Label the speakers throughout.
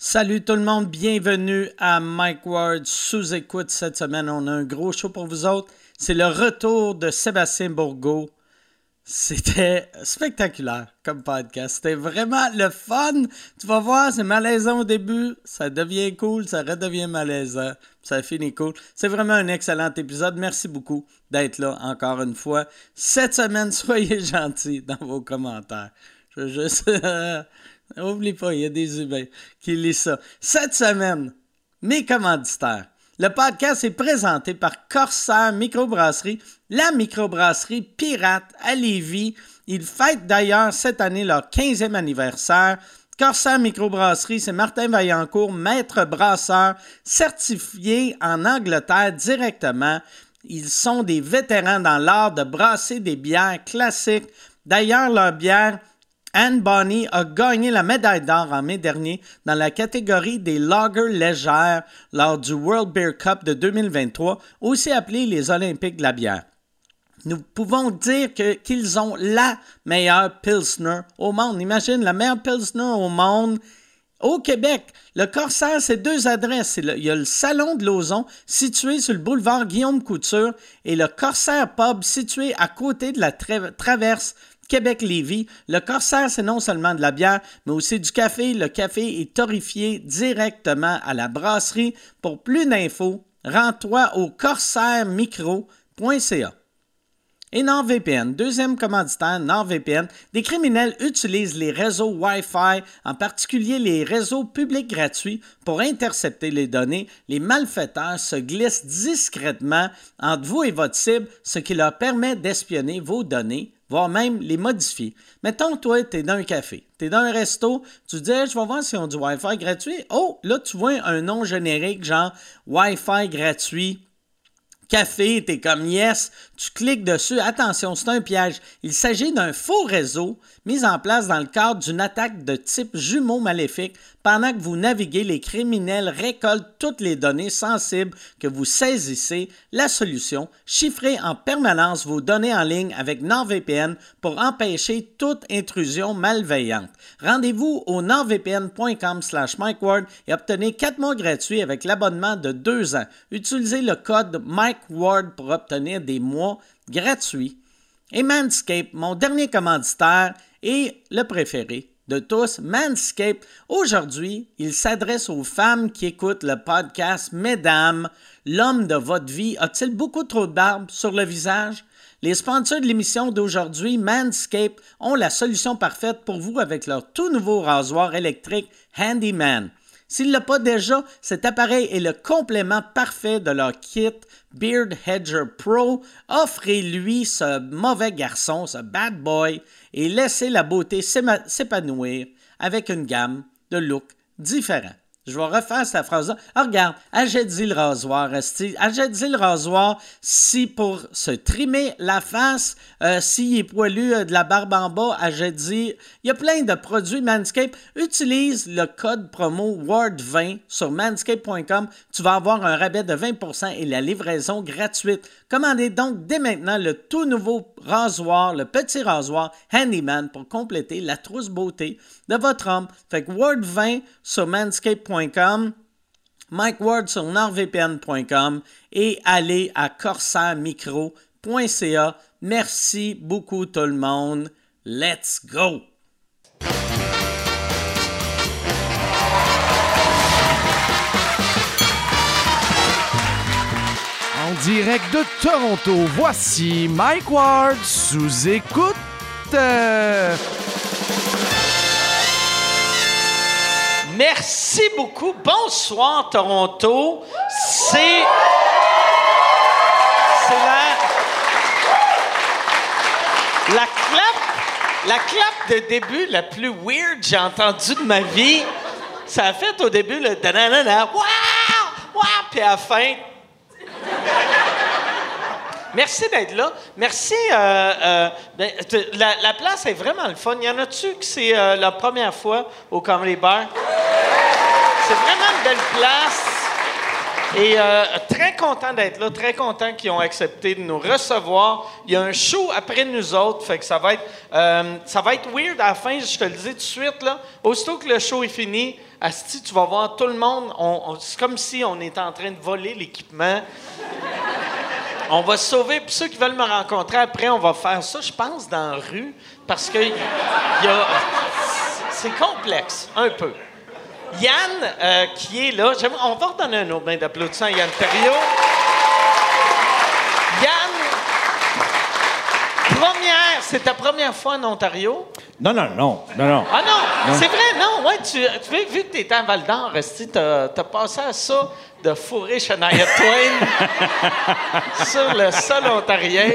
Speaker 1: Salut tout le monde, bienvenue à Mike Ward sous écoute cette semaine. On a un gros show pour vous autres. C'est le retour de Sébastien Bourgault. C'était spectaculaire comme podcast. C'était vraiment le fun. Tu vas voir, c'est malaisant au début. Ça devient cool, ça redevient malaisant. Ça finit cool. C'est vraiment un excellent épisode. Merci beaucoup d'être là encore une fois. Cette semaine, soyez gentils dans vos commentaires. Je veux juste. Oublie pas, il y a des humains qui lisent ça. Cette semaine, mes commanditaires. Le podcast est présenté par Corsair Microbrasserie, la microbrasserie pirate à Lévis. Ils fêtent d'ailleurs cette année leur 15e anniversaire. Corsair Microbrasserie, c'est Martin Vaillancourt, maître brasseur, certifié en Angleterre directement. Ils sont des vétérans dans l'art de brasser des bières classiques. D'ailleurs, leur bière Anne Bonny a gagné la médaille d'or en mai dernier dans la catégorie des lagers légères lors du World Beer Cup de 2023, aussi appelé les Olympiques de la bière. Nous pouvons dire que- qu'ils ont la meilleure Pilsner au monde. Imagine, la meilleure Pilsner au monde au Québec. Le Corsair, c'est deux adresses. C'est le- il y a le Salon de Lauson, situé sur le boulevard Guillaume Couture, et le Corsair Pub, situé à côté de la tra- traverse Québec-Lévis. Le Corsair, c'est non seulement de la bière, mais aussi du café. Le café est torréfié directement à la brasserie. Pour plus d'infos, rends-toi au corsairmicro.ca. Et NordVPN, deuxième commanditaire, NordVPN, des criminels utilisent les réseaux Wi-Fi, en particulier les réseaux publics gratuits, pour intercepter les données. Les malfaiteurs se glissent discrètement entre vous et votre cible, ce qui leur permet d'espionner vos données, voire même les modifier. Mettons, toi, tu es dans un café, tu es dans un resto, tu te dis, Hey, je vais voir si on du Wi-Fi gratuit. Oh, là, tu vois un nom générique, genre Wi-Fi gratuit café, t'es comme yes, tu cliques dessus. Attention, c'est un piège. Il s'agit d'un faux réseau mis en place dans le cadre d'une attaque de type jumeau maléfique. Pendant que vous naviguez, les criminels récoltent toutes les données sensibles que vous saisissez. La solution, chiffrez en permanence vos données en ligne avec NordVPN pour empêcher toute intrusion malveillante. Rendez-vous au nordvpn.com slash MikeWard et obtenez 4 mois gratuits avec l'abonnement de 2 ans. Utilisez le code MikeWard pour obtenir des mois gratuits. Et Manscape, mon dernier commanditaire et le préféré de tous, Manscape. Aujourd'hui, il s'adresse aux femmes qui écoutent le podcast Mesdames, l'homme de votre vie a-t-il beaucoup trop de barbe sur le visage? Les sponsors de l'émission d'aujourd'hui, Manscape, ont la solution parfaite pour vous avec leur tout nouveau rasoir électrique Handyman. S'il ne l'a pas déjà, cet appareil est le complément parfait de leur kit Beard Hedger Pro. Offrez-lui ce mauvais garçon, ce bad boy, et laissez la beauté s'éma- s'épanouir avec une gamme de looks différents. Je vais refaire cette phrase-là. Ah, regarde, achète-y le rasoir, Resti. Achète-y le rasoir si pour se trimer la face, euh, s'il est poilu euh, de la barbe en bas, achète-y. Il y a plein de produits Manscaped. Utilise le code promo WARD20 sur manscaped.com. Tu vas avoir un rabais de 20% et la livraison gratuite. Commandez donc dès maintenant le tout nouveau rasoir, le petit rasoir Handyman pour compléter la trousse beauté de votre homme. Fait que WARD20 sur manscaped.com, Mike Ward sur nordvpn.com et allez à corsairmicro.ca. Merci beaucoup tout le monde. Let's go!
Speaker 2: En direct de Toronto, voici Mike Ward sous écoute. Euh,
Speaker 1: Merci beaucoup. Bonsoir, Toronto. C'est. C'est la. La clap. La clap de début la plus weird que j'ai entendue de ma vie. Ça a fait au début le. dananana, Waouh! Waouh! Puis à la fin. Merci d'être là. Merci. euh, euh, ben, te- la, la place est vraiment le fun. Y en a-tu que c'est euh, la première fois au Comedy Bar? C'est vraiment une belle place. Et euh, très content d'être là, très content qu'ils ont accepté de nous recevoir. Il y a un show après nous autres, fait que ça va être, euh, ça va être weird à la fin, je te le dis tout de suite. Là. Aussitôt que le show est fini, Asti, tu vas voir tout le monde. on- on- c'est comme si on était en train de voler l'équipement. On va se sauver. Puis ceux qui veulent me rencontrer après, on va faire ça, je pense, dans la rue. Parce que il y a- c'est complexe, un peu. Yann, euh, qui est là, j'aimerais- on va redonner un autre bain d'applaudissements à Yann Thériault. Yann, première, c'est ta première fois en Ontario?
Speaker 2: Non, non, non, non, non.
Speaker 1: Ah non, c'est vrai, non. Ouais, tu, tu sais, vu que t'étais à Val d'Or, tu t'as t'as passé à ça de fourrer Shania Twain sur le sol ontarien.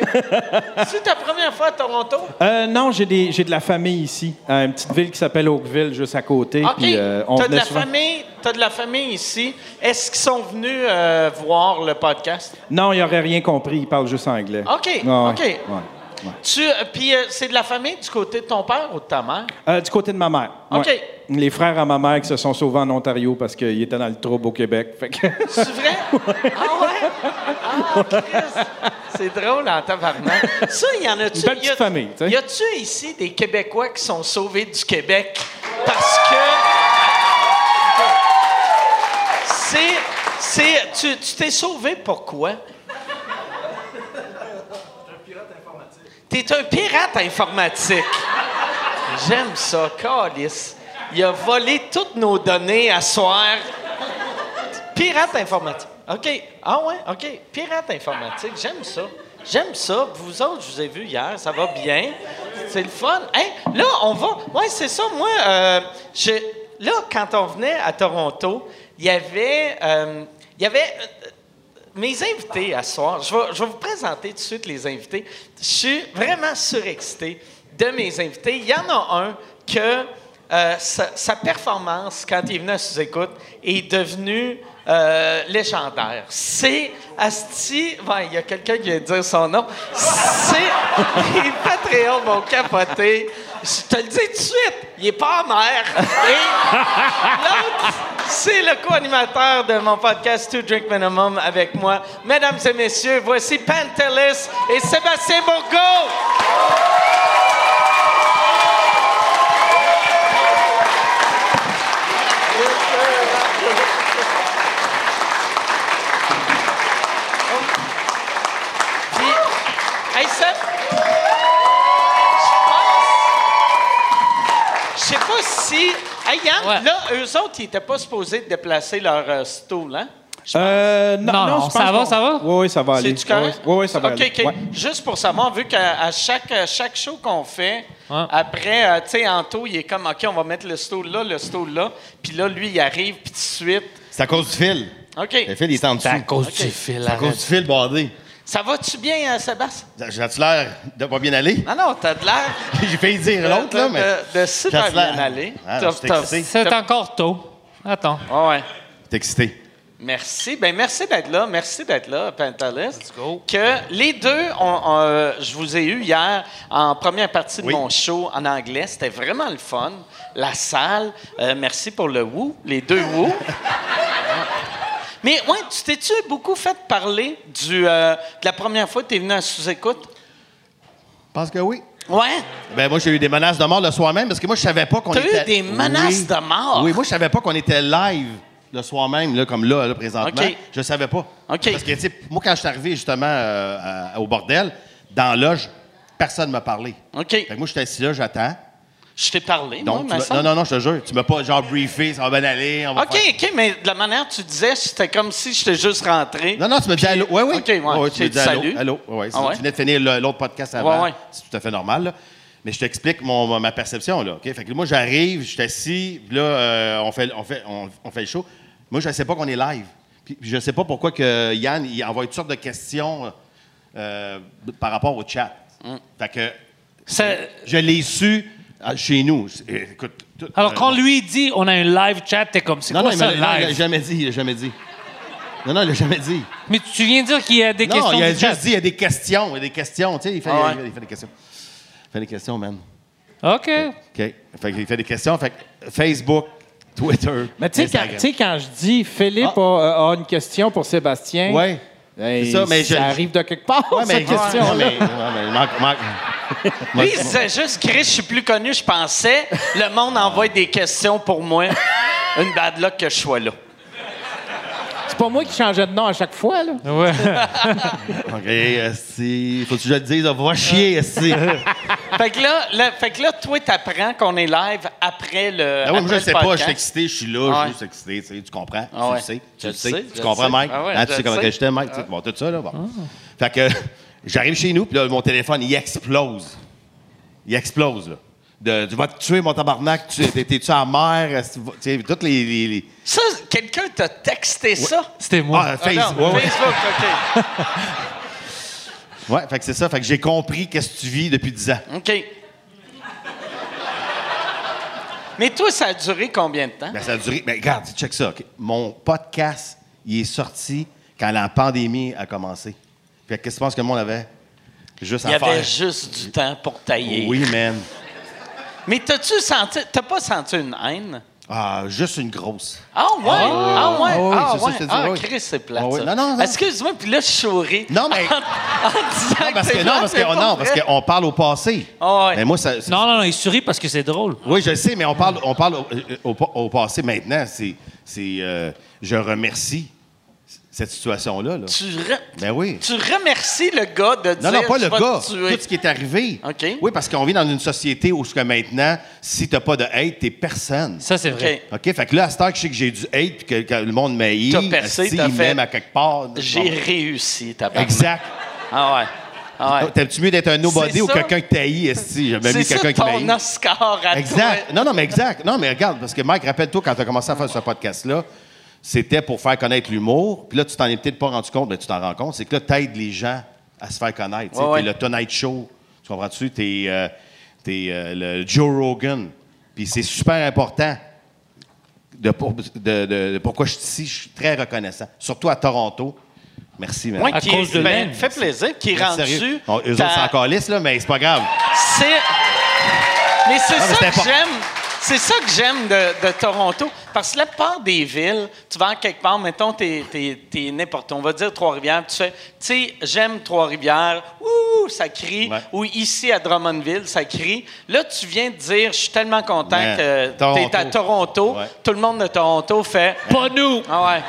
Speaker 1: C'est ta première fois à Toronto?
Speaker 2: Euh, non, j'ai des- j'ai de la famille ici, à une petite ville qui s'appelle Oakville, juste à côté.
Speaker 1: OK.
Speaker 2: puis, euh, on
Speaker 1: t'as de
Speaker 2: venait
Speaker 1: la
Speaker 2: souvent-
Speaker 1: famille, t'as de la famille ici. Est-ce qu'ils sont venus euh, voir le podcast?
Speaker 2: Non, il n'aurait rien compris, il parle juste anglais.
Speaker 1: OK,
Speaker 2: Ouais,
Speaker 1: OK.
Speaker 2: ouais, ouais.
Speaker 1: Tu, euh, puis euh, c'est de la famille du côté de ton père ou de ta mère?
Speaker 2: Euh, du côté de ma mère. ouais.
Speaker 1: OK.
Speaker 2: Les frères à ma mère qui se sont sauvés en Ontario parce qu'ils étaient dans le trouble au Québec. Fait que-
Speaker 1: C'est vrai? Ah ouais? Ah, Christ. C'est drôle en tabarnak. Ça, il y en a-tu?
Speaker 2: Une belle
Speaker 1: y a-
Speaker 2: petite famille, tu sais.
Speaker 1: Y a-tu ici des Québécois qui sont sauvés du Québec parce que. C'est. c'est- tu tu t'es sauvé pourquoi? T'es un pirate informatique. J'aime ça, Calis. Il a volé toutes nos données à soir. Pirate informatique. OK. Ah ouais, OK. Pirate informatique. J'aime ça. J'aime ça. Vous autres, je vous ai vu hier. Ça va bien. C'est le fun. Hein? Là, on va. Ouais, c'est ça. Moi, euh, je- là, quand on venait à Toronto, il y avait. euh, il y avait. euh, mes invités à ce soir, je vais, je vais vous présenter tout de suite les invités. Je suis vraiment surexcité de mes invités. Il y en a un que euh, sa, sa performance, quand il est venu à sous-écoute, est devenue euh, légendaire. C'est Asti. ouais, il y a quelqu'un qui vient de dire son nom. C'est. Les Patreons vont capoter. Je te le dis tout de suite, il est pas amer. Et l'autre, c'est le co-animateur de mon podcast To Drink Minimum avec moi. Mesdames et messieurs, voici Pantelis et Sébastien Bourgault. Oh. Puis, hey Seb, je pense, je sais pas si, hey Yann,
Speaker 3: Ouais.
Speaker 1: là, eux autres, ils étaient pas supposés de déplacer leur euh, stool, hein?
Speaker 2: Euh, non,
Speaker 3: Non,
Speaker 2: non,
Speaker 3: non,
Speaker 2: je
Speaker 3: ça
Speaker 2: pense
Speaker 3: va,
Speaker 2: qu'on-
Speaker 3: ça va?
Speaker 2: Oui, oui, ça va aller.
Speaker 1: C'est du carré?
Speaker 2: Oui, oui, ça va
Speaker 1: OK,
Speaker 2: aller.
Speaker 1: OK.
Speaker 2: Ouais.
Speaker 1: Juste pour savoir, vu qu'à à chaque, à chaque show qu'on fait,
Speaker 3: Ouais.
Speaker 1: après, euh, tu sais, Anto, il est comme, OK, on va mettre le stool là, le stool là. Puis là, lui, il arrive, puis tout de suite.
Speaker 4: C'est à cause du fil. Le
Speaker 1: OK.
Speaker 4: fil, il est en dessous. C'est
Speaker 3: cause
Speaker 1: Ok.
Speaker 3: fil.
Speaker 4: à cause du fil bordé.
Speaker 1: Ça va-tu bien, euh, Sébastien?
Speaker 4: J'ai-tu l'air de pas bien aller?
Speaker 1: Non, non, t'as de l'air.
Speaker 4: J'ai failli dire l'autre, là,
Speaker 1: de-
Speaker 4: mais.
Speaker 1: De, de super
Speaker 4: J'ai l'air-
Speaker 1: bien aller.
Speaker 4: Ah,
Speaker 1: T'as-
Speaker 4: je suis
Speaker 1: t'as-
Speaker 4: excité.
Speaker 3: C'est encore tôt. Attends.
Speaker 1: Ah ouais.
Speaker 4: T'es excité.
Speaker 1: Merci. Ben merci d'être là. Merci d'être là, Pantalis. Let's go. Que les deux, on- on, euh, je vous ai eu hier en première partie de
Speaker 4: Oui.
Speaker 1: mon show en anglais. C'était vraiment le fun. La salle. Euh, merci pour le woo, les deux woo. Mais ouais, tu t'es-tu beaucoup fait parler du, euh, de la première fois que tu es venu à sous-écoute?
Speaker 4: Je pense que oui.
Speaker 1: Ouais.
Speaker 4: Ben, moi, j'ai eu des menaces de mort le soir même parce que moi, je savais pas qu'on
Speaker 1: T'as eu
Speaker 4: était.
Speaker 1: des menaces
Speaker 4: Oui.
Speaker 1: de mort?
Speaker 4: Oui, moi, je savais pas qu'on était live le soir même, là, comme là, là, présentement.
Speaker 1: OK.
Speaker 4: Je savais pas.
Speaker 1: OK.
Speaker 4: Parce que, tu sais, moi, quand je suis arrivé justement euh, à- au bordel, dans la loge, personne ne m'a parlé.
Speaker 1: OK.
Speaker 4: Fait que moi, j'étais assis là, j'attends.
Speaker 1: Je t'ai parlé,
Speaker 4: Donc,
Speaker 1: moi,
Speaker 4: tu
Speaker 1: me
Speaker 4: m'as-
Speaker 1: semble.
Speaker 4: non, non, non, je te jure, tu m'as pas genre briefé, ça va bien aller, on va
Speaker 1: OK,
Speaker 4: faire-
Speaker 1: OK, mais de la manière que tu disais, c'était comme si j'étais juste rentré.
Speaker 4: Non, non, tu me dis allô. Oui, oui.
Speaker 1: OK, ouais.
Speaker 4: tu
Speaker 1: J'ai dit
Speaker 4: me dis allô.
Speaker 1: salut.
Speaker 4: Allô. Ouais, c'est
Speaker 1: Ah
Speaker 4: ça.
Speaker 1: ouais?
Speaker 4: Tu venais de finir le- l'autre podcast avant.
Speaker 1: Ouais, ouais.
Speaker 4: C'est tout à fait normal. là. Mais je t'explique mon, ma- ma perception. Là, OK? Fait que moi, j'arrive, je suis assis, puis là, euh, on, fait, on, fait, on, on fait le show. Moi, je ne sais pas qu'on est live. Puis, puis je ne sais pas pourquoi que Yann il envoie toutes sortes de questions euh, par rapport au chat.
Speaker 1: Mm.
Speaker 4: Fait que
Speaker 3: C'est-
Speaker 4: je l'ai su euh, chez nous. C'est- euh, Écoute, tout-
Speaker 3: Alors
Speaker 4: euh,
Speaker 3: quand lui dit on a un live chat, t'es comme c'est
Speaker 4: Non,
Speaker 3: quoi
Speaker 4: non, il
Speaker 3: ça
Speaker 4: m'a- non, il
Speaker 3: live
Speaker 4: l'a jamais dit. Il l'a jamais dit. Non, non, il l'a jamais dit.
Speaker 3: Mais tu viens de dire qu'il y a des
Speaker 4: Non,
Speaker 3: questions
Speaker 4: il a
Speaker 3: du chat.
Speaker 4: juste dit, il y a des questions, il y a des questions, tu sais, il fait,
Speaker 1: Ah ouais.
Speaker 4: il fait des questions. Il fait des questions, man.
Speaker 3: Ok.
Speaker 4: OK. Fait qu'il fait des questions, fait que Facebook, Twitter.
Speaker 2: Mais tu sais, quand,
Speaker 4: Instagram.
Speaker 2: tu sais, quand je dis Philippe a, a une question pour Sébastien,
Speaker 4: Ah. Ouais.
Speaker 2: ben,
Speaker 4: c'est ça, mais je-
Speaker 2: arrive de quelque part,
Speaker 4: Ouais, mais
Speaker 2: cette question-là.
Speaker 4: question. mais, ouais, mais manque- manque-
Speaker 1: Lui, il disait juste, Chris, je suis plus connu, je pensais. Le monde envoie des questions pour moi. Une bad luck que je sois là.
Speaker 2: C'est pas moi qui changeais de nom à chaque fois, là.
Speaker 3: Ouais.
Speaker 4: Ok, esti. Faut-tu que je le dise? là? Va chier, esti.
Speaker 1: Fait que là, là- fait que là toi, t'apprends qu'on est live après le.
Speaker 4: Ah oui,
Speaker 1: après
Speaker 4: moi, je
Speaker 1: le
Speaker 4: sais pas, je
Speaker 1: podcast.
Speaker 4: suis excité, je suis là, je
Speaker 1: Ouais.
Speaker 4: suis juste excité, tu, sais, tu comprends,
Speaker 1: Ah
Speaker 4: tu
Speaker 1: ouais.
Speaker 4: le sais,
Speaker 1: Je
Speaker 4: tu le sais,
Speaker 1: sais, je
Speaker 4: tu comprends,
Speaker 1: sais.
Speaker 4: Mike,
Speaker 1: Ah ouais,
Speaker 4: Hein, tu
Speaker 1: je
Speaker 4: sais
Speaker 1: le
Speaker 4: comment
Speaker 1: sais. Ah.
Speaker 4: que j'étais, Mike, tu sais, bon, tout ça, là, bon. Fait que j'arrive chez nous, puis là, mon téléphone, il explose. Il explose, là. De, tu vas te tuer, mon tabarnak, tu, t'es- t'es-tu à mer, est-ce que tu vas- tu sais, toutes les... les- les-
Speaker 1: Ça, quelqu'un t'a texté ça?
Speaker 3: C'était moi.
Speaker 4: Ah, Face-
Speaker 1: Ah non,
Speaker 4: ouais, ouais.
Speaker 1: Facebook, OK.
Speaker 4: Ouais, fait que c'est ça, fait que j'ai compris qu'est-ce que tu vis depuis 10 ans.
Speaker 1: OK. Mais toi, ça a duré combien de temps?
Speaker 4: Ben, ça a duré. Ben, regarde, check ça. ok. Mon podcast, il est sorti quand la pandémie a commencé. Fait que qu'est-ce que tu penses que le monde avait? Juste
Speaker 1: Il y
Speaker 4: à
Speaker 1: avait
Speaker 4: faire.
Speaker 1: juste du temps pour tailler.
Speaker 4: Oui, man.
Speaker 1: Mais t'as-tu senti. T'as pas senti une haine?
Speaker 4: Ah, juste une grosse.
Speaker 1: Ah ouais! Ah ouais!
Speaker 4: Ah oui,
Speaker 1: Ah
Speaker 4: c'est ça,
Speaker 1: ouais!
Speaker 4: je te dis,
Speaker 1: Ah,
Speaker 4: oui.
Speaker 1: Chris, c'est plate,
Speaker 4: Ah oui.
Speaker 1: ça.
Speaker 4: Non, non, non.
Speaker 1: Excuse-moi, puis là, je souris.
Speaker 4: Non, mais-
Speaker 1: En, en disant
Speaker 4: Non, parce
Speaker 1: c'est
Speaker 4: que, non,
Speaker 1: plate,
Speaker 4: parce
Speaker 1: c'est
Speaker 4: que,
Speaker 1: pas
Speaker 4: non,
Speaker 1: vrai.
Speaker 4: parce qu'on parle au passé.
Speaker 1: Ah ouais.
Speaker 4: Mais moi, ça. c'est-
Speaker 3: Non, non, non, il sourit parce que c'est drôle.
Speaker 4: Oui, je le sais, mais on parle, on parle au, euh, au- au- au passé maintenant. C'est. c'est, euh, je remercie cette situation-là. là.
Speaker 1: Tu, re-
Speaker 4: Ben oui.
Speaker 1: tu remercies le gars de dire
Speaker 4: Non, non, pas
Speaker 1: je
Speaker 4: le
Speaker 1: vais
Speaker 4: gars.
Speaker 1: te tuer.
Speaker 4: Tout ce qui est arrivé.
Speaker 1: OK.
Speaker 4: Oui, parce qu'on vit dans une société où, jusqu'à maintenant, si t'as pas de hate, t'es personne.
Speaker 3: Ça, c'est vrai.
Speaker 1: OK.
Speaker 4: OK, fait que là, à cette heure que je sais que j'ai du hate puis que, que le monde m'haït,
Speaker 1: T'as percé,
Speaker 4: si,
Speaker 1: t'as
Speaker 4: il
Speaker 1: fait-
Speaker 4: m'aime à quelque part.
Speaker 1: J'ai
Speaker 4: Bon.
Speaker 1: réussi, ta
Speaker 4: Exact.
Speaker 1: Ah ouais. Ah ouais.
Speaker 4: T'aimes-tu mieux d'être un
Speaker 1: C'est
Speaker 4: nobody ou
Speaker 1: ça.
Speaker 4: quelqu'un qui t'haït, esti? J'aime
Speaker 1: C'est
Speaker 4: mieux
Speaker 1: ça
Speaker 4: quelqu'un qui
Speaker 1: ton
Speaker 4: m'haït.
Speaker 1: Oscar à
Speaker 4: Exact.
Speaker 1: toi.
Speaker 4: Non, non, mais exact. Non, mais regarde, parce que Mike, rappelle-toi, quand t'as commencé à faire ce podcast-là, c'était pour faire connaître l'humour. Puis là, tu t'en es peut-être pas rendu compte, mais tu t'en rends compte. C'est que là, t'aides les gens à se faire connaître. tu sais.
Speaker 1: Ouais, ouais.
Speaker 4: T'es le Tonight Show. Tu comprends-tu? T'es euh, t'es, euh, le Joe Rogan. Puis c'est super important. de, pour- de- de- de pourquoi je suis ici. Je suis très reconnaissant, surtout à Toronto. Merci, madame.
Speaker 1: Moi,
Speaker 3: À
Speaker 1: qui
Speaker 3: cause de
Speaker 1: ben,
Speaker 3: l'aine.
Speaker 1: fait plaisir, qui est
Speaker 4: Merci,
Speaker 1: rendu.
Speaker 4: sérieux. On- eux autres,
Speaker 1: ta-
Speaker 4: c'est encore lisse, là, mais c'est pas grave.
Speaker 1: C'est- Mais c'est
Speaker 4: Ah, mais
Speaker 1: ça
Speaker 4: c'est
Speaker 1: que
Speaker 4: important.
Speaker 1: j'aime. C'est ça que j'aime de, de Toronto. Parce que la plupart des villes, tu vas en quelque part, mettons, t'es, t'es, t'es n'importe où. On va dire Trois-Rivières. puis Tu fais, tu sais, j'aime Trois-Rivières. Ouh, ça crie.
Speaker 4: Ouais.
Speaker 1: Ou ici à Drummondville, ça crie. Là, tu viens de dire, je suis tellement content
Speaker 4: Ouais.
Speaker 1: que t'es à
Speaker 4: Toronto.
Speaker 1: Toronto.
Speaker 4: Ouais.
Speaker 1: Tout le monde de Toronto fait,
Speaker 3: Pas nous!
Speaker 1: ah ouais.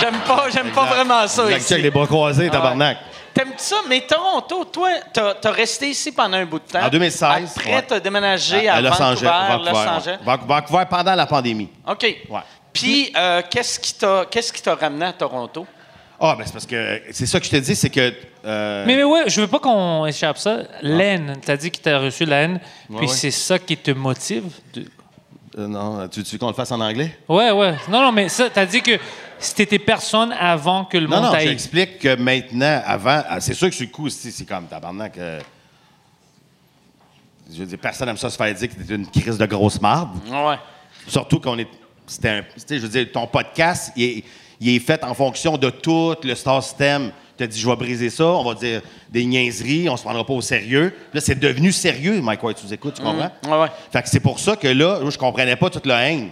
Speaker 1: J'aime pas, j'aime pas vraiment ça
Speaker 4: Fait que
Speaker 1: ici. Ah
Speaker 4: check les bras croisés, tabarnak.
Speaker 1: T'aimes ça? Mais Toronto, toi, t'as as resté ici pendant un bout de temps.
Speaker 4: En 2016,
Speaker 1: Après,
Speaker 4: ouais.
Speaker 1: t'as déménagé à,
Speaker 4: Los Angeles.
Speaker 1: Vancouver, Los Angeles.
Speaker 4: ouais. Van- Vancouver pendant la pandémie.
Speaker 1: OK.
Speaker 4: Ouais.
Speaker 1: Puis, euh, qu'est-ce qui t'a qu'est-ce qui t'a ramené à Toronto?
Speaker 4: Ah, ben c'est parce que c'est ça que je te dis, c'est que. euh,
Speaker 3: Mais, mais ouais, je veux pas qu'on échappe ça. L'aine, t'as dit que t'as reçu la haine, puis c'est ça qui te motive. de-
Speaker 4: euh, non, tu, tu veux qu'on le fasse en anglais?
Speaker 3: Ouais, ouais. Non, non, mais ça, t'as dit que c'était personne avant que le
Speaker 4: Non,
Speaker 3: monde
Speaker 4: non,
Speaker 3: t'aille.
Speaker 4: j'explique que maintenant, avant, ah, c'est sûr que sur le coup, c'est c'est comme tabarnak. euh, je veux dire, personne n'aime ça se faire dire que t'es une crise de grosse marde.
Speaker 1: Ouais.
Speaker 4: Surtout qu'on est. C'était un. tu sais, Je veux dire, ton podcast, il est, il est fait en fonction de tout le star system. Tu as dit, je vais briser ça, on va dire des niaiseries, on se prendra pas au sérieux. Là, c'est devenu sérieux, Mike White, tu nous écoutes, tu comprends?
Speaker 1: Mhm. ouais, ouais.
Speaker 4: Fait que c'est pour ça que là, moi, je comprenais pas toute la haine.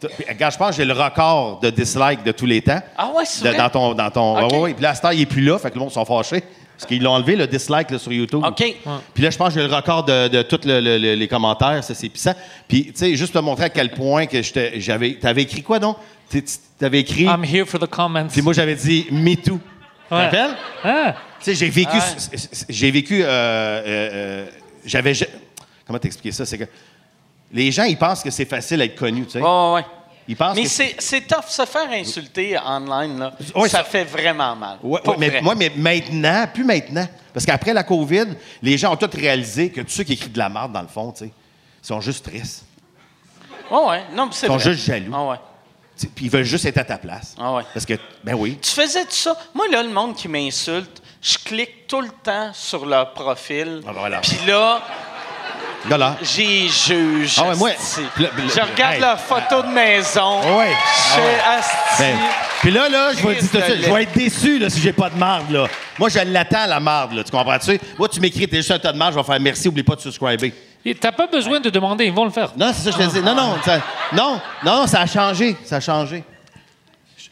Speaker 4: T- puis, Regarde, je pense que j'ai le record de dislike de tous les temps.
Speaker 1: Ah ouais, c'est
Speaker 4: De-
Speaker 1: vrai?
Speaker 4: Dans ton. Dans ton
Speaker 1: Ok.
Speaker 4: ouais, ouais, ouais. Puis là, à cette heure, il est plus là, fait que le monde sont fâchés. Parce qu'ils l'ont enlevé, le dislike là, sur YouTube.
Speaker 1: OK. Ouais.
Speaker 4: Puis là, je pense que j'ai le record de, de tous le- le- le- les commentaires. Ça, c'est pissant. Puis, tu sais, juste pour te montrer à quel point que j'étais- j'avais. T'avais écrit quoi, donc? T'es- T'avais écrit.
Speaker 1: Ah,
Speaker 3: I'm here for the comments.
Speaker 4: Puis moi, j'avais dit Me Too. Tu te
Speaker 3: Ouais.
Speaker 4: rappelles?
Speaker 3: Ah,
Speaker 4: Tu sais, j'ai vécu.
Speaker 1: Ouais.
Speaker 4: c- c- c- J'ai vécu. euh, euh, euh, j'avais. ja- Comment t'expliquer ça? C'est que. Les gens, ils pensent que c'est facile d'être connu, tu sais.
Speaker 1: Ouais, ouais, ouais.
Speaker 4: Ils pensent
Speaker 1: Mais
Speaker 4: que
Speaker 1: c'est c'est tough. Se faire insulter online, là,
Speaker 4: Ouais,
Speaker 1: ça,
Speaker 4: ça-
Speaker 1: fait vraiment mal.
Speaker 4: Ouais,
Speaker 1: Pour
Speaker 4: ouais, mais,
Speaker 1: vrai.
Speaker 4: moi, mais maintenant, plus maintenant. Parce qu'après la COVID, les gens ont tous réalisé que tous ceux qui écrivent de la merde, dans le fond, tu sais, ils sont juste tristes.
Speaker 1: Ouais, ouais. Non, mais c'est
Speaker 4: Ils sont
Speaker 1: vrai.
Speaker 4: juste jaloux.
Speaker 1: Ah ouais.
Speaker 4: Tu sais, Puis ils veulent juste être à ta place.
Speaker 1: Ah ouais.
Speaker 4: Parce que, ben oui.
Speaker 1: Tu faisais tout ça. Moi, là, le monde qui m'insulte, je clique tout le temps sur leur profil.
Speaker 4: Ah, ben voilà.
Speaker 1: Puis là,
Speaker 4: Là, là.
Speaker 1: J'y juge.
Speaker 4: Ah ouais, moi,
Speaker 1: asti.
Speaker 4: le- le-
Speaker 1: je regarde
Speaker 4: hey.
Speaker 1: leurs photos de maison.
Speaker 4: Ah ouais.
Speaker 1: Je fais, asti.
Speaker 4: Ben, puis là, là, je vais te dire tout de suite,
Speaker 1: Christ,
Speaker 4: je vais être déçu là, si j'ai pas de marde, là. Moi, je l'attends, la marde, là. Tu comprends-tu? Moi, tu m'écris, t'es juste un tas de marde, je vais faire merci, oublie pas de subscriber.
Speaker 3: Et T'as pas besoin de demander, ils vont le faire.
Speaker 4: Non, c'est ça que je te dis. Non, non, ça, non, non, non, ça a changé. Ça a changé.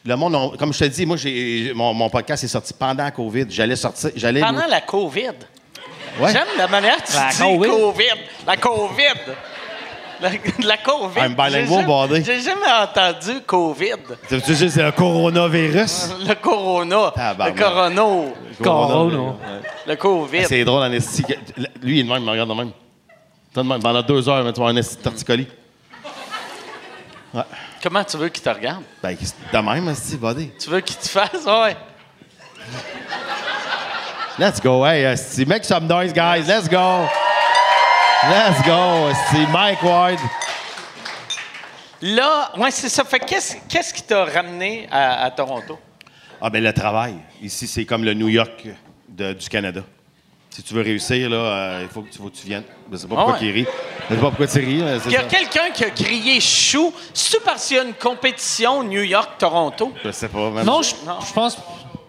Speaker 4: Le monde, on- comme je te dis, moi, j'ai, mon, mon podcast est sorti pendant la COVID. J'allais sortir. J'allais,
Speaker 1: Pendant la COVID.
Speaker 4: Ouais.
Speaker 1: J'aime la manière que tu
Speaker 3: La
Speaker 1: dis
Speaker 3: COVID.
Speaker 1: COVID. La COVID. La, la COVID.
Speaker 4: I'm bilingual,
Speaker 1: J'ai jamais-
Speaker 4: body.
Speaker 1: J'ai jamais entendu COVID.
Speaker 4: Tu veux dire, c'est un coronavirus?
Speaker 1: Le corona.
Speaker 4: Tabarnak. Ah,
Speaker 1: Le corona.
Speaker 3: Corona.
Speaker 4: hein.
Speaker 1: Le COVID.
Speaker 4: C'est drôle, en esti. que- Lui, il est de même, il me regarde de même. Toi, de même, pendant deux heures, tu vas un esti de torticolis.
Speaker 1: Comment tu veux qu'il te regarde?
Speaker 4: Ben, c'est de même, esti, buddy.
Speaker 1: Tu veux qu'il te fasse? Ouais.
Speaker 4: Let's go, hey, esti. Make some noise, guys. Let's go. Let's go, esti. Mike Ward.
Speaker 1: Là, ouais, c'est ça. Fait que qu'est-ce qu'est-ce qui t'a ramené à, à Toronto?
Speaker 4: Ah ben le travail. Ici, c'est comme le New York de- du Canada. Si tu veux réussir, là, euh, il faut que tu, faut que tu viennes. Je sais pas pourquoi
Speaker 1: ouais.
Speaker 4: tu ris. Je sais pas pourquoi tu ris. mais c'est
Speaker 1: Il y a
Speaker 4: ça.
Speaker 1: quelqu'un qui a crié chou. C'est parce qu'il y a une compétition New York-Toronto.
Speaker 4: Je sais pas. man.
Speaker 3: Non, je je pense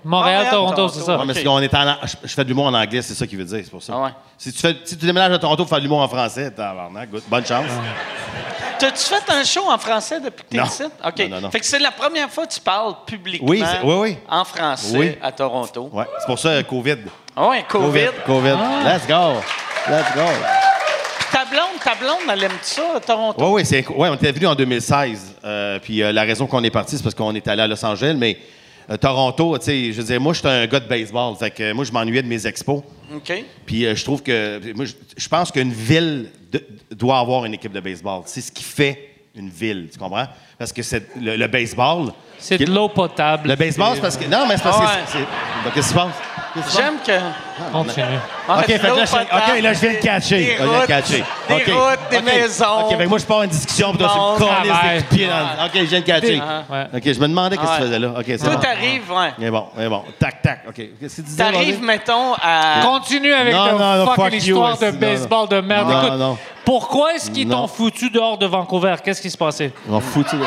Speaker 3: Montréal,
Speaker 1: Montréal,
Speaker 3: Toronto,
Speaker 1: Toronto.
Speaker 3: c'est
Speaker 4: Ouais,
Speaker 3: ça.
Speaker 4: Ah, mais c'est qu'on est en- je, je fais de l'humour en anglais, c'est ça qu'il veut dire, c'est pour ça.
Speaker 1: Ah ouais.
Speaker 4: Si tu, fais, si tu déménages à Toronto pour faire de l'humour en français, tabarnak, good. bonne chance.
Speaker 1: Ah. T'as-tu fait un show en français depuis que t'es
Speaker 4: Non.
Speaker 1: ici? OK.
Speaker 4: Non, non, non.
Speaker 1: Fait que c'est la première fois que tu parles publiquement
Speaker 4: Oui, c'est- oui, oui.
Speaker 1: en français
Speaker 4: Oui.
Speaker 1: à Toronto.
Speaker 4: Ouais, c'est pour ça, euh, COVID.
Speaker 1: Ah ouais, COVID. Ah.
Speaker 4: COVID. COVID. Let's go. Let's go.
Speaker 1: Puis Ta blonde, ta blonde, elle aime ça, à Toronto?
Speaker 4: Oui, oui, c'est, ouais, on était venu en 2016. euh, puis euh, la raison qu'on est parti, c'est parce qu'on est allé à Los Angeles, mais euh, Toronto, tu sais, je veux dire, moi, j'étais un gars de baseball. Fait que euh, moi, je m'ennuyais de mes expos.
Speaker 1: OK.
Speaker 4: Puis euh, je trouve que. Moi, je, je pense qu'une ville de- doit avoir une équipe de baseball. C'est ce qui fait une ville, tu comprends? Parce que c'est le, le baseball.
Speaker 3: C'est de l'eau potable.
Speaker 4: Le baseball, c'est parce que. Non, mais c'est parce
Speaker 1: Ah
Speaker 4: que.
Speaker 1: ouais.
Speaker 4: c'est- c'est- donc, Qu'est-ce qui se passe? Qu'est-ce qui se passe?
Speaker 1: J'aime que...
Speaker 3: Continue.
Speaker 4: OK, fait que là, je, OK, là, je viens de
Speaker 1: Des
Speaker 4: catcher. Ah, je viens de
Speaker 1: routes,
Speaker 4: catcher.
Speaker 1: des
Speaker 4: OK.
Speaker 1: routes, des
Speaker 4: OK.
Speaker 1: maisons.
Speaker 4: OK, fait que moi, je pars en discussion, puis toi,
Speaker 1: Bon
Speaker 4: tu me cornises
Speaker 3: travail.
Speaker 4: des coups de pied dans le- OK, je viens de catcher.
Speaker 3: Ouais.
Speaker 4: OK, je me demandais qu'est-ce que
Speaker 1: Ouais.
Speaker 4: tu faisais là. OK, c'est
Speaker 1: Tout
Speaker 4: bon.
Speaker 1: arrive, ouais.
Speaker 4: Mais bon, mais bon. Tac, tac. OK. Qu'est-ce que tu disais?
Speaker 1: T'arrives,
Speaker 4: Bondé?
Speaker 1: mettons, à...
Speaker 3: Continue avec
Speaker 4: Non,
Speaker 3: ta
Speaker 4: non, non,
Speaker 3: fucking
Speaker 4: fuck you,
Speaker 3: histoire de
Speaker 4: aussi, non,
Speaker 3: baseball de merde.
Speaker 4: Non,
Speaker 3: Écoute,
Speaker 4: non.
Speaker 3: pourquoi est-ce qu'ils
Speaker 4: Non.
Speaker 3: t'ont foutu dehors de Vancouver? Qu'est-ce qui se passait?
Speaker 4: Ils m'ont foutu.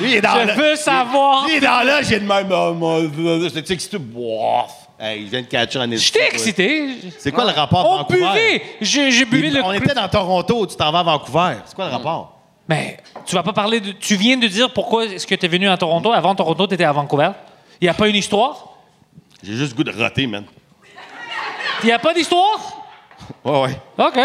Speaker 4: Lui, il est dans
Speaker 3: Je
Speaker 4: Ah, le-
Speaker 3: veux savoir.
Speaker 4: Lui, il est dans là, j'ai de même. Oh, mon- J'étais excité. Bof. Hey, je viens de catcher en
Speaker 3: J'étais excité.
Speaker 4: C'est quoi le rapport
Speaker 3: On
Speaker 4: Vancouver?
Speaker 3: buvait. J'ai j'ai buvé le...
Speaker 4: On était dans Toronto, tu t'en vas à Vancouver. C'est quoi le rapport?
Speaker 3: Mais tu vas pas parler de... Tu viens de dire pourquoi est-ce que tu es venu à Toronto. Avant Toronto, tu étais à Vancouver. Il n'y a pas une histoire?
Speaker 4: J'ai juste le goût de roter, man.
Speaker 3: Il n'y a pas d'histoire?
Speaker 4: Ouais, ouais.
Speaker 3: OK.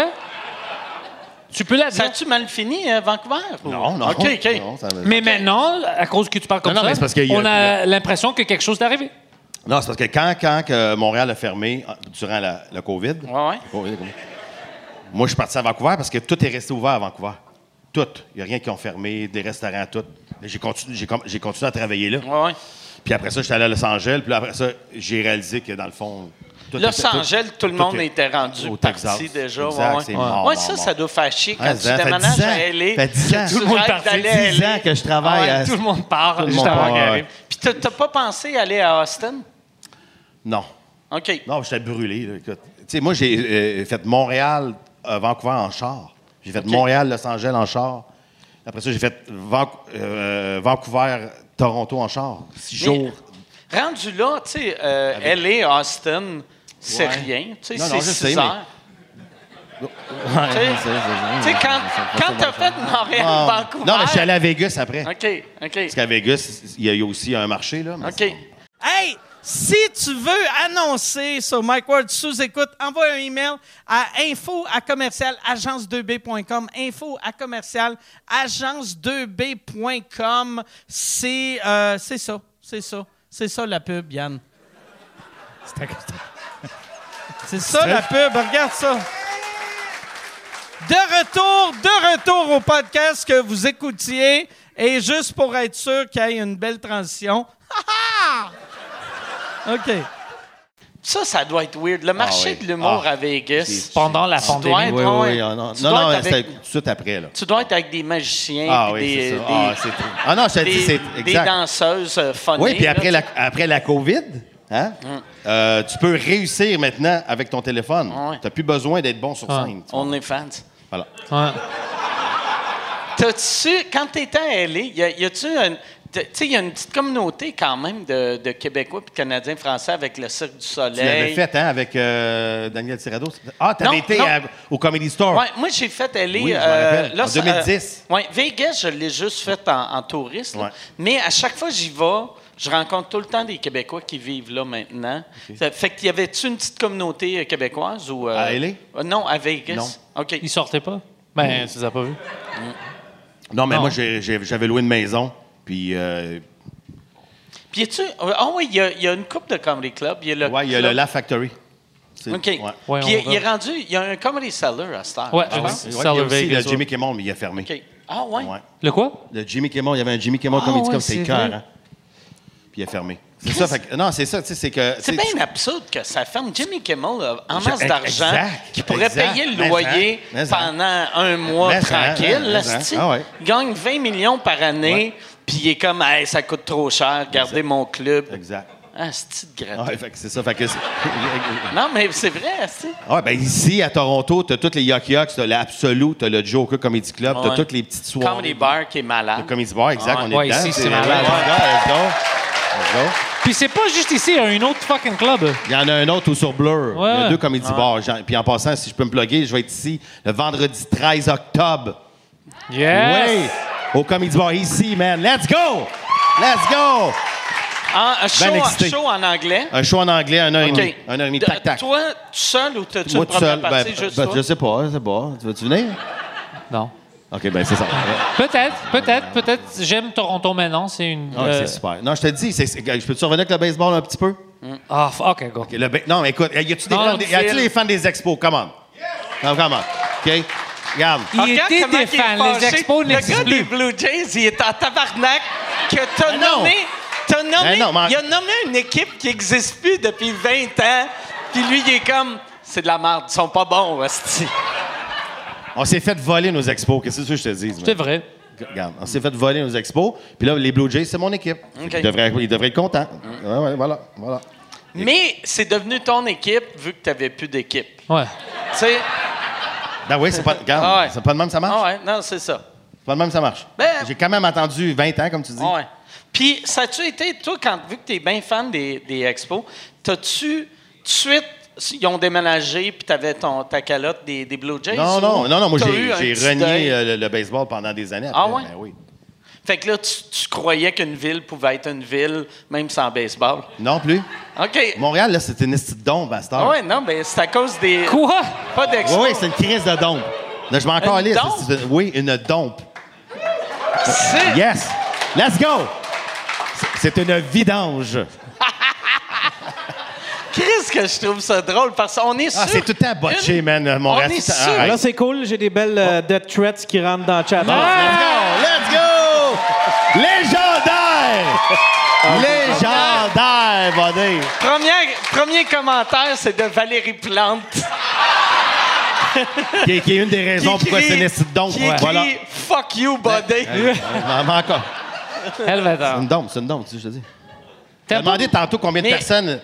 Speaker 3: Tu peux la
Speaker 1: Ça
Speaker 3: dire.
Speaker 1: a-tu mal fini, à Vancouver? ou-
Speaker 4: Non, non.
Speaker 1: OK, OK.
Speaker 4: Non, ça me-
Speaker 3: Mais maintenant, à cause que tu parles comme
Speaker 4: Non, non, mais
Speaker 3: ça,
Speaker 4: c'est parce qu'il y a-
Speaker 3: on a l'impression que quelque chose est arrivé.
Speaker 4: Non, c'est parce que quand, quand que Montréal a fermé euh, durant la, le COVID,
Speaker 1: Ouais, ouais.
Speaker 4: Oh, oui, oui. moi, je suis parti à Vancouver parce que tout est resté ouvert à Vancouver. Tout. Il n'y a rien qui ont fermé, des restaurants, tout. Mais J'ai continué, j'ai com- j'ai continué à travailler là.
Speaker 1: Ouais, ouais.
Speaker 4: Puis après ça, j'étais allé à Los Angeles. Puis là, après ça, j'ai réalisé que dans le fond. tout était-
Speaker 1: Los
Speaker 4: tout-
Speaker 1: Angeles, tout le
Speaker 4: tout
Speaker 1: monde
Speaker 4: est-
Speaker 1: était rendu
Speaker 4: au Texas.
Speaker 1: parti déjà.
Speaker 4: Exact,
Speaker 1: ouais,
Speaker 4: c'est
Speaker 1: ouais.
Speaker 4: mort,
Speaker 1: ouais,
Speaker 4: mort,
Speaker 1: ça,
Speaker 4: mort.
Speaker 1: ça doit faire chier quand
Speaker 4: Ouais,
Speaker 1: tu
Speaker 4: ça fait
Speaker 1: déménages
Speaker 4: 10 ans.
Speaker 1: à LA.
Speaker 4: Ça fait 10 ans.
Speaker 1: Tu
Speaker 4: Tout le monde
Speaker 1: rêves
Speaker 4: part. Ça fait
Speaker 1: d'aller
Speaker 4: 10
Speaker 1: à
Speaker 4: ans
Speaker 1: LA.
Speaker 4: que je travaille
Speaker 1: Ouais,
Speaker 4: à-
Speaker 1: tout le monde-
Speaker 3: part
Speaker 4: juste monde avant part, qu'il arrive. ouais.
Speaker 1: Puis t'as- t'as pas pensé aller à Austin?
Speaker 4: Non.
Speaker 1: OK.
Speaker 4: Non, j'étais brûlé, là, écoute. Tu sais, moi, j'ai euh, fait Montréal, euh, Vancouver en char. J'ai fait Montréal, Los Angeles en char. Après ça, j'ai fait Van- euh, Vancouver, Toronto en char. Six
Speaker 1: Mais-
Speaker 4: jours.
Speaker 1: Rendu là, tu sais, euh, LA, Austin, c'est
Speaker 4: Ouais.
Speaker 1: rien. Tu sais,
Speaker 4: Non, non,
Speaker 1: c'est
Speaker 4: je sais,
Speaker 1: 6
Speaker 4: mais-
Speaker 1: heures. Tu sais, tu sais, quand, quand t'as fait Montréal,
Speaker 4: Ah.
Speaker 1: Vancouver.
Speaker 4: Non, mais je suis allé à Vegas après.
Speaker 1: OK, OK.
Speaker 4: Parce qu'à Vegas, il y a eu aussi un marché, là. mais
Speaker 1: OK.
Speaker 5: Hey, si tu veux annoncer sur Mike Ward sous écoute, envoie un email à info à commercial agence2b.com. Info à commercial agence2b.com. C'est euh, c'est ça, c'est ça, c'est ça la pub, Yann. C'est ça la pub, regarde ça. De retour, de retour au podcast que vous écoutiez. Et juste pour être sûr qu'il y ait une belle transition. Ha, ha! OK.
Speaker 1: Ça, ça doit être weird. Le marché
Speaker 4: oui.
Speaker 1: de l'humour
Speaker 4: Ah.
Speaker 1: à Vegas.
Speaker 3: Pendant la
Speaker 1: Tu dois
Speaker 3: pandémie.
Speaker 1: être,
Speaker 4: Oui,
Speaker 1: ouais,
Speaker 4: oui,
Speaker 1: ouais.
Speaker 4: oui, ah, non,
Speaker 1: Tu
Speaker 4: non,
Speaker 1: dois
Speaker 4: non,
Speaker 1: être
Speaker 4: c'était
Speaker 1: avec-
Speaker 4: tout de suite après, là.
Speaker 1: Tu dois être avec des magiciens
Speaker 4: Ah
Speaker 1: puis
Speaker 4: oui,
Speaker 1: des, euh,
Speaker 4: c'est ça.
Speaker 1: des-
Speaker 4: Ah, c'est Ah non, je t'ai dit,
Speaker 1: des-
Speaker 4: c'est
Speaker 1: des
Speaker 4: exact.
Speaker 1: danseuses euh, funny.
Speaker 4: Oui, puis
Speaker 1: là,
Speaker 4: après
Speaker 1: tu- Mm.
Speaker 4: la, après la COVID, hein, euh, tu peux réussir maintenant avec ton téléphone.
Speaker 1: Ah Ouais.
Speaker 4: Tu n'as plus besoin d'être bon sur
Speaker 3: Ah.
Speaker 4: scène. tu vois.
Speaker 1: On est fans.
Speaker 4: Voilà.
Speaker 3: Ouais.
Speaker 1: T'as-tu, quand t'étais à LA, y a- y a-tu un. t'es- Tu sais, il y a une petite communauté quand même de, de Québécois et de Canadiens français avec le Cirque du Soleil.
Speaker 4: Tu l'avais fait, hein, avec euh, Daniel Tirado. Ah, t'avais
Speaker 1: Non,
Speaker 4: été
Speaker 1: non.
Speaker 4: à- au Comedy Store.
Speaker 1: Ouais, moi, j'ai fait aller.
Speaker 4: Oui, je m'en
Speaker 1: euh,
Speaker 4: rappelle. En
Speaker 1: ça-
Speaker 4: 2010.
Speaker 1: euh, ouais, Vegas, je l'ai juste fait en, en touriste. là.
Speaker 4: Ouais.
Speaker 1: Mais à chaque fois que j'y vais, je rencontre tout le temps des Québécois qui vivent là maintenant. Ça fait qu'il y avait-tu une petite communauté euh, québécoise ou. euh,
Speaker 4: À LA?
Speaker 1: euh, Non, à Vegas.
Speaker 4: Non.
Speaker 1: OK.
Speaker 3: Ils sortaient pas? Ben,
Speaker 4: Mm.
Speaker 3: tu les as pas vus.
Speaker 4: Non, mais
Speaker 3: Non.
Speaker 4: moi, j'ai- j'ai- j'avais loué une maison. Puis, euh,
Speaker 1: Puis, tu Ah oui, il y, a- il y a une coupe de Comedy Club. Il y a le.
Speaker 4: ouais, il y a le
Speaker 1: club-
Speaker 4: La Factory. C'est-
Speaker 1: OK.
Speaker 4: ouais.
Speaker 3: Ouais,
Speaker 1: Puis, il-
Speaker 3: on va.
Speaker 1: il est rendu. Il y a un Comedy Cellar à cette heure.
Speaker 3: Ouais,
Speaker 1: je
Speaker 3: un
Speaker 1: pense.
Speaker 4: Ouais,
Speaker 3: Cellar
Speaker 4: puis il y a aussi
Speaker 3: Vegas,
Speaker 4: le
Speaker 3: ouais.
Speaker 4: Jimmy Kimmel, mais il a fermé.
Speaker 1: OK. Ah, ouais. Ah
Speaker 4: Ouais.
Speaker 3: Le quoi?
Speaker 4: Le Jimmy Kimmel, il y avait un Jimmy Kimmel Comedy
Speaker 3: ouais,
Speaker 4: Club, c'est
Speaker 3: c'est
Speaker 4: cœur,
Speaker 3: vrai.
Speaker 4: hein? Puis il a fermé. C'est ça, fait que- non, c'est ça, tu sais, c'est que...
Speaker 1: C'est
Speaker 4: tu sais,
Speaker 1: bien absurde que ça ferme. Jimmy Kimmel a en
Speaker 4: Je-
Speaker 1: masse d'argent
Speaker 4: exact,
Speaker 1: qui pourrait
Speaker 4: exact.
Speaker 1: payer le
Speaker 4: Mais
Speaker 1: loyer
Speaker 4: ça, mais ça.
Speaker 1: pendant un mois
Speaker 4: Mais ça,
Speaker 1: tranquille.
Speaker 4: mais
Speaker 1: là,
Speaker 4: ça.
Speaker 1: c'ti.
Speaker 4: Ah ouais.
Speaker 1: Il gagne 20 millions par année, puis il est comme Hey, ça coûte trop cher, gardez mon club.
Speaker 4: Exact.
Speaker 1: Ah, c'est de gratte.
Speaker 4: Ouais, fait que c'est ça, fait que... c'est-
Speaker 1: Non, mais c'est vrai, c'ti.
Speaker 4: Ah, ben ici, à Toronto, t'as toutes les Yuck Yucks, t'as l'Absolue, t'as le Joker Comedy Club,
Speaker 3: Ah
Speaker 4: t'as
Speaker 1: Ouais.
Speaker 4: toutes les petites soirées.
Speaker 1: Comedy Bar qui est malade.
Speaker 4: Le Comedy Bar, exact,
Speaker 1: Ah,
Speaker 4: on est
Speaker 3: ouais,
Speaker 4: dedans.
Speaker 3: ici, c'est
Speaker 4: Ouais,
Speaker 3: malade.
Speaker 4: Let's go, let's go. Let's go.
Speaker 3: Puis c'est pas juste ici, il y a un autre fucking club.
Speaker 4: Il y en a un autre au sur Blur. Il y a
Speaker 3: Ouais. Ah.
Speaker 4: deux comédies bars. Jean- Puis en passant, si je peux me plugger, je vais être ici le vendredi 13 octobre.
Speaker 3: Yes!
Speaker 4: Oui! Au Comedy Bar ici, man. Let's go! Let's go!
Speaker 1: Ah, un, show,
Speaker 4: Ben
Speaker 1: un
Speaker 4: excité.
Speaker 1: show en anglais.
Speaker 4: Un show en anglais, un heure et
Speaker 1: OK.
Speaker 4: demie. Un heure et demie,
Speaker 1: De-
Speaker 4: tac, tac.
Speaker 1: Toi, tout seul ou t'as-tu
Speaker 4: Moi
Speaker 1: une
Speaker 4: tout
Speaker 1: première
Speaker 4: seul. Ben,
Speaker 1: partie juste
Speaker 4: ben,
Speaker 1: toi?
Speaker 4: je sais pas, je sais pas. Tu veux-tu venir?
Speaker 3: Non.
Speaker 4: OK, ben c'est ça.
Speaker 3: Peut-être, peut-être, peut-être. J'aime Toronto maintenant, c'est une...
Speaker 4: Ah,
Speaker 3: euh,
Speaker 4: C'est super. Non, je te dis, c'est- c'est- je peux-tu revenir avec le baseball un petit peu?
Speaker 3: Ah, f- OK, go.
Speaker 4: Le ba- Non, mais écoute, y a-tu des,
Speaker 1: Ah,
Speaker 3: Non,
Speaker 4: fans
Speaker 3: non,
Speaker 4: des- y a-tu
Speaker 3: Phil.
Speaker 4: des fans des expos? Come on. Non, come on. OK? Regarde.
Speaker 3: Il
Speaker 1: Regarde
Speaker 3: était
Speaker 1: comment
Speaker 3: des
Speaker 1: il est
Speaker 3: fans, les
Speaker 1: fâché.
Speaker 3: expos n'existent
Speaker 1: Le gars des
Speaker 3: plus.
Speaker 1: Blue Jays, il est en tabarnak que t'as
Speaker 4: Mais non.
Speaker 1: nommé... T'as nommé...
Speaker 4: Mais non, mais-
Speaker 1: Il a nommé une équipe qui n'existe plus depuis 20 ans, puis lui, il est comme... C'est de la merde, ils sont pas bons, hostie.
Speaker 4: On s'est fait voler nos expos. Qu'est-ce que tu veux que je te dis?
Speaker 3: C'est vrai.
Speaker 4: Regarde, on s'est fait voler nos expos. Puis là, les Blue Jays, c'est mon équipe.
Speaker 1: OK. Mm.
Speaker 4: Ils, devraient, ils devraient être contents. Ouais, ouais, voilà, voilà.
Speaker 1: Mais c'est devenu ton équipe vu que t'avais plus d'équipe.
Speaker 3: Ouais.
Speaker 1: Tu sais?
Speaker 4: Ben oui, c'est pas, regarde,
Speaker 1: Ah ouais.
Speaker 4: c'est pas de même ça marche.
Speaker 1: Ah ouais, non, c'est ça.
Speaker 4: C'est pas de même ça marche.
Speaker 1: Ben-
Speaker 4: J'ai quand même attendu 20 ans, comme tu dis.
Speaker 1: Ah ouais. Puis, ça a-tu été, toi, quand, vu que t'es bien fan des, des expos, t'as-tu tout de suite... Ils ont déménagé, puis t'avais ton, ta calotte des, des Blue Jays?
Speaker 4: Non,
Speaker 1: ou
Speaker 4: non, non, non, moi
Speaker 1: t'as
Speaker 4: j'ai
Speaker 1: eu un
Speaker 4: j'ai
Speaker 1: petit deuil?
Speaker 4: renié euh, le, le baseball pendant des années. Après,
Speaker 1: Ah ouais?
Speaker 4: ben oui.
Speaker 1: Fait que là, tu, tu croyais qu'une ville pouvait être une ville, même sans baseball.
Speaker 4: Non plus.
Speaker 1: OK.
Speaker 4: Montréal, là, c'était une petite dombe à cette heure.
Speaker 1: Ah ouais, non, mais c'est à cause des.
Speaker 3: Quoi?
Speaker 1: Pas d'expo.
Speaker 4: Oui, oui, c'est une crise de dombe. Là, je m'en calisse.
Speaker 1: dompe?
Speaker 4: C'est- c'est- Oui, une dompe.
Speaker 1: C'est-
Speaker 4: Yes! Let's go! C'est- C'est une vidange.
Speaker 1: Chris, que je trouve ça drôle parce qu'on est sûr.
Speaker 4: Ah, c'est tout le temps botché,
Speaker 1: Une-
Speaker 4: man, Ah, Montréal.
Speaker 1: On est
Speaker 4: Tout le temps-
Speaker 1: sûr.
Speaker 4: arrête.
Speaker 2: Là, c'est cool. J'ai des belles euh, death threats qui rentrent dans le chat.
Speaker 4: Ah, Let's go!
Speaker 1: Ah!
Speaker 4: Légendaire! Légendaire, buddy!
Speaker 1: Première- premier commentaire, c'est de Valérie Plante.
Speaker 4: Qui, est- qui est une des raisons
Speaker 1: qui
Speaker 4: pourquoi
Speaker 1: écrit-
Speaker 4: c'est Nessie Dombe.
Speaker 1: Qui écrit
Speaker 4: Voilà.
Speaker 1: Fuck you, buddy.
Speaker 4: Euh, non, mais encore.
Speaker 3: Elle va
Speaker 4: C'est
Speaker 3: dans.
Speaker 4: une dombe, c'est une dombe, tu sais, je te dis. Tu
Speaker 3: T'as
Speaker 4: as demandé tantôt combien de
Speaker 1: Mais-
Speaker 4: personnes.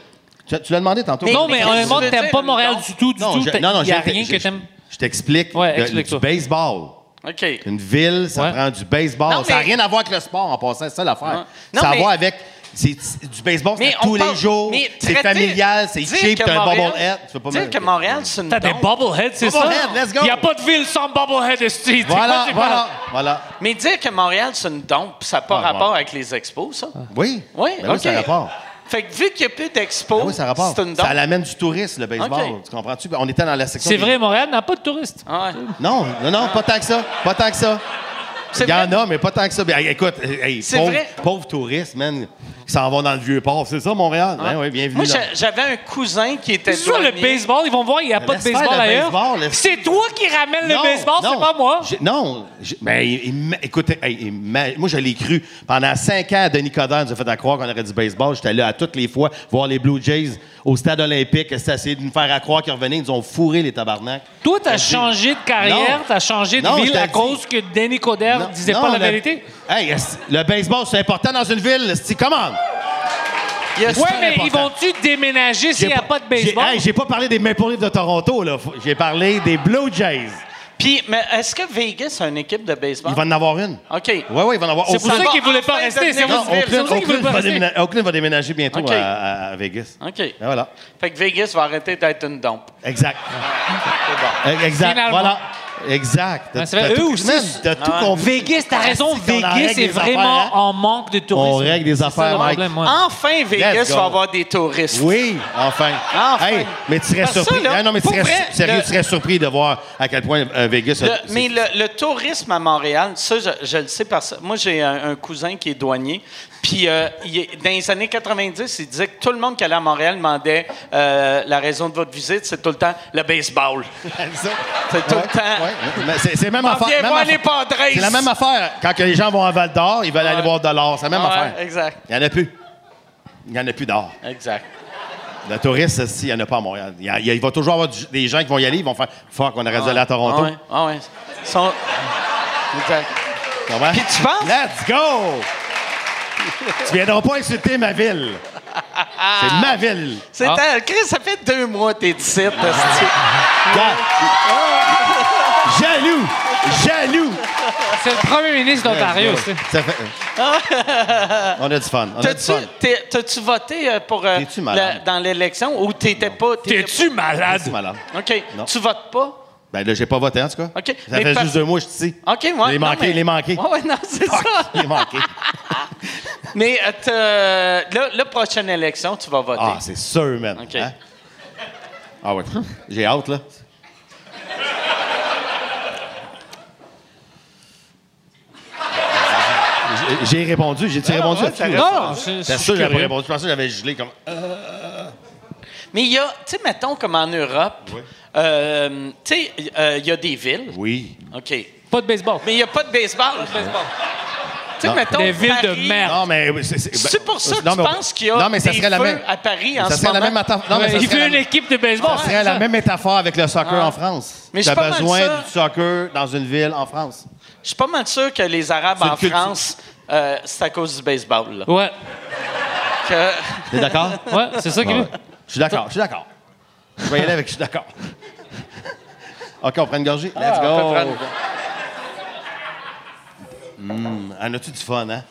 Speaker 4: Tu, tu l'as demandé tantôt.
Speaker 3: Non, mais honnêtement,
Speaker 1: qu'est-ce que tu veux
Speaker 3: t'aimes
Speaker 1: dire,
Speaker 3: pas Montréal
Speaker 1: donc?
Speaker 3: du tout, du tout.
Speaker 4: je-
Speaker 3: T'as- Il n'y a
Speaker 4: je-
Speaker 3: rien
Speaker 4: je-
Speaker 3: que
Speaker 4: je-
Speaker 3: t'aimes.
Speaker 4: Je t'explique.
Speaker 3: Ouais,
Speaker 4: Le-
Speaker 3: explique-toi.
Speaker 4: Du baseball.
Speaker 1: OK.
Speaker 4: Une ville, ça
Speaker 3: Ouais.
Speaker 4: prend du baseball.
Speaker 1: Non,
Speaker 4: Ça n'a
Speaker 1: mais-
Speaker 4: rien à voir avec le sport en passant, c'est ça l'affaire.
Speaker 1: Non.
Speaker 4: ça
Speaker 1: Non,
Speaker 4: a à
Speaker 1: mais-
Speaker 4: voir avec. C'est c'est du baseball, c'est
Speaker 1: Mais
Speaker 4: à
Speaker 1: on
Speaker 4: tous
Speaker 1: parle-
Speaker 4: les jours.
Speaker 1: mais
Speaker 4: C'est
Speaker 1: traiter-
Speaker 4: familial, c'est
Speaker 1: dire
Speaker 4: cheap,
Speaker 1: que
Speaker 4: t'as un
Speaker 1: Montréal-
Speaker 4: bobblehead. Tu peux pas
Speaker 1: Dire
Speaker 4: mettre-
Speaker 1: que Montréal, c'est une.
Speaker 3: T'as des
Speaker 1: dombe.
Speaker 3: bobbleheads, c'est ça?
Speaker 4: Bobblehead, let's go.
Speaker 3: Il n'y a pas de ville sans bobblehead, esti.
Speaker 4: Voilà, voilà, voilà.
Speaker 1: Mais dire que Montréal, c'est une dompe, ça n'a pas
Speaker 4: Ah,
Speaker 1: rapport
Speaker 4: ouais.
Speaker 1: avec les expos, ça.
Speaker 4: Oui.
Speaker 1: Oui,
Speaker 4: Ben
Speaker 1: OK.
Speaker 4: oui, ça rapporte.
Speaker 1: Fait que vu qu'il n'y a plus d'expos,
Speaker 4: Ben oui, ça rapporte.
Speaker 1: Oh, c'est une
Speaker 4: Ça
Speaker 1: dompe.
Speaker 4: l'amène du tourisme, le baseball.
Speaker 1: OK.
Speaker 4: Tu comprends-tu? Ben, On était dans la section.
Speaker 3: C'est
Speaker 4: des-
Speaker 3: vrai, Montréal n'a pas de touristes.
Speaker 1: Ah ouais.
Speaker 4: Non, non, non, pas tant que ça. Pas tant que ça.
Speaker 1: C'est
Speaker 4: Il y en
Speaker 1: vrai.
Speaker 4: a, mais pas tant que ça. Ben, hey, écoute, hey,
Speaker 1: C'est
Speaker 4: pauvre,
Speaker 1: vrai.
Speaker 4: pauvre touriste, man, qui s'en vont dans le vieux port. C'est ça, Montréal? Ben oui, bienvenue.
Speaker 1: Moi,
Speaker 4: là.
Speaker 1: j'a- j'avais un cousin qui était.
Speaker 3: C'est ça le
Speaker 1: douanier.
Speaker 3: baseball, ils vont voir, il n'y a pas de
Speaker 4: laisse faire
Speaker 3: baseball
Speaker 4: Ben, le
Speaker 3: ailleurs.
Speaker 4: baseball, laisse-
Speaker 3: C'est toi qui ramènes le
Speaker 4: Non,
Speaker 3: baseball, c'est
Speaker 4: non.
Speaker 3: pas moi.
Speaker 4: Je- non, je- ben, il- il m'a- écoute, hey, il m'a- moi, je l'ai cru. Pendant cinq ans, Denis Coderre nous a fait à croire qu'on aurait du baseball. J'étais là à toutes les fois voir les Blue Jays au stade olympique. C'était essayé de nous faire à croire qu'ils revenaient. Ils nous ont fourré les tabarnaks.
Speaker 3: Toi, t'as changé de carrière,
Speaker 4: Non.
Speaker 3: t'as changé de
Speaker 4: Non, je
Speaker 3: ville
Speaker 4: te
Speaker 3: à
Speaker 4: le dis.
Speaker 3: cause que Danny Coder
Speaker 4: Non,
Speaker 3: disait
Speaker 4: non,
Speaker 3: pas la
Speaker 4: le-
Speaker 3: vérité.
Speaker 4: Hey, est- le baseball, c'est important dans une ville. C'est comment?
Speaker 1: Il y a-
Speaker 3: Ouais,
Speaker 4: super
Speaker 3: mais ils
Speaker 4: important.
Speaker 3: vont-tu déménager s'il n'y a pas de
Speaker 4: J'ai
Speaker 3: baseball?
Speaker 4: hey, j'ai pas parlé des Maple Leafs de Toronto. là. Faut- J'ai parlé des Blue Jays.
Speaker 1: Puis, mais est-ce que Vegas a une équipe de baseball?
Speaker 4: Il va en avoir une.
Speaker 1: OK.
Speaker 4: Oui, oui, il va en avoir.
Speaker 3: C'est pour
Speaker 1: ça
Speaker 3: ça
Speaker 1: va
Speaker 3: qu'il voulait pas
Speaker 1: enfin
Speaker 3: rester. C'est
Speaker 1: devenir
Speaker 3: pour
Speaker 4: Non,
Speaker 1: Oakland-
Speaker 3: c'est
Speaker 4: Oakland,
Speaker 3: pour ça qu'il voulait
Speaker 4: Oakland
Speaker 3: pas
Speaker 4: va
Speaker 3: rester.
Speaker 4: déménager, Oakland va déménager bientôt
Speaker 1: OK.
Speaker 4: à, à- à Vegas.
Speaker 1: OK.
Speaker 4: Ben voilà.
Speaker 1: Fait que Vegas va arrêter d'être une dompe.
Speaker 4: Exact. E- Exact.
Speaker 3: Ah, Finalement. Ben,
Speaker 4: Voilà. Exact. T'as-
Speaker 3: Ouais, c'est vrai.
Speaker 4: t'as
Speaker 3: Eux
Speaker 4: tout-
Speaker 3: aussi,
Speaker 4: Man,
Speaker 3: c'est-
Speaker 4: T'as tout
Speaker 1: ouais.
Speaker 4: compris.
Speaker 3: Vegas, t'as raison.
Speaker 4: qu'on en règle
Speaker 3: Vegas est
Speaker 4: des
Speaker 3: vraiment
Speaker 4: affaires, hein?
Speaker 3: en manque de tourisme.
Speaker 4: On règle des
Speaker 3: C'est ça
Speaker 4: affaires,
Speaker 3: le
Speaker 4: Mike.
Speaker 3: problème, ouais.
Speaker 1: Enfin, Vegas
Speaker 4: Let's go.
Speaker 1: va avoir des touristes.
Speaker 4: Oui, enfin.
Speaker 1: Enfin.
Speaker 4: Hey, mais tu serais
Speaker 1: Parce que ça,
Speaker 4: surpris.
Speaker 1: là,
Speaker 4: Hein, non, mais tu
Speaker 1: pour
Speaker 4: serais,
Speaker 1: vrai,
Speaker 4: sur- sérieux,
Speaker 1: le-
Speaker 4: tu serais surpris de voir à quel point euh, Vegas. a-
Speaker 1: Le-
Speaker 4: c'est-
Speaker 1: mais le, le tourisme à Montréal, ça, je, je le sais parce que moi, j'ai un, un cousin qui est douanier. Puis, euh, il est- dans les années 90, il disait que tout le monde qui allait à Montréal demandait euh, la raison de votre visite, c'est tout le temps le baseball.
Speaker 4: Ça-
Speaker 1: C'est tout le
Speaker 4: Ouais,
Speaker 1: temps.
Speaker 4: ouais. Mais C'est c'est la même
Speaker 1: On
Speaker 4: affaire.
Speaker 1: vient
Speaker 4: même
Speaker 1: voir
Speaker 4: affaire.
Speaker 1: les Padres.
Speaker 4: C'est la même affaire. Quand que les gens vont à Val d'Or, ils veulent aller voir de l'or. C'est la même
Speaker 1: Ah Ouais,
Speaker 4: affaire.
Speaker 1: exact.
Speaker 4: Il n'y en a plus. Il n'y en a plus d'or.
Speaker 1: Exact.
Speaker 4: Le touriste, esti, il n'y en a pas à Montréal. Il, y a- il va toujours avoir du- des gens qui vont y aller. Ils vont faire Fuck, on aurait dû aller à
Speaker 1: Ah
Speaker 4: Toronto.
Speaker 1: ouais, ah ouais. Ils sont- Exact.
Speaker 4: Tu comprends?
Speaker 1: Puis tu penses-
Speaker 4: Let's go! tu viendras pas insulter ma ville. C'est ma ville.
Speaker 1: C'est un- Chris, ça fait deux mois que t'es ici.
Speaker 4: Ah,
Speaker 1: hostie.
Speaker 4: Gars. Jaloux! Jaloux!
Speaker 3: C'est le premier ministre d'Ontario. c'est-
Speaker 4: Ça fait- hein. On a du fun. On a du
Speaker 1: T'as-tu
Speaker 4: fun.
Speaker 1: t'es- t'as-tu voté euh, pour euh,
Speaker 4: T'es-tu malade?
Speaker 1: la- dans l'élection ou t'étais pas.
Speaker 3: T'es-tu
Speaker 4: C'est
Speaker 3: malade?
Speaker 4: malade.
Speaker 1: OK.
Speaker 4: Non.
Speaker 1: Tu votes pas?
Speaker 4: Ben là, j'ai pas voté, en tout cas.
Speaker 1: OK.
Speaker 4: Ça
Speaker 1: Mais
Speaker 4: fait
Speaker 1: par- Ah!
Speaker 4: juste deux mois que je suis ici.
Speaker 1: OK, ouais.
Speaker 4: Il est
Speaker 1: non,
Speaker 4: manqué,
Speaker 1: mais-
Speaker 4: il est manqué.
Speaker 1: Ouais, ouais, non, c'est ça.
Speaker 4: Il est manqué.
Speaker 1: Mais euh, t'as- là, la prochaine élection, tu vas voter.
Speaker 4: Ah, c'est sûr, man.
Speaker 1: OK.
Speaker 4: Hein? Ah ouais. J'ai hâte, là. J'ai- J'ai répondu. J'ai-tu répondu? à tout?
Speaker 3: Non, je-
Speaker 4: C'est
Speaker 3: je-
Speaker 4: sûr, j'avais pas répondu. Je pensais que j'avais gelé comme.
Speaker 1: Mais il y a, tu sais, mettons comme en Europe,
Speaker 4: Oui.
Speaker 1: euh, tu sais, euh, il y a des villes.
Speaker 4: Oui.
Speaker 1: OK.
Speaker 3: pas de baseball.
Speaker 1: Mais il n'y a pas de baseball. Tu sais,
Speaker 4: Non.
Speaker 1: mettons.
Speaker 3: Des villes de
Speaker 1: Paris,
Speaker 3: merde.
Speaker 4: Non, mais. C'est c'est-
Speaker 1: C'est
Speaker 4: ben,
Speaker 1: pour ça que
Speaker 4: non,
Speaker 1: tu
Speaker 4: mais-
Speaker 1: penses qu'il y a
Speaker 4: Non, mais ça
Speaker 1: des
Speaker 4: serait la
Speaker 1: feux
Speaker 4: même.
Speaker 1: à Paris en
Speaker 4: Ça
Speaker 1: ce
Speaker 4: serait la
Speaker 1: moment?
Speaker 4: même atta- non, mais ça
Speaker 3: il
Speaker 4: serait
Speaker 3: veut
Speaker 4: la-
Speaker 3: une équipe de baseball.
Speaker 4: Ça serait
Speaker 3: c'est
Speaker 4: la
Speaker 3: ça.
Speaker 4: même métaphore avec le soccer
Speaker 1: Ah.
Speaker 4: en France.
Speaker 1: Mais je
Speaker 4: tu as
Speaker 1: suis pas mal
Speaker 4: besoin
Speaker 1: sûr-
Speaker 4: du soccer dans une ville en France.
Speaker 1: Je suis pas mal sûr que les Arabes
Speaker 4: C'est une
Speaker 1: en
Speaker 4: culture.
Speaker 1: France, euh, c'est à cause du baseball. là.
Speaker 3: Ouais,
Speaker 1: Que-
Speaker 4: T'es d'accord?
Speaker 3: ouais, c'est ça qu'il
Speaker 4: Ouais,
Speaker 3: veut.
Speaker 4: ouais. Je suis d'accord, je suis d'accord. Je vais y aller avec, je suis d'accord. OK, on prend une gorgée.
Speaker 3: Ah,
Speaker 4: Let's go.
Speaker 1: on peut prendre-
Speaker 4: En as-tu du fun, hein?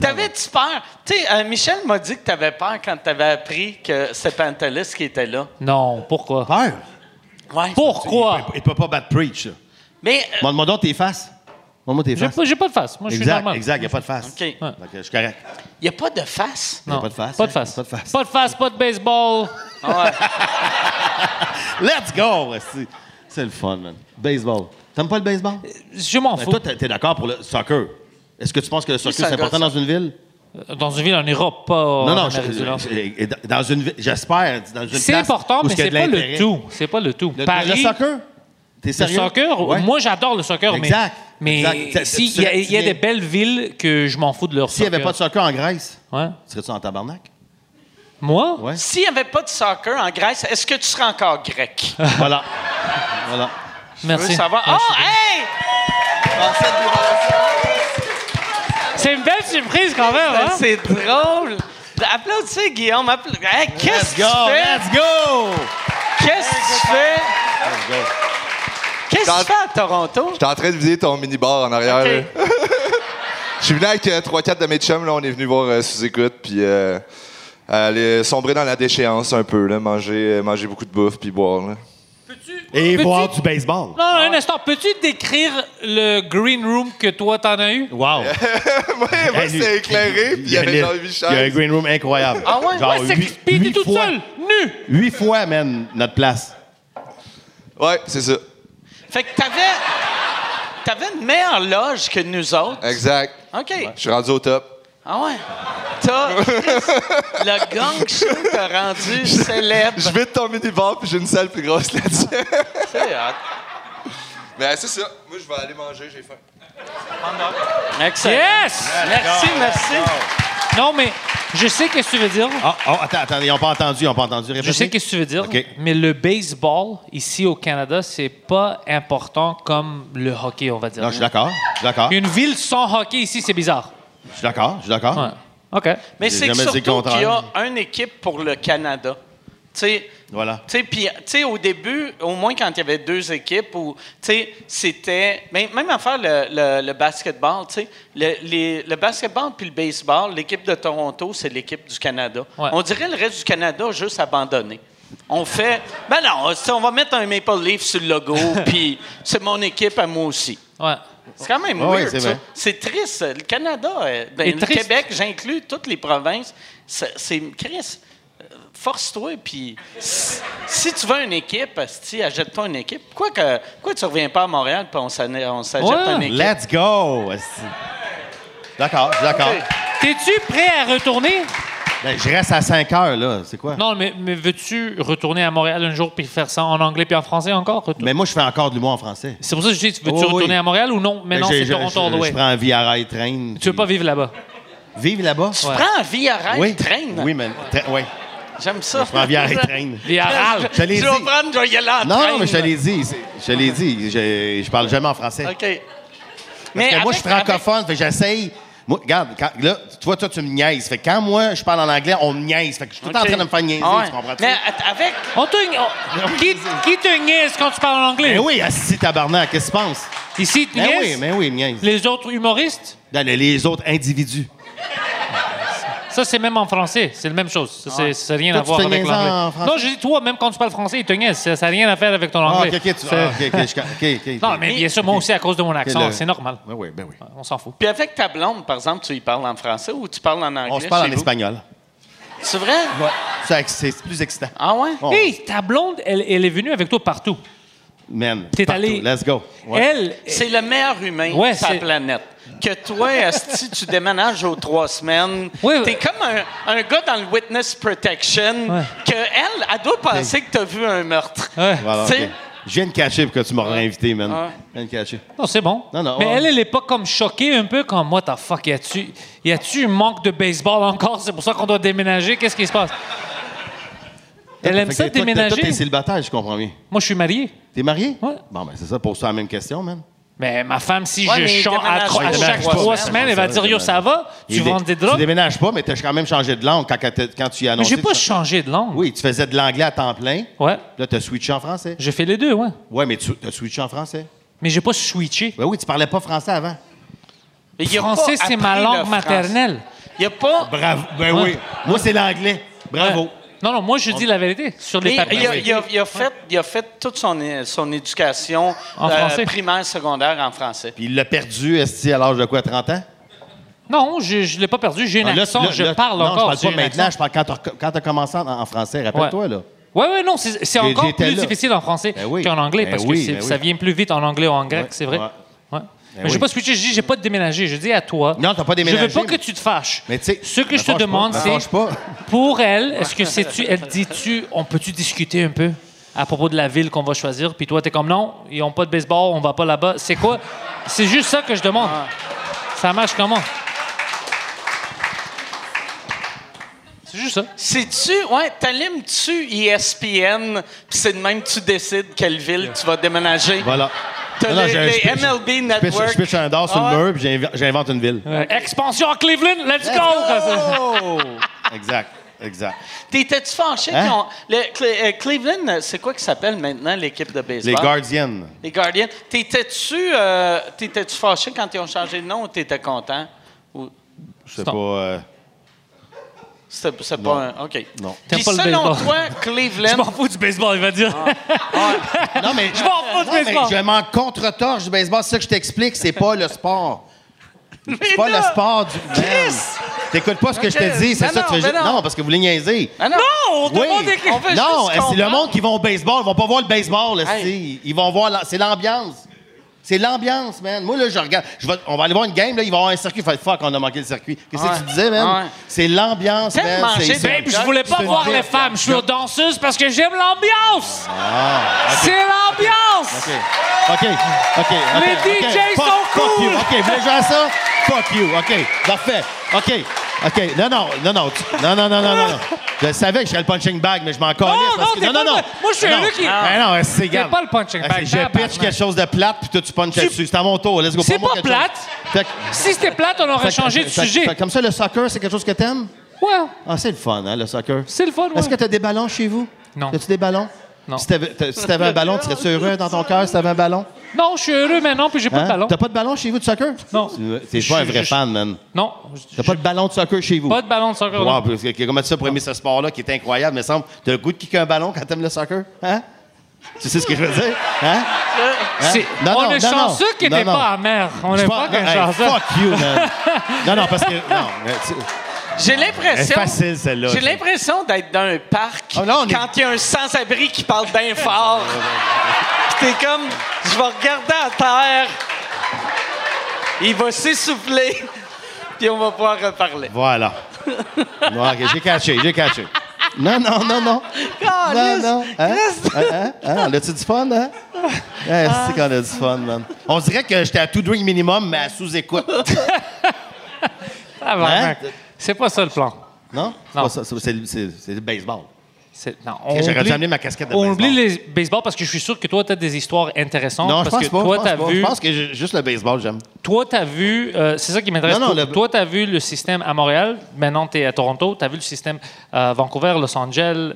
Speaker 1: T'avais-tu peur? Tu sais, euh, Michel m'a dit que t'avais peur quand t'avais appris que c'est Pantelis qui était là.
Speaker 3: Non, pourquoi?
Speaker 4: Peur.
Speaker 1: Ouais.
Speaker 3: Pourquoi?
Speaker 4: Il peut pas battre Preach. là.
Speaker 1: Mais, euh,
Speaker 4: Montre-moi donc tes faces. Montre-moi tes
Speaker 3: J'ai
Speaker 4: faces.
Speaker 3: pas, j'ai pas de face. Moi, je suis
Speaker 4: Exact,
Speaker 3: normal.
Speaker 4: exact, il n'y a pas de face.
Speaker 1: OK.
Speaker 3: Ouais.
Speaker 4: Donc, euh, je suis correct.
Speaker 1: il n'y a pas de face.
Speaker 4: Y a pas de face,
Speaker 3: Pas de
Speaker 4: hein?
Speaker 3: face.
Speaker 4: Pas de face.
Speaker 3: Pas de face, pas de baseball.
Speaker 1: Ah Ouais.
Speaker 4: Let's go! esti. C'est le fun, man. Baseball. T'aimes pas le baseball?
Speaker 3: Je m'en
Speaker 4: Mais
Speaker 3: fous.
Speaker 4: toi, t'es t'es d'accord pour le soccer. Est-ce que tu penses que le soccer,
Speaker 1: ça
Speaker 4: c'est important
Speaker 1: gosse,
Speaker 4: dans une ville?
Speaker 3: Dans une ville en Europe, pas
Speaker 4: Non,
Speaker 3: en
Speaker 4: non, je-
Speaker 3: Amérique du Nord.
Speaker 4: je- je- dans une vi- j'espère, dans une
Speaker 3: C'est
Speaker 4: place
Speaker 3: important,
Speaker 4: où
Speaker 3: mais
Speaker 4: il y a
Speaker 3: c'est
Speaker 4: de
Speaker 3: pas le
Speaker 4: l'intérêt.
Speaker 3: tout. C'est pas le tout.
Speaker 4: Le,
Speaker 3: Paris,
Speaker 4: le soccer? T'es
Speaker 3: le
Speaker 4: sérieux?
Speaker 3: soccer,
Speaker 4: Ouais.
Speaker 3: moi, j'adore le soccer, mais-
Speaker 4: Exact,
Speaker 3: mais
Speaker 4: exact.
Speaker 3: si, il y a, il y a des belles villes que je m'en fous de leur
Speaker 4: S'il
Speaker 3: soccer.
Speaker 4: n'y avait pas de soccer en Grèce,
Speaker 3: Ouais.
Speaker 4: serais-tu en tabarnak?
Speaker 3: Moi?
Speaker 4: Ouais.
Speaker 1: S'il n'y avait pas de soccer en Grèce, est-ce que tu serais encore grec? Je
Speaker 4: voilà. Voilà.
Speaker 1: veux
Speaker 3: Merci.
Speaker 1: savoir.
Speaker 3: Ouais,
Speaker 1: Oh,
Speaker 3: je-
Speaker 1: hey!
Speaker 3: C'est une belle surprise quand même, hein?
Speaker 1: Ah! C'est drôle! Applaudissez, Guillaume. Appla- Hey, qu'est-ce
Speaker 4: Let's
Speaker 1: que
Speaker 4: go!
Speaker 1: tu fais?
Speaker 4: Let's go!
Speaker 1: Qu'est-ce que tu fais? Qu'est-ce que tu
Speaker 6: Dans-
Speaker 1: fais à Toronto?
Speaker 6: J'étais en train de viser ton mini-bar en arrière.
Speaker 1: Ok.
Speaker 6: là. Je suis venu avec 3-4 de mes chums, là, on est venu voir euh, sous-écoute, puis euh, aller sombrer dans la déchéance un peu, là, manger, euh, manger beaucoup de bouffe, puis boire. là.
Speaker 4: Et
Speaker 3: Petit-
Speaker 4: voir du baseball.
Speaker 3: Non, un instant. Peux-tu décrire le green room que toi, t'en as eu?
Speaker 4: Wow!
Speaker 6: moi, moi
Speaker 4: Hey, lui-
Speaker 6: c'était éclairé, puis il y avait
Speaker 4: une-
Speaker 6: genre 8
Speaker 4: Il y a un
Speaker 6: chaises.
Speaker 4: green room incroyable.
Speaker 1: Ah ouais?
Speaker 4: Genre
Speaker 3: Ouais, c'est
Speaker 4: huit-
Speaker 3: puis t'es
Speaker 4: huit
Speaker 3: toute
Speaker 4: fois-
Speaker 3: seule, nue.
Speaker 4: Huit fois, man, notre place.
Speaker 6: Ouais, c'est ça.
Speaker 1: Fait que t'avais. T'avais une meilleure loge que nous autres.
Speaker 6: Exact.
Speaker 1: OK.
Speaker 6: Je suis rendu au top.
Speaker 1: Ah ouais? T'as. Chris, le gang show t'a rendu célèbre.
Speaker 6: Je vais de ton mini-bar, puis j'ai une salle plus grosse là-dessus.
Speaker 1: C'est hot.
Speaker 6: Mais euh, c'est ça. Moi, je vais aller manger, j'ai faim.
Speaker 1: Excellent.
Speaker 3: Yes!
Speaker 1: Merci, merci.
Speaker 3: Non, mais je sais qu'est-ce que tu veux dire.
Speaker 4: Ah, oh, attends, attends, ils n'ont pas entendu, ils n'ont pas entendu.
Speaker 3: Je
Speaker 4: Répétez.
Speaker 3: sais qu'est-ce que tu veux dire.
Speaker 4: OK.
Speaker 3: Mais le baseball, ici au Canada, c'est pas important comme le hockey, on va dire.
Speaker 4: Non, je suis d'accord, je suis d'accord,
Speaker 3: Une ville sans hockey ici, c'est bizarre.
Speaker 4: je suis d'accord, je suis d'accord.
Speaker 3: Ouais. OK.
Speaker 1: Mais
Speaker 4: J'ai
Speaker 1: c'est que
Speaker 4: jamais dit le
Speaker 1: surtout
Speaker 4: contraire.
Speaker 1: qu'il y a une équipe pour le Canada. Tu sais,
Speaker 4: Voilà.
Speaker 1: tu sais, puis, tu sais, au début, au moins quand il y avait deux équipes, ou, tu sais, c'était. ben, même à faire le, le- le basketball, tu sais, le, les- le basketball puis le baseball, l'équipe de Toronto, c'est l'équipe du Canada.
Speaker 3: Ouais.
Speaker 1: On dirait le reste du Canada a juste abandonné. On fait. Ben non, si on va mettre un Maple Leaf sur le logo, puis c'est mon équipe à moi aussi.
Speaker 3: Ouais.
Speaker 1: C'est quand même
Speaker 4: Ah ouais,
Speaker 1: weird,
Speaker 4: c'est
Speaker 1: ça.
Speaker 4: vrai.
Speaker 1: C'est triste. Le Canada, euh, ben,
Speaker 3: Et
Speaker 1: le
Speaker 3: triste.
Speaker 1: Québec, j'inclus toutes les provinces. C'est, c'est- Chris, euh, force-toi, puis si, si tu veux une équipe, si achète-toi une équipe. Pourquoi, que, pourquoi tu reviens pas à Montréal puis on s'en- on s'achète
Speaker 3: Ouais.
Speaker 1: une équipe?
Speaker 4: Let's go! esti. D'accord, je suis d'accord.
Speaker 1: Ok.
Speaker 3: T'es-tu prêt à retourner?
Speaker 4: Ben, je reste à 5 heures, là. C'est quoi?
Speaker 3: Non, mais, mais veux-tu retourner à Montréal un jour puis faire ça en anglais puis en français encore? Retour-
Speaker 4: Mais moi, je fais encore de l'humour en français.
Speaker 3: C'est pour ça que je dis, veux-tu
Speaker 4: Oui, oui.
Speaker 3: retourner à Montréal ou non? Mais non,
Speaker 4: Ben, j'ai-
Speaker 3: c'est
Speaker 4: je-
Speaker 3: Toronto all
Speaker 4: je,
Speaker 3: the
Speaker 4: je
Speaker 3: way.
Speaker 4: prends un via rail train.
Speaker 3: Tu veux pas vivre là-bas?
Speaker 4: vivre là-bas?
Speaker 3: Ouais.
Speaker 1: Prends un via rail
Speaker 4: Oui.
Speaker 1: train.
Speaker 4: Oui, mais. tra- ouais.
Speaker 1: J'aime ça.
Speaker 4: Je prends un via rail train.
Speaker 3: Via rail.
Speaker 4: Je te l'ai
Speaker 1: Je
Speaker 4: dit.
Speaker 1: vais prendre, je vais y aller en
Speaker 4: Non,
Speaker 1: train.
Speaker 4: non, mais je te l'ai dit. c'est- Je te l'ai dit. Je, je parle jamais en français.
Speaker 1: OK.
Speaker 4: Parce que moi, je suis
Speaker 1: avec-
Speaker 4: francophone, fait que j'essaye. Moi, regarde, quand- là, tu vois, toi, tu me niaises. Fait que quand moi, je parle en anglais, on me niaise. Fait que je suis tout le temps en
Speaker 1: OK.
Speaker 4: train de me faire niaiser,
Speaker 1: Ah ouais.
Speaker 4: tu comprends-tu?
Speaker 1: Mais avec.
Speaker 3: On te... on- Qui, qui te niaise quand tu parles en anglais?
Speaker 4: Ben oui, assis tabarnak, qu'est-ce que tu penses?
Speaker 3: Ici, tu
Speaker 4: Ben
Speaker 3: niaises?
Speaker 4: oui, ben oui, niaise.
Speaker 3: Les autres humoristes?
Speaker 4: Dans le- les autres individus.
Speaker 3: Ça, c'est même en français. C'est la même chose. Ça, c'est- ça n'a rien
Speaker 4: Toi,
Speaker 3: à
Speaker 4: tu
Speaker 3: voir
Speaker 4: te
Speaker 3: avec
Speaker 4: niaises en
Speaker 3: l'anglais.
Speaker 4: français?
Speaker 3: Non, je dis toi, même quand tu parles français, ils te niaisent. Ça n'a rien à faire avec ton
Speaker 4: Ah,
Speaker 3: anglais.
Speaker 4: ok, ok, tu-
Speaker 3: C'est-
Speaker 4: ah, ok, ok, je- ok, ok, ok.
Speaker 3: Non, mais bien sûr, moi aussi, à cause de mon accent,
Speaker 4: le-
Speaker 3: c'est normal.
Speaker 4: Ben oui, ben oui.
Speaker 3: On s'en fout.
Speaker 1: Puis avec ta blonde, par exemple, tu y parles en français ou tu parles en anglais?
Speaker 4: On se parle
Speaker 1: chez
Speaker 4: en
Speaker 1: vous?
Speaker 4: espagnol.
Speaker 1: C'est vrai?
Speaker 4: Ça, C'est c'est plus excitant.
Speaker 1: Ah ouais?
Speaker 4: Oh,
Speaker 3: Hey, ta blonde, elle, elle est venue avec toi partout.
Speaker 4: Man,
Speaker 3: T'es
Speaker 4: partout.
Speaker 3: allé-
Speaker 4: Let's go. Ouais.
Speaker 3: Elle,
Speaker 1: C'est le meilleur humain
Speaker 3: Ouais,
Speaker 1: de sa
Speaker 3: c'est-
Speaker 1: planète. Que toi, si tu déménages aux trois semaines,
Speaker 3: Ouais,
Speaker 1: t'es
Speaker 3: ouais.
Speaker 1: comme un, un gars dans le witness protection
Speaker 3: Ouais.
Speaker 1: que elle, elle doit penser que t'as vu un meurtre.
Speaker 3: Ouais.
Speaker 4: Voilà,
Speaker 1: Tu sais-
Speaker 4: ok. Je viens de cacher pour que tu m'as réinvité, man.
Speaker 1: Ah.
Speaker 4: Je viens de cacher.
Speaker 3: Non, c'est bon.
Speaker 4: Non, non,
Speaker 3: mais
Speaker 4: ouais.
Speaker 3: elle, elle est pas comme choquée un peu comme moi, t'as fuck, y a-tu, y a-tu un manque de baseball encore? C'est pour ça qu'on doit déménager? Qu'est-ce qui se passe? Elle aime
Speaker 4: Fait que
Speaker 3: ça
Speaker 4: toi, t'es- Toi, t'es
Speaker 3: déménager?
Speaker 4: célibataire, je comprends bien.
Speaker 3: Moi, je suis marié.
Speaker 4: T'es marié?
Speaker 3: Ouais.
Speaker 4: Bon, ben c'est ça, pose-toi la même question, man.
Speaker 3: Mais ma femme, si
Speaker 1: Ouais,
Speaker 3: je
Speaker 1: mais il
Speaker 3: chante à,
Speaker 1: déménage
Speaker 3: tro-
Speaker 1: pas.
Speaker 3: à
Speaker 1: Il
Speaker 3: chaque
Speaker 1: déménage pas.
Speaker 3: trois semaines, elle va dire Yo, ça va? Tu
Speaker 4: Il dé-
Speaker 3: vends des
Speaker 4: Tu
Speaker 3: drogues?
Speaker 4: déménages pas, mais t'as quand même changé de langue quand, t'as- quand tu y as
Speaker 3: Mais
Speaker 4: annoncé.
Speaker 3: j'ai pas
Speaker 4: tu-
Speaker 3: changé de langue.
Speaker 4: Oui, tu faisais de l'anglais à temps plein.
Speaker 3: Ouais.
Speaker 4: Là, t'as switché en français.
Speaker 3: J'ai fait les deux, ouais.
Speaker 4: Ouais, mais tu as switché en français.
Speaker 3: Mais j'ai pas switché.
Speaker 4: Ben oui, tu parlais pas français avant.
Speaker 1: Mais il a
Speaker 3: Français,
Speaker 1: pas
Speaker 3: c'est
Speaker 1: appris
Speaker 3: ma
Speaker 1: le
Speaker 3: langue
Speaker 1: français.
Speaker 3: maternelle.
Speaker 1: Il a pas.
Speaker 4: Bravo. Ben
Speaker 3: Ouais.
Speaker 4: oui. Moi, c'est l'anglais. Bravo.
Speaker 3: Ouais. Non, non, moi, je dis la vérité sur les
Speaker 1: Mais
Speaker 3: papiers.
Speaker 1: il, a, il a- il a fait, il a fait toute son, é- son éducation euh,
Speaker 3: En français.
Speaker 1: primaire, secondaire en français.
Speaker 4: Puis il l'a perdu, est à l'âge de quoi, 30 ans?
Speaker 3: Non, je ne l'ai pas perdu. J'ai un
Speaker 4: Ah, là,
Speaker 3: accent.
Speaker 4: là,
Speaker 3: je
Speaker 4: là,
Speaker 3: parle
Speaker 4: non,
Speaker 3: encore.
Speaker 4: je parle pas maintenant, je parle quand t'as- quand t'as commencé en, en français. Rappelle-toi, là.
Speaker 3: Oui, oui, non, c'est c'est
Speaker 4: J'ai-
Speaker 3: encore
Speaker 4: j'étais
Speaker 3: plus
Speaker 4: là.
Speaker 3: difficile en français
Speaker 4: Ben oui.
Speaker 3: qu'en anglais
Speaker 4: Ben
Speaker 3: parce que
Speaker 4: oui,
Speaker 3: c'est-
Speaker 4: ben oui.
Speaker 3: ça vient plus vite en anglais ou en grec, c'est vrai.
Speaker 4: ouais. Ben
Speaker 3: Ouais. Mais je
Speaker 4: oui.
Speaker 3: pas switché, je dis, j'ai pas déménagé. Je dis à toi.
Speaker 4: Non, t'as pas déménagé,
Speaker 3: Je veux pas
Speaker 4: mais-
Speaker 3: que tu te fâches.
Speaker 4: Mais tu sais,
Speaker 3: Ce que
Speaker 4: me
Speaker 3: je te
Speaker 4: fâche pas,
Speaker 3: demande,
Speaker 4: me
Speaker 3: c'est.
Speaker 4: fâche pas.
Speaker 3: Pour elle, est-ce que c'est-tu. Elle dit-tu, on peut-tu discuter un peu à propos de la ville qu'on va choisir? Puis toi, t'es comme non, ils ont pas de baseball, on va pas là-bas. C'est quoi? C'est juste ça que je demande.
Speaker 4: Ah.
Speaker 3: Ça marche comment? C'est juste ça.
Speaker 1: Sais-tu, ouais, t'allumes-tu ESPN, puis c'est de même que tu décides quelle ville tu vas déménager?
Speaker 4: Voilà.
Speaker 1: T'as les-
Speaker 4: j'ai-
Speaker 1: les
Speaker 4: je pitch-
Speaker 1: MLB
Speaker 4: je pitch-
Speaker 1: Network.
Speaker 4: Je pitch un dard sur
Speaker 1: Ah
Speaker 4: le
Speaker 1: ouais.
Speaker 4: mur, puis j'inv- j'invente une ville.
Speaker 3: Euh, expansion à Cleveland, let's, go!
Speaker 4: exact, exact.
Speaker 1: T'étais-tu fâché
Speaker 4: Hein?
Speaker 1: qu'ils ont- le Cle- euh, Cleveland, euh, c'est quoi qui s'appelle maintenant l'équipe de baseball?
Speaker 4: Les Guardians.
Speaker 1: Les Guardians. T'étais-tu euh, t'étais-tu fâché quand ils ont changé de nom ou t'étais content? Ou-
Speaker 4: Je sais pas. euh,
Speaker 1: C'était c'était pas un... OK.
Speaker 4: Non.
Speaker 3: T'aimes
Speaker 1: Puis
Speaker 3: pas le
Speaker 1: selon
Speaker 3: baseball.
Speaker 1: toi,
Speaker 3: Je m'en
Speaker 1: Cleveland...
Speaker 3: fous du baseball, il va dire.
Speaker 4: Ah. Non, mais
Speaker 3: Je m'en fous du
Speaker 4: Non, mais
Speaker 3: baseball.
Speaker 4: je m'en contre-torche du baseball. C'est ça que je t'explique. C'est pas le sport. C'est pas le sport du. Man. T'écoutes pas ce que je
Speaker 1: Ok.
Speaker 4: te dis. C'est
Speaker 1: Mais
Speaker 4: ça que tu
Speaker 1: non,
Speaker 4: fais
Speaker 1: mais
Speaker 4: juste-
Speaker 1: non.
Speaker 4: Non, parce que vous voulez niaiser.
Speaker 1: Ah non!
Speaker 3: Non, on
Speaker 4: Oui.
Speaker 3: demande des
Speaker 1: On veut
Speaker 4: Non,
Speaker 1: juste
Speaker 4: c'est le
Speaker 1: comprendre.
Speaker 4: monde qui va au baseball. Ils vont pas voir le baseball. là,
Speaker 1: Hey.
Speaker 4: si. Ils vont voir. la- C'est l'ambiance. C'est l'ambiance, man. Moi, là, je regarde. je vais- on va aller voir une game. Là, il va y avoir un circuit. Fait fuck, on a manqué le circuit. Qu'est-ce
Speaker 1: Ouais.
Speaker 4: que tu disais, man?
Speaker 1: Ouais.
Speaker 4: C'est l'ambiance,
Speaker 1: T'aimes
Speaker 4: man.
Speaker 1: manger
Speaker 4: C'est-
Speaker 1: des
Speaker 4: c'est-
Speaker 3: Babe, je voulais pas
Speaker 4: C'est une
Speaker 3: voir les
Speaker 4: belle
Speaker 3: femmes. Je suis danseuse parce que j'aime l'ambiance.
Speaker 4: Ah,
Speaker 3: C'est l'ambiance.
Speaker 4: OK. OK. OK. ok,
Speaker 3: Les
Speaker 4: ok.
Speaker 3: DJs
Speaker 4: Fuck-
Speaker 3: sont
Speaker 4: fuck
Speaker 3: cool.
Speaker 4: you. OK. Vous voulez jouer à ça? Fuck you. OK. Parfait. OK. OK. Non, non, non, non. Tu- Non, non, non, non, non. non. Je savais que je serais le punching bag, mais je m'en calisse.
Speaker 3: non,
Speaker 4: parce que-
Speaker 3: t'es pas le- moi, je suis
Speaker 4: Non.
Speaker 3: un gars qui-
Speaker 4: Ben non, c'est grave.
Speaker 3: pas le punching bag,
Speaker 4: Je
Speaker 3: tabarnak.
Speaker 4: pitch quelque chose de plate, puis toi, tu punches dessus. C'est à mon tour. Let's go.
Speaker 3: C'est
Speaker 4: Prends-moi
Speaker 3: pas
Speaker 4: quelque chose.
Speaker 3: plate.
Speaker 4: Fait que-
Speaker 3: Si c'était plate, on aurait
Speaker 4: fait que-
Speaker 3: changé de
Speaker 4: fait que-
Speaker 3: sujet.
Speaker 4: fait que Comme ça, le soccer, c'est quelque chose que t'aimes?
Speaker 3: Ouais,
Speaker 4: Ah, c'est le fun, hein, le soccer.
Speaker 3: c'est le fun, ouais.
Speaker 4: Est-ce que t'as des ballons chez vous?
Speaker 3: Non.
Speaker 4: Y a-tu des ballons?
Speaker 3: Non.
Speaker 4: Si t'avais t'as- si t'avais un ballon, tu serais heureux dans ton cœur si t'avais un ballon?
Speaker 3: Non, je suis heureux maintenant, puis j'ai pas
Speaker 4: Hein?
Speaker 3: de ballon.
Speaker 4: T'as pas de ballon chez vous de soccer?
Speaker 3: Non.
Speaker 4: T'es
Speaker 3: Je-
Speaker 4: pas un vrai
Speaker 3: je-
Speaker 4: fan, man.
Speaker 3: Non.
Speaker 4: T'as pas de ballon de soccer chez vous?
Speaker 3: Pas de ballon de soccer. non.
Speaker 4: Wow, parce que- comment tu as promis ce sport-là qui est incroyable, me semble? T'as le goût de kicker un ballon quand t'aimes le soccer? Hein? Tu sais ce que je veux dire? Hein? Hein?
Speaker 3: C'est-
Speaker 4: Non,
Speaker 3: on
Speaker 4: non,
Speaker 3: est
Speaker 4: non,
Speaker 3: chanceux
Speaker 4: non.
Speaker 3: qu'il
Speaker 4: Non,
Speaker 3: n'était
Speaker 4: non.
Speaker 3: pas amer. On
Speaker 4: Je
Speaker 3: est pas
Speaker 4: pense-
Speaker 3: qu'un
Speaker 4: Hey,
Speaker 3: chanceux.
Speaker 4: Fuck you, man. non, non, parce que. Non, mais tu-
Speaker 1: J'ai
Speaker 4: elle est
Speaker 1: l'impression.
Speaker 4: facile, celle-là.
Speaker 1: J'ai l'impression d'être dans un parc
Speaker 4: Ah non, on est-
Speaker 1: quand il y a un sans-abri qui parle d'un fort. Puis t'es comme, je vais regarder à terre. Il va s'essouffler. Puis on va pouvoir reparler.
Speaker 4: Voilà. Bon, ok, j'ai catché, j'ai catché. Non, non, non, non. Non,
Speaker 1: Calisse,
Speaker 4: non. Hein?
Speaker 1: Christ. Ah.
Speaker 4: Hein, hein, hein? On a-tu du fun, hein? Hein, c'est qu'on a du fun, man. On dirait que j'étais à tout drink minimum, mais à sous-écoute.
Speaker 3: Ah, vraiment.
Speaker 4: Hein?
Speaker 3: C'est pas ça le plan.
Speaker 4: Non? C'est
Speaker 3: Non.
Speaker 4: pas ça, C'est c'est- c'est- c'est le baseball.
Speaker 3: C'est- Non,
Speaker 4: J'aurais
Speaker 3: on
Speaker 4: dû
Speaker 3: oublie-
Speaker 4: amener ma casquette de
Speaker 3: On
Speaker 4: baseball.
Speaker 3: oublie les baseball parce que je suis sûr que toi, tu as des histoires intéressantes.
Speaker 4: Non, je
Speaker 3: parce
Speaker 4: pense
Speaker 3: que
Speaker 4: pas.
Speaker 3: toi,
Speaker 4: je,
Speaker 3: t'as
Speaker 4: pense pas.
Speaker 3: vu,
Speaker 4: je pense que ju- juste le baseball, j'aime.
Speaker 3: toi, t'as vu, euh, c'est ça qui m'intéresse.
Speaker 4: Non, non,
Speaker 3: Toi-
Speaker 4: le-
Speaker 3: Toi, tu as vu le système à Montréal, maintenant tu es à Toronto, tu as vu le système à Vancouver, Los Angeles.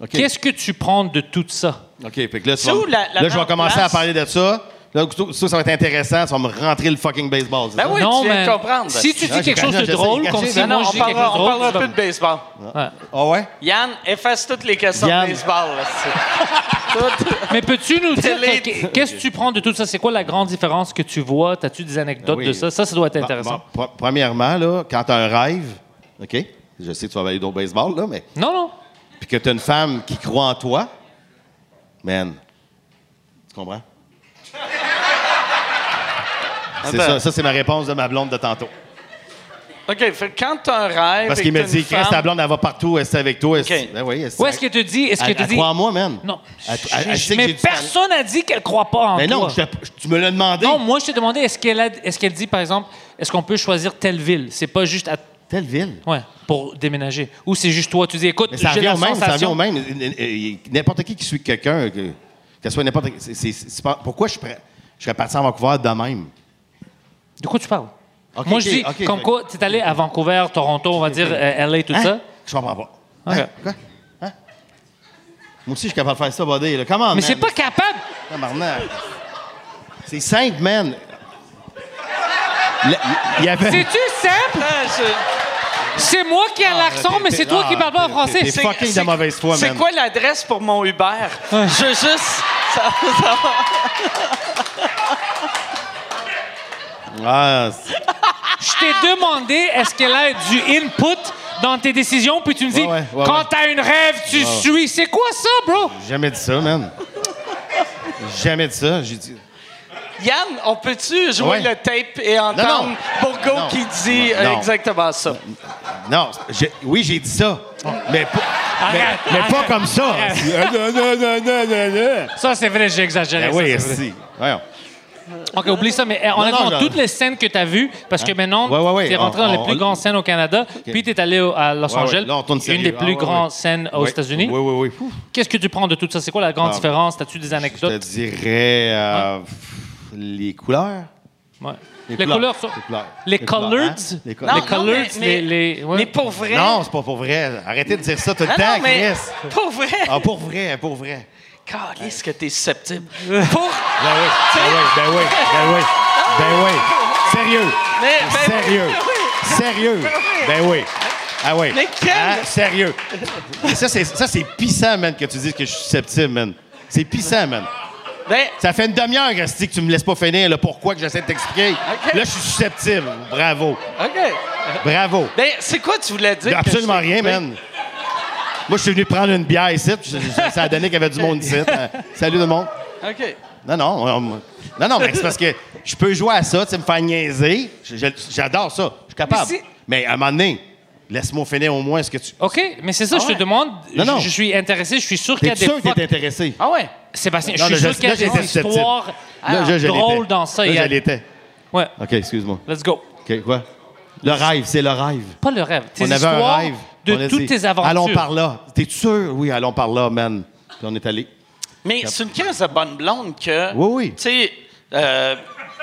Speaker 4: OK.
Speaker 3: Qu'est-ce que tu prends de tout ça?
Speaker 4: OK, fait que là, tu
Speaker 1: C'est
Speaker 4: vas-
Speaker 1: où la- la
Speaker 4: là, je vais
Speaker 1: grande
Speaker 4: commencer
Speaker 1: place?
Speaker 4: à parler de ça. Là, ça, ça va être intéressant. Ça va me rentrer le fucking baseball. c'est
Speaker 1: Ben
Speaker 4: ça?
Speaker 1: oui, tu viens de comprendre.
Speaker 3: Si tu
Speaker 4: Non,
Speaker 3: dis
Speaker 4: Ah, j'ai
Speaker 3: quelque chose
Speaker 4: caché,
Speaker 3: de
Speaker 4: je sais,
Speaker 3: drôle,
Speaker 4: j'ai
Speaker 3: comme
Speaker 4: caché.
Speaker 3: si
Speaker 1: Non, non,
Speaker 3: moi je
Speaker 1: on
Speaker 3: dis quelque chose
Speaker 1: parlera,
Speaker 3: de
Speaker 1: on
Speaker 3: drôle.
Speaker 1: parlera
Speaker 3: tu vas-
Speaker 1: plus de baseball.
Speaker 3: Ouais.
Speaker 4: Ah ouais?
Speaker 1: Yann, efface toutes les questions
Speaker 4: Yann.
Speaker 1: de baseball. là, c'est- Toutes-
Speaker 3: Mais peux-tu nous dire
Speaker 1: Télé-
Speaker 3: que- qu'est-ce que tu prends de tout ça? C'est quoi la grande différence que tu vois? T'as-tu des anecdotes
Speaker 4: Ben oui. bah.
Speaker 3: de ça? Ça, ça doit être
Speaker 4: Bon,
Speaker 3: intéressant.
Speaker 4: bon, pr- premièrement, là, quand t'as un rêve, OK? Je sais que tu vas aller au baseball, là, mais.
Speaker 3: Non, non.
Speaker 4: Puis que t'as une femme qui croit en toi, man. Tu comprends? C'est
Speaker 1: Attends.
Speaker 4: ça, ça c'est ma réponse de ma blonde de tantôt.
Speaker 1: OK, fait que quand t'as un rêve.
Speaker 4: Parce
Speaker 1: et
Speaker 4: qu'il
Speaker 1: que
Speaker 4: me
Speaker 1: t'as
Speaker 4: dit,
Speaker 1: une
Speaker 4: Chris, ta
Speaker 1: femme-
Speaker 4: blonde, elle va partout, elle est avec toi. est-ce-
Speaker 1: OK.
Speaker 4: Ben oui, est-ce
Speaker 3: Où est-ce que tu dis? Est-ce que
Speaker 4: Elle-
Speaker 3: tu
Speaker 4: elle
Speaker 3: dis.
Speaker 4: croit en moi, man.
Speaker 3: Non.
Speaker 4: Elle- elle- elle
Speaker 3: Je-
Speaker 4: sait que
Speaker 3: mais
Speaker 4: j'ai du talent.
Speaker 3: personne n'a dit qu'elle croit pas en
Speaker 4: Mais non,
Speaker 3: toi.
Speaker 4: je te- je- tu me l'as demandé.
Speaker 3: Non, moi, je t'ai demandé, est-ce qu'elle a- est-ce qu'elle dit, par exemple, est-ce qu'on peut choisir telle ville? C'est pas juste à...
Speaker 4: Telle ville.
Speaker 3: Ouais, pour déménager. Ou c'est juste toi, tu dis, écoute,
Speaker 4: Mais ça
Speaker 3: j'ai
Speaker 4: revient
Speaker 3: la
Speaker 4: au même, ça revient
Speaker 3: sensation...
Speaker 4: au même. Euh, euh, N'importe qui qui suit quelqu'un, que ce soit n'importe c'est- c'est- c'est pas- Pourquoi je, pr- je serais parti à Vancouver de même?
Speaker 3: De quoi tu parles?
Speaker 4: Ok,
Speaker 3: moi,
Speaker 4: ok,
Speaker 3: je dis,
Speaker 4: ok,
Speaker 3: comme
Speaker 4: ok.
Speaker 3: quoi, tu es allé à Vancouver, Toronto, on va dire euh, LA, tout
Speaker 4: Hein?
Speaker 3: ça.
Speaker 4: Je comprends pas.
Speaker 3: Ok.
Speaker 4: Hein? Quoi? Hein? Moi aussi, je suis capable de faire ça, body. Là. Comment,
Speaker 3: Mais c'est pas capable!
Speaker 4: C'est simple, man. Le- Il y avait...
Speaker 3: C'est-tu simple?
Speaker 1: Ah, je-
Speaker 3: C'est moi qui ai l'accent,
Speaker 4: t'es-
Speaker 3: mais
Speaker 4: t'es-
Speaker 3: c'est toi
Speaker 4: ah,
Speaker 3: qui parles pas en
Speaker 4: t'es-
Speaker 3: français.
Speaker 4: t'es- t'es
Speaker 3: C'est-
Speaker 4: fucking de
Speaker 1: c'est-
Speaker 4: mauvaise foi,
Speaker 1: C'est
Speaker 4: man.
Speaker 1: quoi l'adresse pour mon Uber? Je veux juste. ça- ça va.
Speaker 4: Ah, c'est-
Speaker 3: Je t'ai demandé, est-ce qu'elle a du input dans tes décisions, puis tu me dis,
Speaker 4: Ouais, ouais, ouais,
Speaker 3: quand
Speaker 4: ouais.
Speaker 3: t'as une rêve, tu suis. C'est quoi ça, bro?
Speaker 4: j'ai jamais dit ça, man. J'ai jamais dit ça. J'ai dit...
Speaker 1: Yann, on peut-tu jouer
Speaker 4: Ouais.
Speaker 1: le tape et entendre
Speaker 4: non.
Speaker 1: Bourgo
Speaker 4: Non.
Speaker 1: qui dit euh,
Speaker 4: Non. Non.
Speaker 1: exactement ça?
Speaker 4: Non, j'ai- oui, j'ai dit ça. Mais, pas- mais-
Speaker 3: Arrête,
Speaker 4: mais pas
Speaker 3: arrête.
Speaker 4: comme ça. Non, non, non, non, non, non.
Speaker 3: Ça, c'est vrai, j'ai exagéré.
Speaker 4: Ben
Speaker 3: ça,
Speaker 4: oui,
Speaker 3: c'est vrai.
Speaker 4: si. Voyons.
Speaker 3: OK, oublie ça, mais euh, honnêtement,
Speaker 4: non, non.
Speaker 3: toutes les scènes que t'as vues, parce que maintenant,
Speaker 4: Ouais, ouais, ouais,
Speaker 3: t'es rentré dans
Speaker 4: on-
Speaker 3: les plus
Speaker 4: on-
Speaker 3: grandes scènes au Canada, puis t'es allé au- à Los
Speaker 4: Ouais, ouais,
Speaker 3: Angeles,
Speaker 4: là, on tourne
Speaker 3: une
Speaker 4: sérieux.
Speaker 3: des
Speaker 4: Ah,
Speaker 3: plus
Speaker 4: ouais,
Speaker 3: grandes
Speaker 4: ouais.
Speaker 3: scènes aux
Speaker 4: Oui.
Speaker 3: États-Unis.
Speaker 4: Oui, oui, oui.
Speaker 3: Qu'est-ce que tu prends de tout ça? C'est quoi la grande
Speaker 4: Ah.
Speaker 3: différence? T'as-tu des
Speaker 4: Je te
Speaker 3: anecdotes?
Speaker 4: dirais euh, pff, les couleurs.
Speaker 3: Ouais. Ah. Les, couleurs, ça-
Speaker 4: Les couleurs.
Speaker 3: Les
Speaker 4: Les couleurs,
Speaker 3: colored,
Speaker 4: hein?
Speaker 3: les
Speaker 4: Les
Speaker 3: colored,
Speaker 4: couleurs.
Speaker 3: les,
Speaker 4: Non,
Speaker 3: les, ouais.
Speaker 1: mais pour vrai.
Speaker 4: Non, c'est pas pour vrai. Arrêtez de dire ça tout le
Speaker 1: Non,
Speaker 4: temps,
Speaker 1: non, mais
Speaker 4: Chris.
Speaker 1: pour vrai.
Speaker 4: Ah, pour vrai, pour vrai.
Speaker 1: Calisse que t'es susceptible. pour.
Speaker 4: Ben oui, ben oui, ben oui, ben oui,
Speaker 1: Ah.
Speaker 4: ben oui. Sérieux.
Speaker 1: Mais- ben-
Speaker 4: Sérieux.
Speaker 1: ben oui.
Speaker 4: Sérieux.
Speaker 1: Ben oui.
Speaker 4: Ben oui. Ah oui.
Speaker 1: Mais quel-
Speaker 4: Ah, sérieux. Mais ça, c'est, ça, c'est pissant, man, que tu dises que je suis susceptible, man. C'est pissant, man.
Speaker 1: Ben,
Speaker 4: Ça fait une demi-heure, Resti, que tu me laisses pas finir, là, pourquoi que j'essaie de t'expliquer.
Speaker 1: OK.
Speaker 4: Là, je suis susceptible. Bravo.
Speaker 1: OK.
Speaker 4: Bravo.
Speaker 1: Ben, c'est quoi tu voulais dire? que
Speaker 4: Ben, Absolument
Speaker 1: je Ben, t'ai
Speaker 4: rien,
Speaker 1: coupé?
Speaker 4: man. Moi, je suis venu prendre une bière ici. puis je- Ça a donné qu'il y avait du monde ici. Euh, Salut tout le monde.
Speaker 1: OK.
Speaker 4: Non, non. on- on- non, non, mais c'est parce que je peux jouer à ça, tu sais, me faire niaiser. Je- je- J'adore ça. Je suis capable.
Speaker 1: Mais si-
Speaker 4: Mais à un moment donné, laisse-moi finir au moins ce que tu.
Speaker 3: OK, mais c'est ça, je te demande.
Speaker 4: Ah Non,
Speaker 3: je-
Speaker 4: non.
Speaker 3: Je, suis intéressé, je suis sûr qu'il y
Speaker 4: T'es
Speaker 3: a des
Speaker 4: sûr que
Speaker 3: fuck-
Speaker 4: t'es intéressé?
Speaker 1: Ah ouais.
Speaker 3: Sébastien,
Speaker 4: Non,
Speaker 3: je
Speaker 4: là,
Speaker 3: suis sûr qu'il y a
Speaker 4: là, j'étais
Speaker 3: des
Speaker 4: susceptible.
Speaker 3: histoires
Speaker 4: Là, je- je
Speaker 3: drôles
Speaker 4: l'étais.
Speaker 3: Ah, dans ça.
Speaker 4: Là,
Speaker 3: Il y a-
Speaker 4: je l'étais.
Speaker 3: Ouais,
Speaker 4: OK, excuse-moi.
Speaker 3: let's go.
Speaker 4: OK, quoi? Le rêve, c'est le rêve.
Speaker 3: Pas le rêve. Tes
Speaker 4: on avait un
Speaker 3: histoires
Speaker 4: rêve. On
Speaker 3: de
Speaker 4: a
Speaker 3: toutes
Speaker 4: dit,
Speaker 3: tes aventures.
Speaker 4: Allons par là. T'es sûr? Oui, allons par là, man. Puis on est allé.
Speaker 1: Mais c'est une crise de bonne blonde que.
Speaker 4: Oui, oui.
Speaker 1: Tu sais. euh,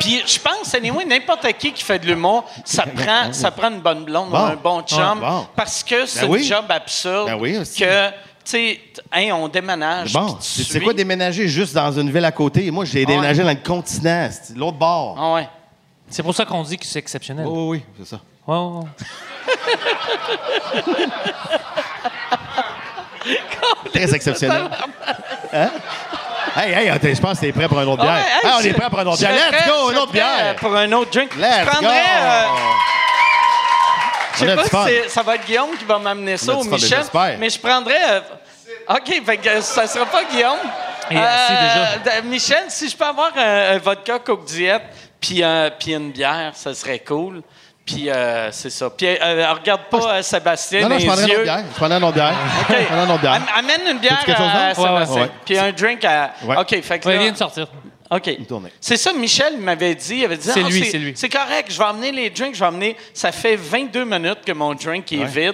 Speaker 1: Puis je pense, anyway, n'importe qui qui fait de l'humour, ça prend, ça prend une bonne blonde
Speaker 4: Bon.
Speaker 1: ou un bon chum.
Speaker 4: Ah, bon.
Speaker 1: Parce que c'est
Speaker 4: Ben oui.
Speaker 1: un job absurde.
Speaker 4: Ben oui, aussi.
Speaker 1: Que, tu tu sais, t- hey, on déménage. puis
Speaker 4: Bon,
Speaker 1: tu
Speaker 4: c'est c'est
Speaker 1: suis.
Speaker 4: quoi déménager juste dans une ville à côté? Moi, j'ai déménagé dans le continent, c'est l'autre bord.
Speaker 1: Ah ouais.
Speaker 3: C'est pour ça qu'on dit que c'est exceptionnel.
Speaker 4: Oui, oui, oui, c'est ça.
Speaker 3: Ouais, ouais, ouais.
Speaker 4: Très exceptionnel. hein? Hey, hey, attends, je pense que t'es prêt pour un autre
Speaker 1: Ah
Speaker 4: bière.
Speaker 1: ouais, hey,
Speaker 4: Ah, on
Speaker 1: je-
Speaker 4: est prêt pour un autre
Speaker 1: je
Speaker 4: bière.
Speaker 1: serais
Speaker 4: Let's
Speaker 1: prêt-
Speaker 4: go,
Speaker 1: je
Speaker 4: une
Speaker 1: serais
Speaker 4: autre
Speaker 1: prêt,
Speaker 4: bière.
Speaker 1: euh, Pour un autre drink.
Speaker 4: Let's
Speaker 1: je
Speaker 4: go.
Speaker 1: prendrais. euh, je
Speaker 4: On a
Speaker 1: sais
Speaker 4: du
Speaker 1: pas si
Speaker 4: fun.
Speaker 1: c'est- ça va être Guillaume qui va m'amener ça
Speaker 4: On a
Speaker 1: ou
Speaker 4: du fun,
Speaker 1: Michel.
Speaker 4: j'espère.
Speaker 1: Mais je prendrais. euh, OK, fait que ça sera pas Guillaume.
Speaker 3: Il est assis
Speaker 1: d- Michel, si je peux avoir un, un vodka Coke Diet puis un- puis une bière, ça serait cool. Puis euh, c'est ça. Puis euh, regarde pas euh, Sébastien
Speaker 4: Non, non,
Speaker 1: dans
Speaker 4: je
Speaker 1: les
Speaker 4: prendrais une autre
Speaker 1: yeux.
Speaker 4: bière. Je prendrais une autre bière.
Speaker 1: OK. Ah,
Speaker 4: Je prendrais une autre bière.
Speaker 1: Am- Amène une bière
Speaker 4: quelque chose
Speaker 1: à,
Speaker 4: d'autre? Ouais,
Speaker 1: Sébastien.
Speaker 4: ouais.
Speaker 1: Puis un drink à.
Speaker 4: Ouais.
Speaker 1: OK, fait que.
Speaker 3: Ouais, il
Speaker 1: là-
Speaker 3: vient de sortir.
Speaker 1: OK.
Speaker 4: tournée.
Speaker 1: C'est ça, Michel m'avait dit. Il avait dit
Speaker 3: C'est
Speaker 1: Ah,
Speaker 3: lui, c'est lui.
Speaker 1: C'est correct, je vais emmener les drinks, je vais emmener. Ça fait 22 minutes que mon drink est vide.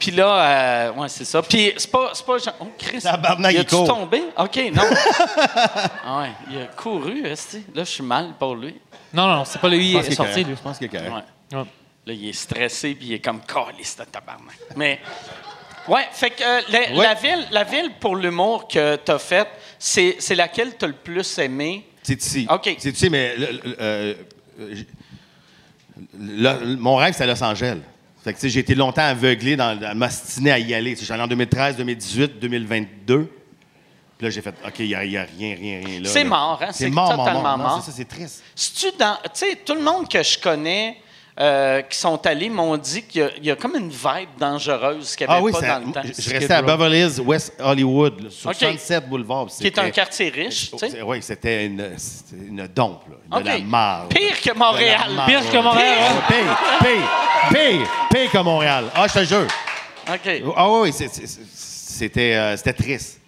Speaker 1: Puis là, euh, ouais, c'est ça. Puis c'est pas, c'est pas genre. Oh, Chris.
Speaker 4: Tabarnak,
Speaker 1: il
Speaker 4: il
Speaker 1: a-tu
Speaker 4: court.
Speaker 1: tombé? OK, non. Ah ouais, il a couru, esti. Là, je suis mal pour lui.
Speaker 3: Non, non, non, c'est pas lui.
Speaker 4: Je
Speaker 3: Il
Speaker 4: pense qu'il
Speaker 3: est
Speaker 4: est
Speaker 3: sorti,
Speaker 4: correct.
Speaker 3: lui.
Speaker 4: Je pense qu'il est correct.
Speaker 1: Ouais.
Speaker 3: Ouais.
Speaker 1: Là, il est stressé, puis il est comme caliste de tabarnak. Mais, ouais, fait que euh, la,
Speaker 4: Ouais.
Speaker 1: la ville, la ville pour l'humour que tu as faite, c'est c'est laquelle tu as le plus aimé?
Speaker 4: C'est ici.
Speaker 1: OK.
Speaker 4: C'est ici, mais le- le- euh, euh, j- le- le- mon rêve, c'est à Los Angeles. Fait que, tu sais, j'ai été longtemps aveuglé, dans, à m'astiner à y aller. Tu sais, J'allais en 2013, 2018, 2022. Puis là, j'ai fait, OK, il n'y a, il y a rien, rien, rien. là,
Speaker 1: C'est
Speaker 4: là.
Speaker 1: mort, hein? C'est totalement
Speaker 4: Non,
Speaker 1: mort.
Speaker 4: C'est ça, c'est triste.
Speaker 1: Si tu dans. Tu sais, tout le monde que je connais euh, qui sont allés m'ont dit qu'il y a- il y, a comme une vibe dangereuse qu'il n'y avait
Speaker 4: Ah oui,
Speaker 1: pas
Speaker 4: c'est à-
Speaker 1: dans le temps.
Speaker 4: je je restais à Beverly Hills, West Hollywood, là, sur
Speaker 1: OK.
Speaker 4: Sunset Boulevard. puis
Speaker 1: Qui est un
Speaker 4: c'était-
Speaker 1: quartier riche, tu sais.
Speaker 4: Oui, c'était une, c'était une dompe, là, de
Speaker 1: OK.
Speaker 4: la marde.
Speaker 1: Pire que Montréal.
Speaker 4: De la marde,
Speaker 3: Pire que
Speaker 4: ouais.
Speaker 3: Montréal, hein?
Speaker 4: Pire, Pire, pire, pire, pire que Montréal. Ah, je te jure.
Speaker 1: OK.
Speaker 4: Ah oui, c'est- c'est- c'est- c'était euh, c'était triste.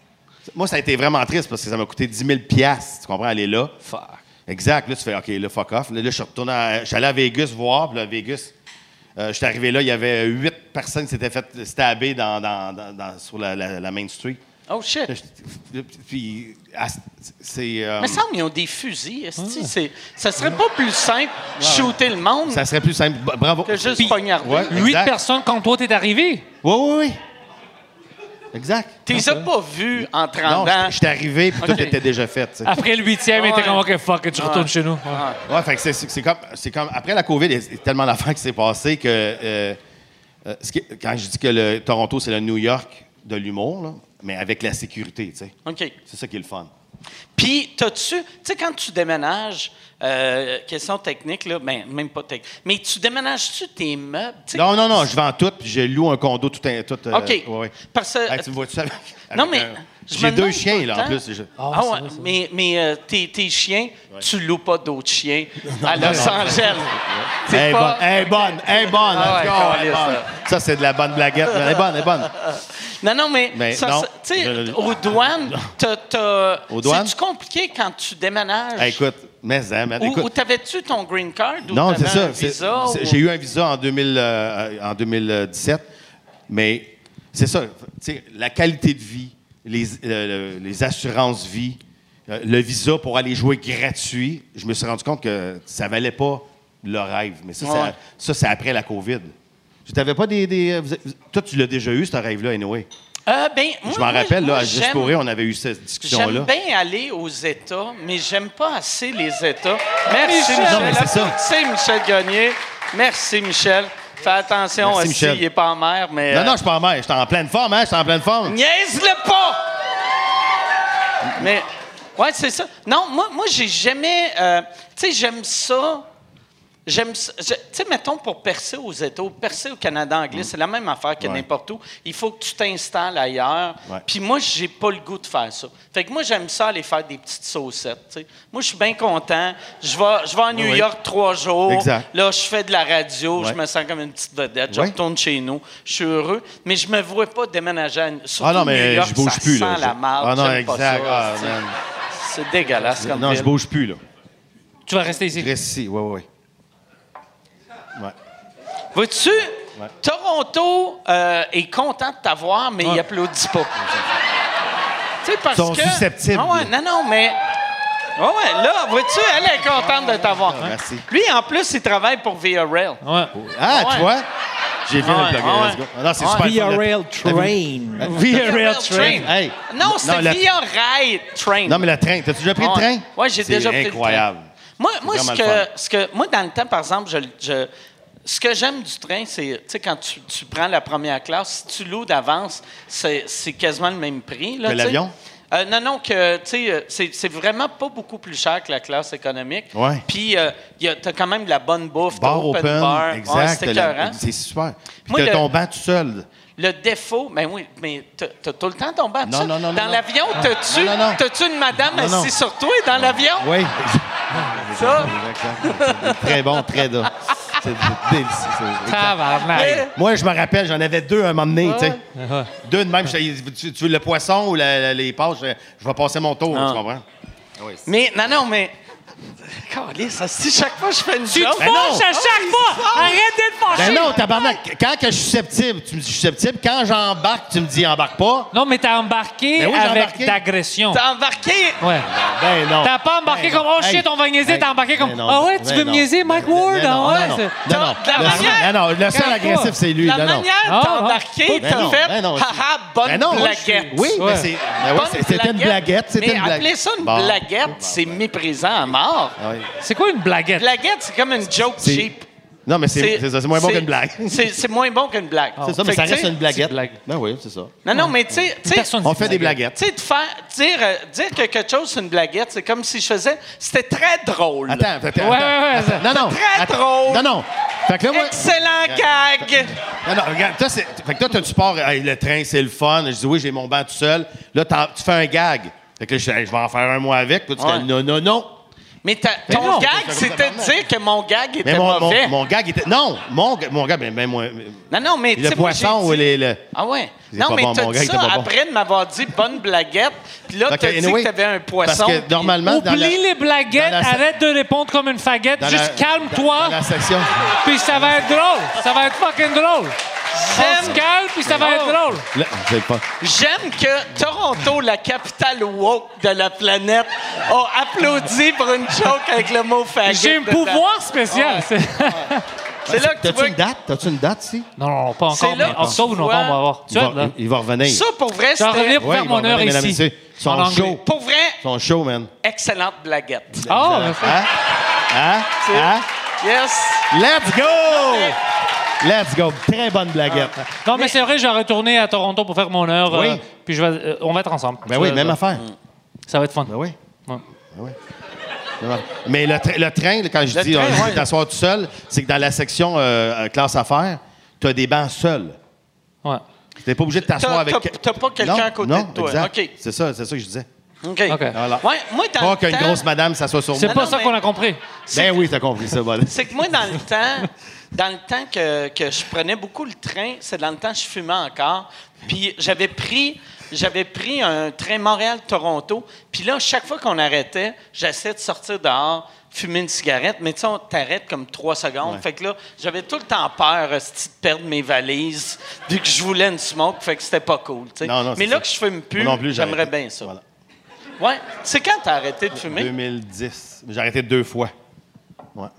Speaker 4: Moi, ça a été vraiment triste parce que ça m'a coûté 10 000 piastres, tu comprends, aller là. Fuck. Exact. Là, tu fais, OK, là, fuck off. Là, là, je suis retourné à, je suis allé à Vegas voir, puis là, Vegas, euh, je suis arrivé là, il y avait huit personnes qui s'étaient faites stabber dans, dans- dans- dans- sur la, la- la Main Street.
Speaker 1: Oh shit.
Speaker 4: Là, je- Puis, à- c'est... euh,
Speaker 1: Mais ça, ils ont des fusils. esti. C'est- Ça serait pas plus simple de shooter le monde
Speaker 4: ça serait plus simple. Bravo.
Speaker 1: que juste
Speaker 4: Puis-
Speaker 1: poignarder.
Speaker 4: Ouais.
Speaker 3: Huit
Speaker 4: Exact.
Speaker 3: personnes quand toi t'es arrivé.
Speaker 4: Oui, oui, oui. Exact.
Speaker 1: Tu les as pas vus en 30
Speaker 4: Non,
Speaker 1: ans.
Speaker 4: je suis arrivé, puis
Speaker 1: OK. Ah.
Speaker 4: tout était déjà fait. tu sais.
Speaker 3: Après le huitième, il était
Speaker 1: Ouais.
Speaker 3: comme OK, fuck, it, tu retournes chez nous. Ouais.
Speaker 4: Ouais, fait que c'est- c'est c'est comme, c'est comme. Après la COVID, il y a tellement d'affaires qui s'est passé que. euh, euh, ce qui- quand je dis que le Toronto, c'est le New York de l'humour, là, mais avec la sécurité, tu sais.
Speaker 1: OK.
Speaker 4: C'est ça qui est le fun.
Speaker 1: Puis, t'as-tu. Tu sais, quand tu déménages, euh, question technique, là, ben, même pas technique, mais tu déménages-tu tes meubles? Tu sais,
Speaker 4: Non, non, non, je vends tout, puis je loue un condo tout. un- tout euh,
Speaker 1: OK.
Speaker 4: ouais, ouais.
Speaker 1: Parce que.
Speaker 4: Hey, tu me vois-tu avec,
Speaker 1: non,
Speaker 4: avec
Speaker 1: mais.
Speaker 4: un-
Speaker 1: je
Speaker 4: J'ai
Speaker 1: me
Speaker 4: deux
Speaker 1: demande
Speaker 4: chiens,
Speaker 1: tout le
Speaker 4: là, en
Speaker 1: temps-
Speaker 4: plus. je-
Speaker 1: Ah,
Speaker 3: c'est
Speaker 1: ouais,
Speaker 3: vrai, c'est vrai.
Speaker 1: mais, mais euh, tes, tes chiens, tu loues pas d'autres chiens à Los Angeles. C'est
Speaker 4: Elle est bonne, elle est bonne, elle est bonne.
Speaker 1: Ah ouais,
Speaker 4: let's go, elle est
Speaker 1: calisse,
Speaker 4: bonne. Ça, c'est de la bonne blaguette. mais Elle est bonne, elle est bonne.
Speaker 1: Non, non, mais,
Speaker 4: eh, Mais
Speaker 1: ça,
Speaker 4: non,
Speaker 1: ça- tu sais,
Speaker 4: je-
Speaker 1: aux douanes, t'as- t'as-
Speaker 4: Aux douanes?
Speaker 1: c'est-tu compliqué quand tu déménages?
Speaker 4: Hey, Ah, écoute, mais, hein, mais
Speaker 1: ou,
Speaker 4: écoute.
Speaker 1: ou t'avais-tu ton green card? Ou
Speaker 4: Non,
Speaker 1: t'avais
Speaker 4: c'est ça.
Speaker 1: un
Speaker 4: c'est-
Speaker 1: visa,
Speaker 4: c'est-
Speaker 1: ou-
Speaker 4: J'ai eu un visa en, 2000, euh, en 2017, mais c'est ça. Tu sais, la qualité de vie, les, euh, les assurances vie, euh, le visa pour aller jouer gratuit, je me suis rendu compte que ça valait pas le rêve. Mais ça, c'est-
Speaker 1: Ouais.
Speaker 4: ça, c'est après la COVID. Tu t'avais pas des. des- euh, vous- vous- toi, tu l'as déjà eu, ce rêve-là, anyway.
Speaker 1: Euh, ben, moi,
Speaker 4: Je m'en
Speaker 1: moi,
Speaker 4: rappelle, là,
Speaker 1: moi,
Speaker 4: à Juste
Speaker 1: j'aime-
Speaker 4: pour rire, on avait eu cette discussion-là.
Speaker 1: J'aime bien aller aux États, mais j'aime pas assez les États. Merci, Michel.
Speaker 4: Non, mais c'est ça.
Speaker 1: Merci, Michel Gagné. Merci, Michel. Fais attention,
Speaker 4: Merci,
Speaker 1: aussi,
Speaker 4: Michel.
Speaker 1: il est pas en mer, mais...
Speaker 4: Non, non,
Speaker 1: euh,
Speaker 4: je suis pas en mer. Je suis en pleine forme, hein? Je suis en pleine forme.
Speaker 1: Niaise-le pas! Mais, ouais, c'est ça. Non, moi, moi j'ai jamais. euh, tu sais, j'aime ça. J'aime ça. je- Tu sais, mettons, pour percer aux États, ou percer au Canada anglais, c'est la même affaire que
Speaker 4: Mm. Ouais.
Speaker 1: n'importe où. Il faut que tu t'installes ailleurs.
Speaker 4: Ouais.
Speaker 1: Puis moi, j'ai pas le goût de faire ça. Fait que moi, j'aime ça aller faire des petites saucettes. tu sais. Moi, je suis bien content. Je vais, je vais à New
Speaker 4: Oui.
Speaker 1: York trois jours.
Speaker 4: Exact.
Speaker 1: Là, je fais de la radio. Je
Speaker 4: Ouais.
Speaker 1: me sens comme une petite vedette. Je
Speaker 4: Ouais.
Speaker 1: retourne chez nous. Je suis heureux. Mais je me vois pas déménager à, sur
Speaker 4: Ah non, mais
Speaker 1: New York,
Speaker 4: je bouge
Speaker 1: ça
Speaker 4: plus.
Speaker 1: sent
Speaker 4: là.
Speaker 1: la marde.
Speaker 4: Ah non,
Speaker 1: j'aime pas
Speaker 4: exact.
Speaker 1: ça,
Speaker 4: Ah,
Speaker 1: c'est-
Speaker 4: man.
Speaker 1: c'est dégueulasse comme
Speaker 4: Non,
Speaker 1: ville.
Speaker 4: je bouge plus, là.
Speaker 3: Tu vas rester ici.
Speaker 4: Reste ici, oui, oui. Ouais.
Speaker 1: Vois-tu, Toronto euh, est content de t'avoir, mais il applaudit pas. tu sais, parce
Speaker 4: Ils sont
Speaker 1: que...
Speaker 4: susceptibles.
Speaker 1: Ah ouais, non, non, mais... Ouais, ouais, là, vois-tu, elle est contente de t'avoir.
Speaker 4: Ah, merci.
Speaker 1: Lui, en plus, il travaille pour VRL.
Speaker 3: Ouais.
Speaker 4: Ah,
Speaker 1: Ouais.
Speaker 4: tu vois? J'ai fait
Speaker 1: Ah
Speaker 4: un
Speaker 1: ouais,
Speaker 4: plug.
Speaker 1: ah ouais.
Speaker 4: let's go. Ah Non, c'est
Speaker 1: Ah
Speaker 4: super.
Speaker 2: Via
Speaker 4: fun, là.
Speaker 2: Rail Train.
Speaker 1: Via Rail Train.
Speaker 4: Hey.
Speaker 1: Non, c'est
Speaker 4: le-
Speaker 1: Via Rail Train.
Speaker 4: Non, mais le train. T'as-tu déjà pris
Speaker 1: Ah Ouais.
Speaker 4: le train?
Speaker 1: Ouais, j'ai
Speaker 4: C'est
Speaker 1: déjà pris le train.
Speaker 4: incroyable.
Speaker 1: Moi,
Speaker 4: C'est
Speaker 1: moi ce,
Speaker 4: vraiment
Speaker 1: que,
Speaker 4: le fun.
Speaker 1: ce que- moi, dans le temps, par exemple, je, je- ce que j'aime du train, c'est, tu sais, quand tu, tu prends la première classe, si tu loues d'avance, c'est, c'est quasiment le même prix. Là,
Speaker 4: Que
Speaker 1: tu sais.
Speaker 4: l'avion?
Speaker 1: Euh, non, non, que, tu sais, euh, c'est, c'est vraiment pas beaucoup plus cher que la classe économique.
Speaker 4: Ouais.
Speaker 1: Puis, euh, y a- t'as quand même de la bonne bouffe, t'as
Speaker 4: Bar open.
Speaker 1: bar. Ouais,
Speaker 4: Exact.
Speaker 1: c'est
Speaker 4: t'as le-
Speaker 1: écœurant.
Speaker 4: C'est super. Puis
Speaker 1: Moi,
Speaker 4: t'as
Speaker 1: le-
Speaker 4: ton banc tout seul.
Speaker 1: Le défaut, ben oui, mais t'as- t'as tout le temps ton banc.
Speaker 4: Non, non, non,
Speaker 1: Dans
Speaker 4: non.
Speaker 1: l'avion, t'as-tu,
Speaker 4: Non, non, non.
Speaker 1: t'as-tu une madame
Speaker 4: Non, non.
Speaker 1: assise sur toi dans l'avion?
Speaker 4: Oui.
Speaker 1: Ça?
Speaker 4: très bon, très bon. C'est c'est délicieux. c'est-
Speaker 3: Tabarnak.
Speaker 4: Moi, je me rappelle, j'en avais deux à un moment donné, tu sais. Deux de même. je- Tu, tu veux le poisson ou la- la- les pâtes? Je, je vais passer mon tour,
Speaker 1: Ah.
Speaker 4: tu comprends?
Speaker 1: Mais, non, non, mais. Calisse, si chaque fois je fais une
Speaker 3: Tu te
Speaker 1: joke-
Speaker 3: fâches à chaque fois! Arrêtez de fâcher!
Speaker 4: Ben non, tabarnak. Quand que je suis susceptible, tu me dis je suis susceptible. Quand j'embarque, tu me dis embarque pas.
Speaker 3: Non, mais t'as embarqué
Speaker 4: Ben oui, j'ai
Speaker 3: avec
Speaker 4: embarqué.
Speaker 3: d'agression.
Speaker 1: T'as embarqué.
Speaker 3: Ouais.
Speaker 4: Ben non.
Speaker 3: T'as pas embarqué
Speaker 4: Ben non.
Speaker 3: comme « Oh shit,
Speaker 4: Hey.
Speaker 3: on va niaiser
Speaker 4: Hey.
Speaker 3: t'as embarqué comme «
Speaker 4: Ben non.
Speaker 3: Ah ouais, tu
Speaker 4: Ben
Speaker 3: veux me
Speaker 4: non.
Speaker 3: niaiser, Mike
Speaker 4: Ben non,
Speaker 3: Ward?
Speaker 4: non,
Speaker 3: Ah ouais,
Speaker 4: non,
Speaker 3: c'est-
Speaker 4: non, non.
Speaker 1: la
Speaker 4: Le-
Speaker 1: manière-
Speaker 4: non, non, le seul
Speaker 3: Quand pas.
Speaker 4: agressif, c'est lui.
Speaker 1: La
Speaker 4: non, non.
Speaker 1: manière
Speaker 3: Ah,
Speaker 1: dont t'as
Speaker 3: ah.
Speaker 1: embarqué,
Speaker 4: Ben
Speaker 1: t'as
Speaker 4: non,
Speaker 1: fait.
Speaker 4: ben non, c'est-
Speaker 1: haha, bonne
Speaker 4: Ben non, moi, je suis-
Speaker 1: blaguette.
Speaker 4: Oui, mais c'est- ben oui,
Speaker 1: Bonne
Speaker 4: c'est- c'était une blaguette. C'était
Speaker 1: Mais
Speaker 4: une blague-
Speaker 1: appelez ça une
Speaker 4: Bon.
Speaker 1: blaguette, c'est méprisant à mort.
Speaker 4: Ah oui.
Speaker 3: C'est quoi une blaguette?
Speaker 1: Blaguette, c'est comme une joke
Speaker 4: C'est-
Speaker 1: cheap.
Speaker 4: Non, mais c'est c'est ça, c'est moins bon
Speaker 1: c'est-
Speaker 4: qu'une blague.
Speaker 1: C'est c'est moins bon qu'une blague. Fait
Speaker 4: C'est ça, mais ça
Speaker 1: que,
Speaker 4: reste
Speaker 1: tu sais-
Speaker 4: une blaguette.
Speaker 3: blague.
Speaker 4: Ben oui, c'est ça.
Speaker 1: Non, non, mais tu sais- tu sais,
Speaker 3: Personne
Speaker 4: On
Speaker 3: dit
Speaker 4: fait des
Speaker 3: blaguette.
Speaker 4: blaguettes.
Speaker 1: Tu sais, de faire, dire, euh, dire que quelque chose, c'est une blaguette, c'est comme si je faisais. C'était très drôle.
Speaker 4: Attends, attends, attends.
Speaker 3: Ouais, ouais, ouais, ça-
Speaker 4: Attends, Non, non.
Speaker 1: très
Speaker 4: attends.
Speaker 1: drôle.
Speaker 4: Non, non. Fait que là, moi.
Speaker 1: Excellent gag!
Speaker 4: Non, non, regarde, toi, c'est- fait que toi, t'as du sport, Hey, le train, c'est le fun. Je dis oui, j'ai mon banc tout seul. Là, t'en- tu fais un gag. Fait que là, je, hey, je vais en faire un mois avec. Puis tu
Speaker 1: Ouais.
Speaker 4: fais non, non, non.
Speaker 1: Mais ta- ton
Speaker 4: non,
Speaker 1: gag,
Speaker 4: c'est
Speaker 1: c'était de dire que mon gag était
Speaker 4: Mais mon, mon-
Speaker 1: mauvais.
Speaker 4: mon gag était. Non, mon, ga- mon gag, mais même moi.
Speaker 1: non, non, mais tu
Speaker 4: Le
Speaker 1: sais, moi, j'ai
Speaker 4: poisson ou
Speaker 1: dit-
Speaker 4: les. le-
Speaker 1: Ah ouais?
Speaker 4: Il est
Speaker 1: Non,
Speaker 4: pas
Speaker 1: mais
Speaker 4: bon,
Speaker 1: t'as
Speaker 4: mon
Speaker 1: dit
Speaker 4: gag, il
Speaker 1: ça
Speaker 4: était pas bon.
Speaker 1: après de m'avoir dit bonne blaguette, puis là,
Speaker 4: Fait que,
Speaker 1: t'as dit
Speaker 4: anyway,
Speaker 1: que t'avais un
Speaker 4: parce
Speaker 1: poisson.
Speaker 4: que normalement, dans la-
Speaker 3: Oublie les blaguettes,
Speaker 4: dans la-
Speaker 3: arrête de répondre comme une faguette,
Speaker 4: dans la-
Speaker 3: juste
Speaker 4: Dans,
Speaker 3: calme-toi,
Speaker 4: dans la section.
Speaker 3: puis ça va être drôle. Ça va être fucking drôle. On se
Speaker 1: J'aime,
Speaker 3: calme, puis ça va être drôle.
Speaker 4: Là, je sais pas.
Speaker 1: j'aime que Toronto, la capitale woke de la planète, a applaudi pour une joke avec le mot faggot.
Speaker 3: J'ai un
Speaker 1: dedans.
Speaker 3: pouvoir spécial. c'est-
Speaker 1: C'est là que tu
Speaker 4: T'as-tu
Speaker 1: vois
Speaker 4: une date? T'as-tu une date, si?
Speaker 3: Non, non, non, pas encore,
Speaker 1: C'est là
Speaker 3: mais
Speaker 1: que
Speaker 3: octobre ou
Speaker 1: tu vois-
Speaker 3: novembre, on va voir. Tu
Speaker 4: Il
Speaker 3: vois,
Speaker 4: va,
Speaker 3: là?
Speaker 4: il va revenir.
Speaker 1: Ça, pour vrai,
Speaker 3: Je vais
Speaker 1: c'était...
Speaker 3: revenir pour
Speaker 4: Ouais,
Speaker 3: faire
Speaker 4: ils vont
Speaker 3: mon heure
Speaker 4: revenir, mesdames et
Speaker 3: ici.
Speaker 4: messieurs. Ils sont
Speaker 3: En anglais.
Speaker 4: chauds.
Speaker 1: Pour vrai,
Speaker 4: Ils sont chauds, man.
Speaker 1: excellente blaguette.
Speaker 3: Ah, ben,
Speaker 4: Hein? Hein? Hein?
Speaker 1: Yes!
Speaker 4: Let's go! Ah. Let's go. Très bonne blaguette.
Speaker 3: Non, mais, c'est vrai, je vais retourner à Toronto pour faire mon heure.
Speaker 4: Oui.
Speaker 3: euh, puis je vais, euh, on va être ensemble.
Speaker 4: Ben
Speaker 3: Tu
Speaker 4: oui,
Speaker 3: vas-
Speaker 4: même affaire.
Speaker 3: Ça va être fun.
Speaker 4: Ben oui.
Speaker 3: Ouais.
Speaker 4: Ben oui. Ben oui. Mais le, tra- le train, quand je
Speaker 1: Le
Speaker 4: dis
Speaker 1: train,
Speaker 4: euh,
Speaker 1: ouais.
Speaker 4: t'asseoir tout seul, c'est que dans la section euh, euh, classe affaires, t'as des bancs seuls.
Speaker 3: Ouais.
Speaker 4: T'es pas obligé de t'asseoir
Speaker 1: T'as-
Speaker 4: avec.
Speaker 1: t'as- t'as pas quelqu'un
Speaker 4: Non,
Speaker 1: à côté
Speaker 4: non,
Speaker 1: de toi.
Speaker 4: exact.
Speaker 1: OK.
Speaker 4: C'est ça, c'est ça que je disais.
Speaker 1: OK.
Speaker 3: OK.
Speaker 4: Voilà.
Speaker 1: Ouais, moi, dans
Speaker 4: Pas
Speaker 1: le
Speaker 4: qu'une
Speaker 1: temps,
Speaker 4: grosse madame s'assoit sur
Speaker 3: C'est
Speaker 4: moi.
Speaker 3: pas
Speaker 1: non,
Speaker 3: ça
Speaker 1: mais-
Speaker 3: qu'on a compris.
Speaker 4: Ben oui, t'as compris ça, bon.
Speaker 1: c'est que moi, dans le temps, dans le temps que, que je prenais beaucoup le train, c'est dans le temps que je fumais encore. Puis j'avais pris, j'avais pris un train Montréal-Toronto. Puis là, chaque fois qu'on arrêtait, j'essayais de sortir dehors, fumer une cigarette. Mais tu sais, on t'arrête comme trois secondes. Fait que là, j'avais tout le temps peur hostie, de perdre mes valises, vu que je voulais une smoke. Fait que c'était pas cool. tu sais.
Speaker 4: Non, non,
Speaker 1: Mais
Speaker 4: c'est
Speaker 1: là
Speaker 4: ça.
Speaker 1: que je fume plus,
Speaker 4: Moi non plus, j'ai
Speaker 1: j'aimerais
Speaker 4: arrêté.
Speaker 1: bien ça.
Speaker 4: Voilà.
Speaker 1: Ouais. C'est quand t'as arrêté de fumer?
Speaker 4: 2010. J'ai arrêté deux fois.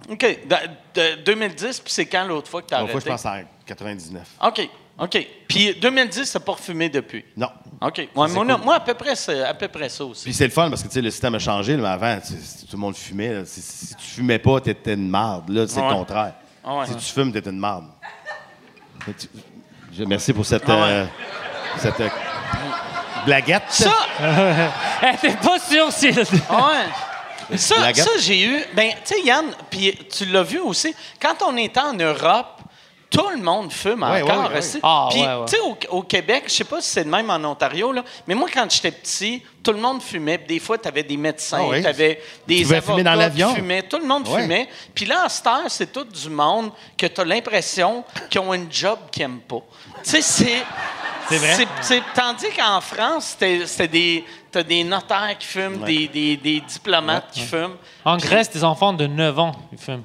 Speaker 1: OK. De- de- 2010, puis c'est quand l'autre fois que t'as
Speaker 4: Une
Speaker 1: arrêté?
Speaker 4: fois, je pense à 99.
Speaker 1: OK, OK. Puis 2010, t'as pas refumé depuis.
Speaker 4: Non.
Speaker 1: OK. Ouais, moi, non, moi, à peu près, ça- à peu près ça aussi.
Speaker 4: Puis c'est le fun parce que tu sais, le système a changé. là, mais avant, tu- si tout le monde fumait. là, Si, si tu fumais pas, t'étais une marde. Là, c'est
Speaker 1: Ouais.
Speaker 4: le contraire.
Speaker 1: Ah ouais.
Speaker 4: Si tu fumes, t'es une marde. Mais tu- je- Merci pour cette,
Speaker 1: Ah ouais.
Speaker 4: euh, cette euh, blaguette.
Speaker 1: Ça,
Speaker 3: Eh, T'es pas sûr si.
Speaker 1: Ah ouais. Ça,
Speaker 4: Blaguette.
Speaker 1: ça j'ai eu. Ben, tu sais, Yann, puis tu l'as vu aussi, quand on était en Europe, tout le monde fume
Speaker 4: Ouais,
Speaker 1: encore.
Speaker 4: ouais, ouais.
Speaker 1: aussi.
Speaker 3: Ah,
Speaker 1: Puis,
Speaker 3: ouais, ouais.
Speaker 1: tu sais, au, au Québec, je sais pas si c'est le même en Ontario, là, mais moi, quand j'étais petit, tout le monde fumait. Puis Des fois, tu avais des médecins,
Speaker 4: Ah oui.
Speaker 1: tu avais des
Speaker 4: pouvais
Speaker 1: avocats
Speaker 4: fumer dans l'avion.
Speaker 1: qui fumaient. Tout le monde
Speaker 4: Ouais.
Speaker 1: fumait. Puis là, à cette heure, c'est tout du monde que tu as l'impression qu'ils ont une job qu'ils n'aiment pas. Tu sais, c'est...
Speaker 4: C'est vrai.
Speaker 1: c'est- tandis qu'en France, c'était c'était des... T'as des notaires qui fument, des, des- des diplomates qui fument.
Speaker 3: En Grèce, des enfants de 9 ans, ils fument.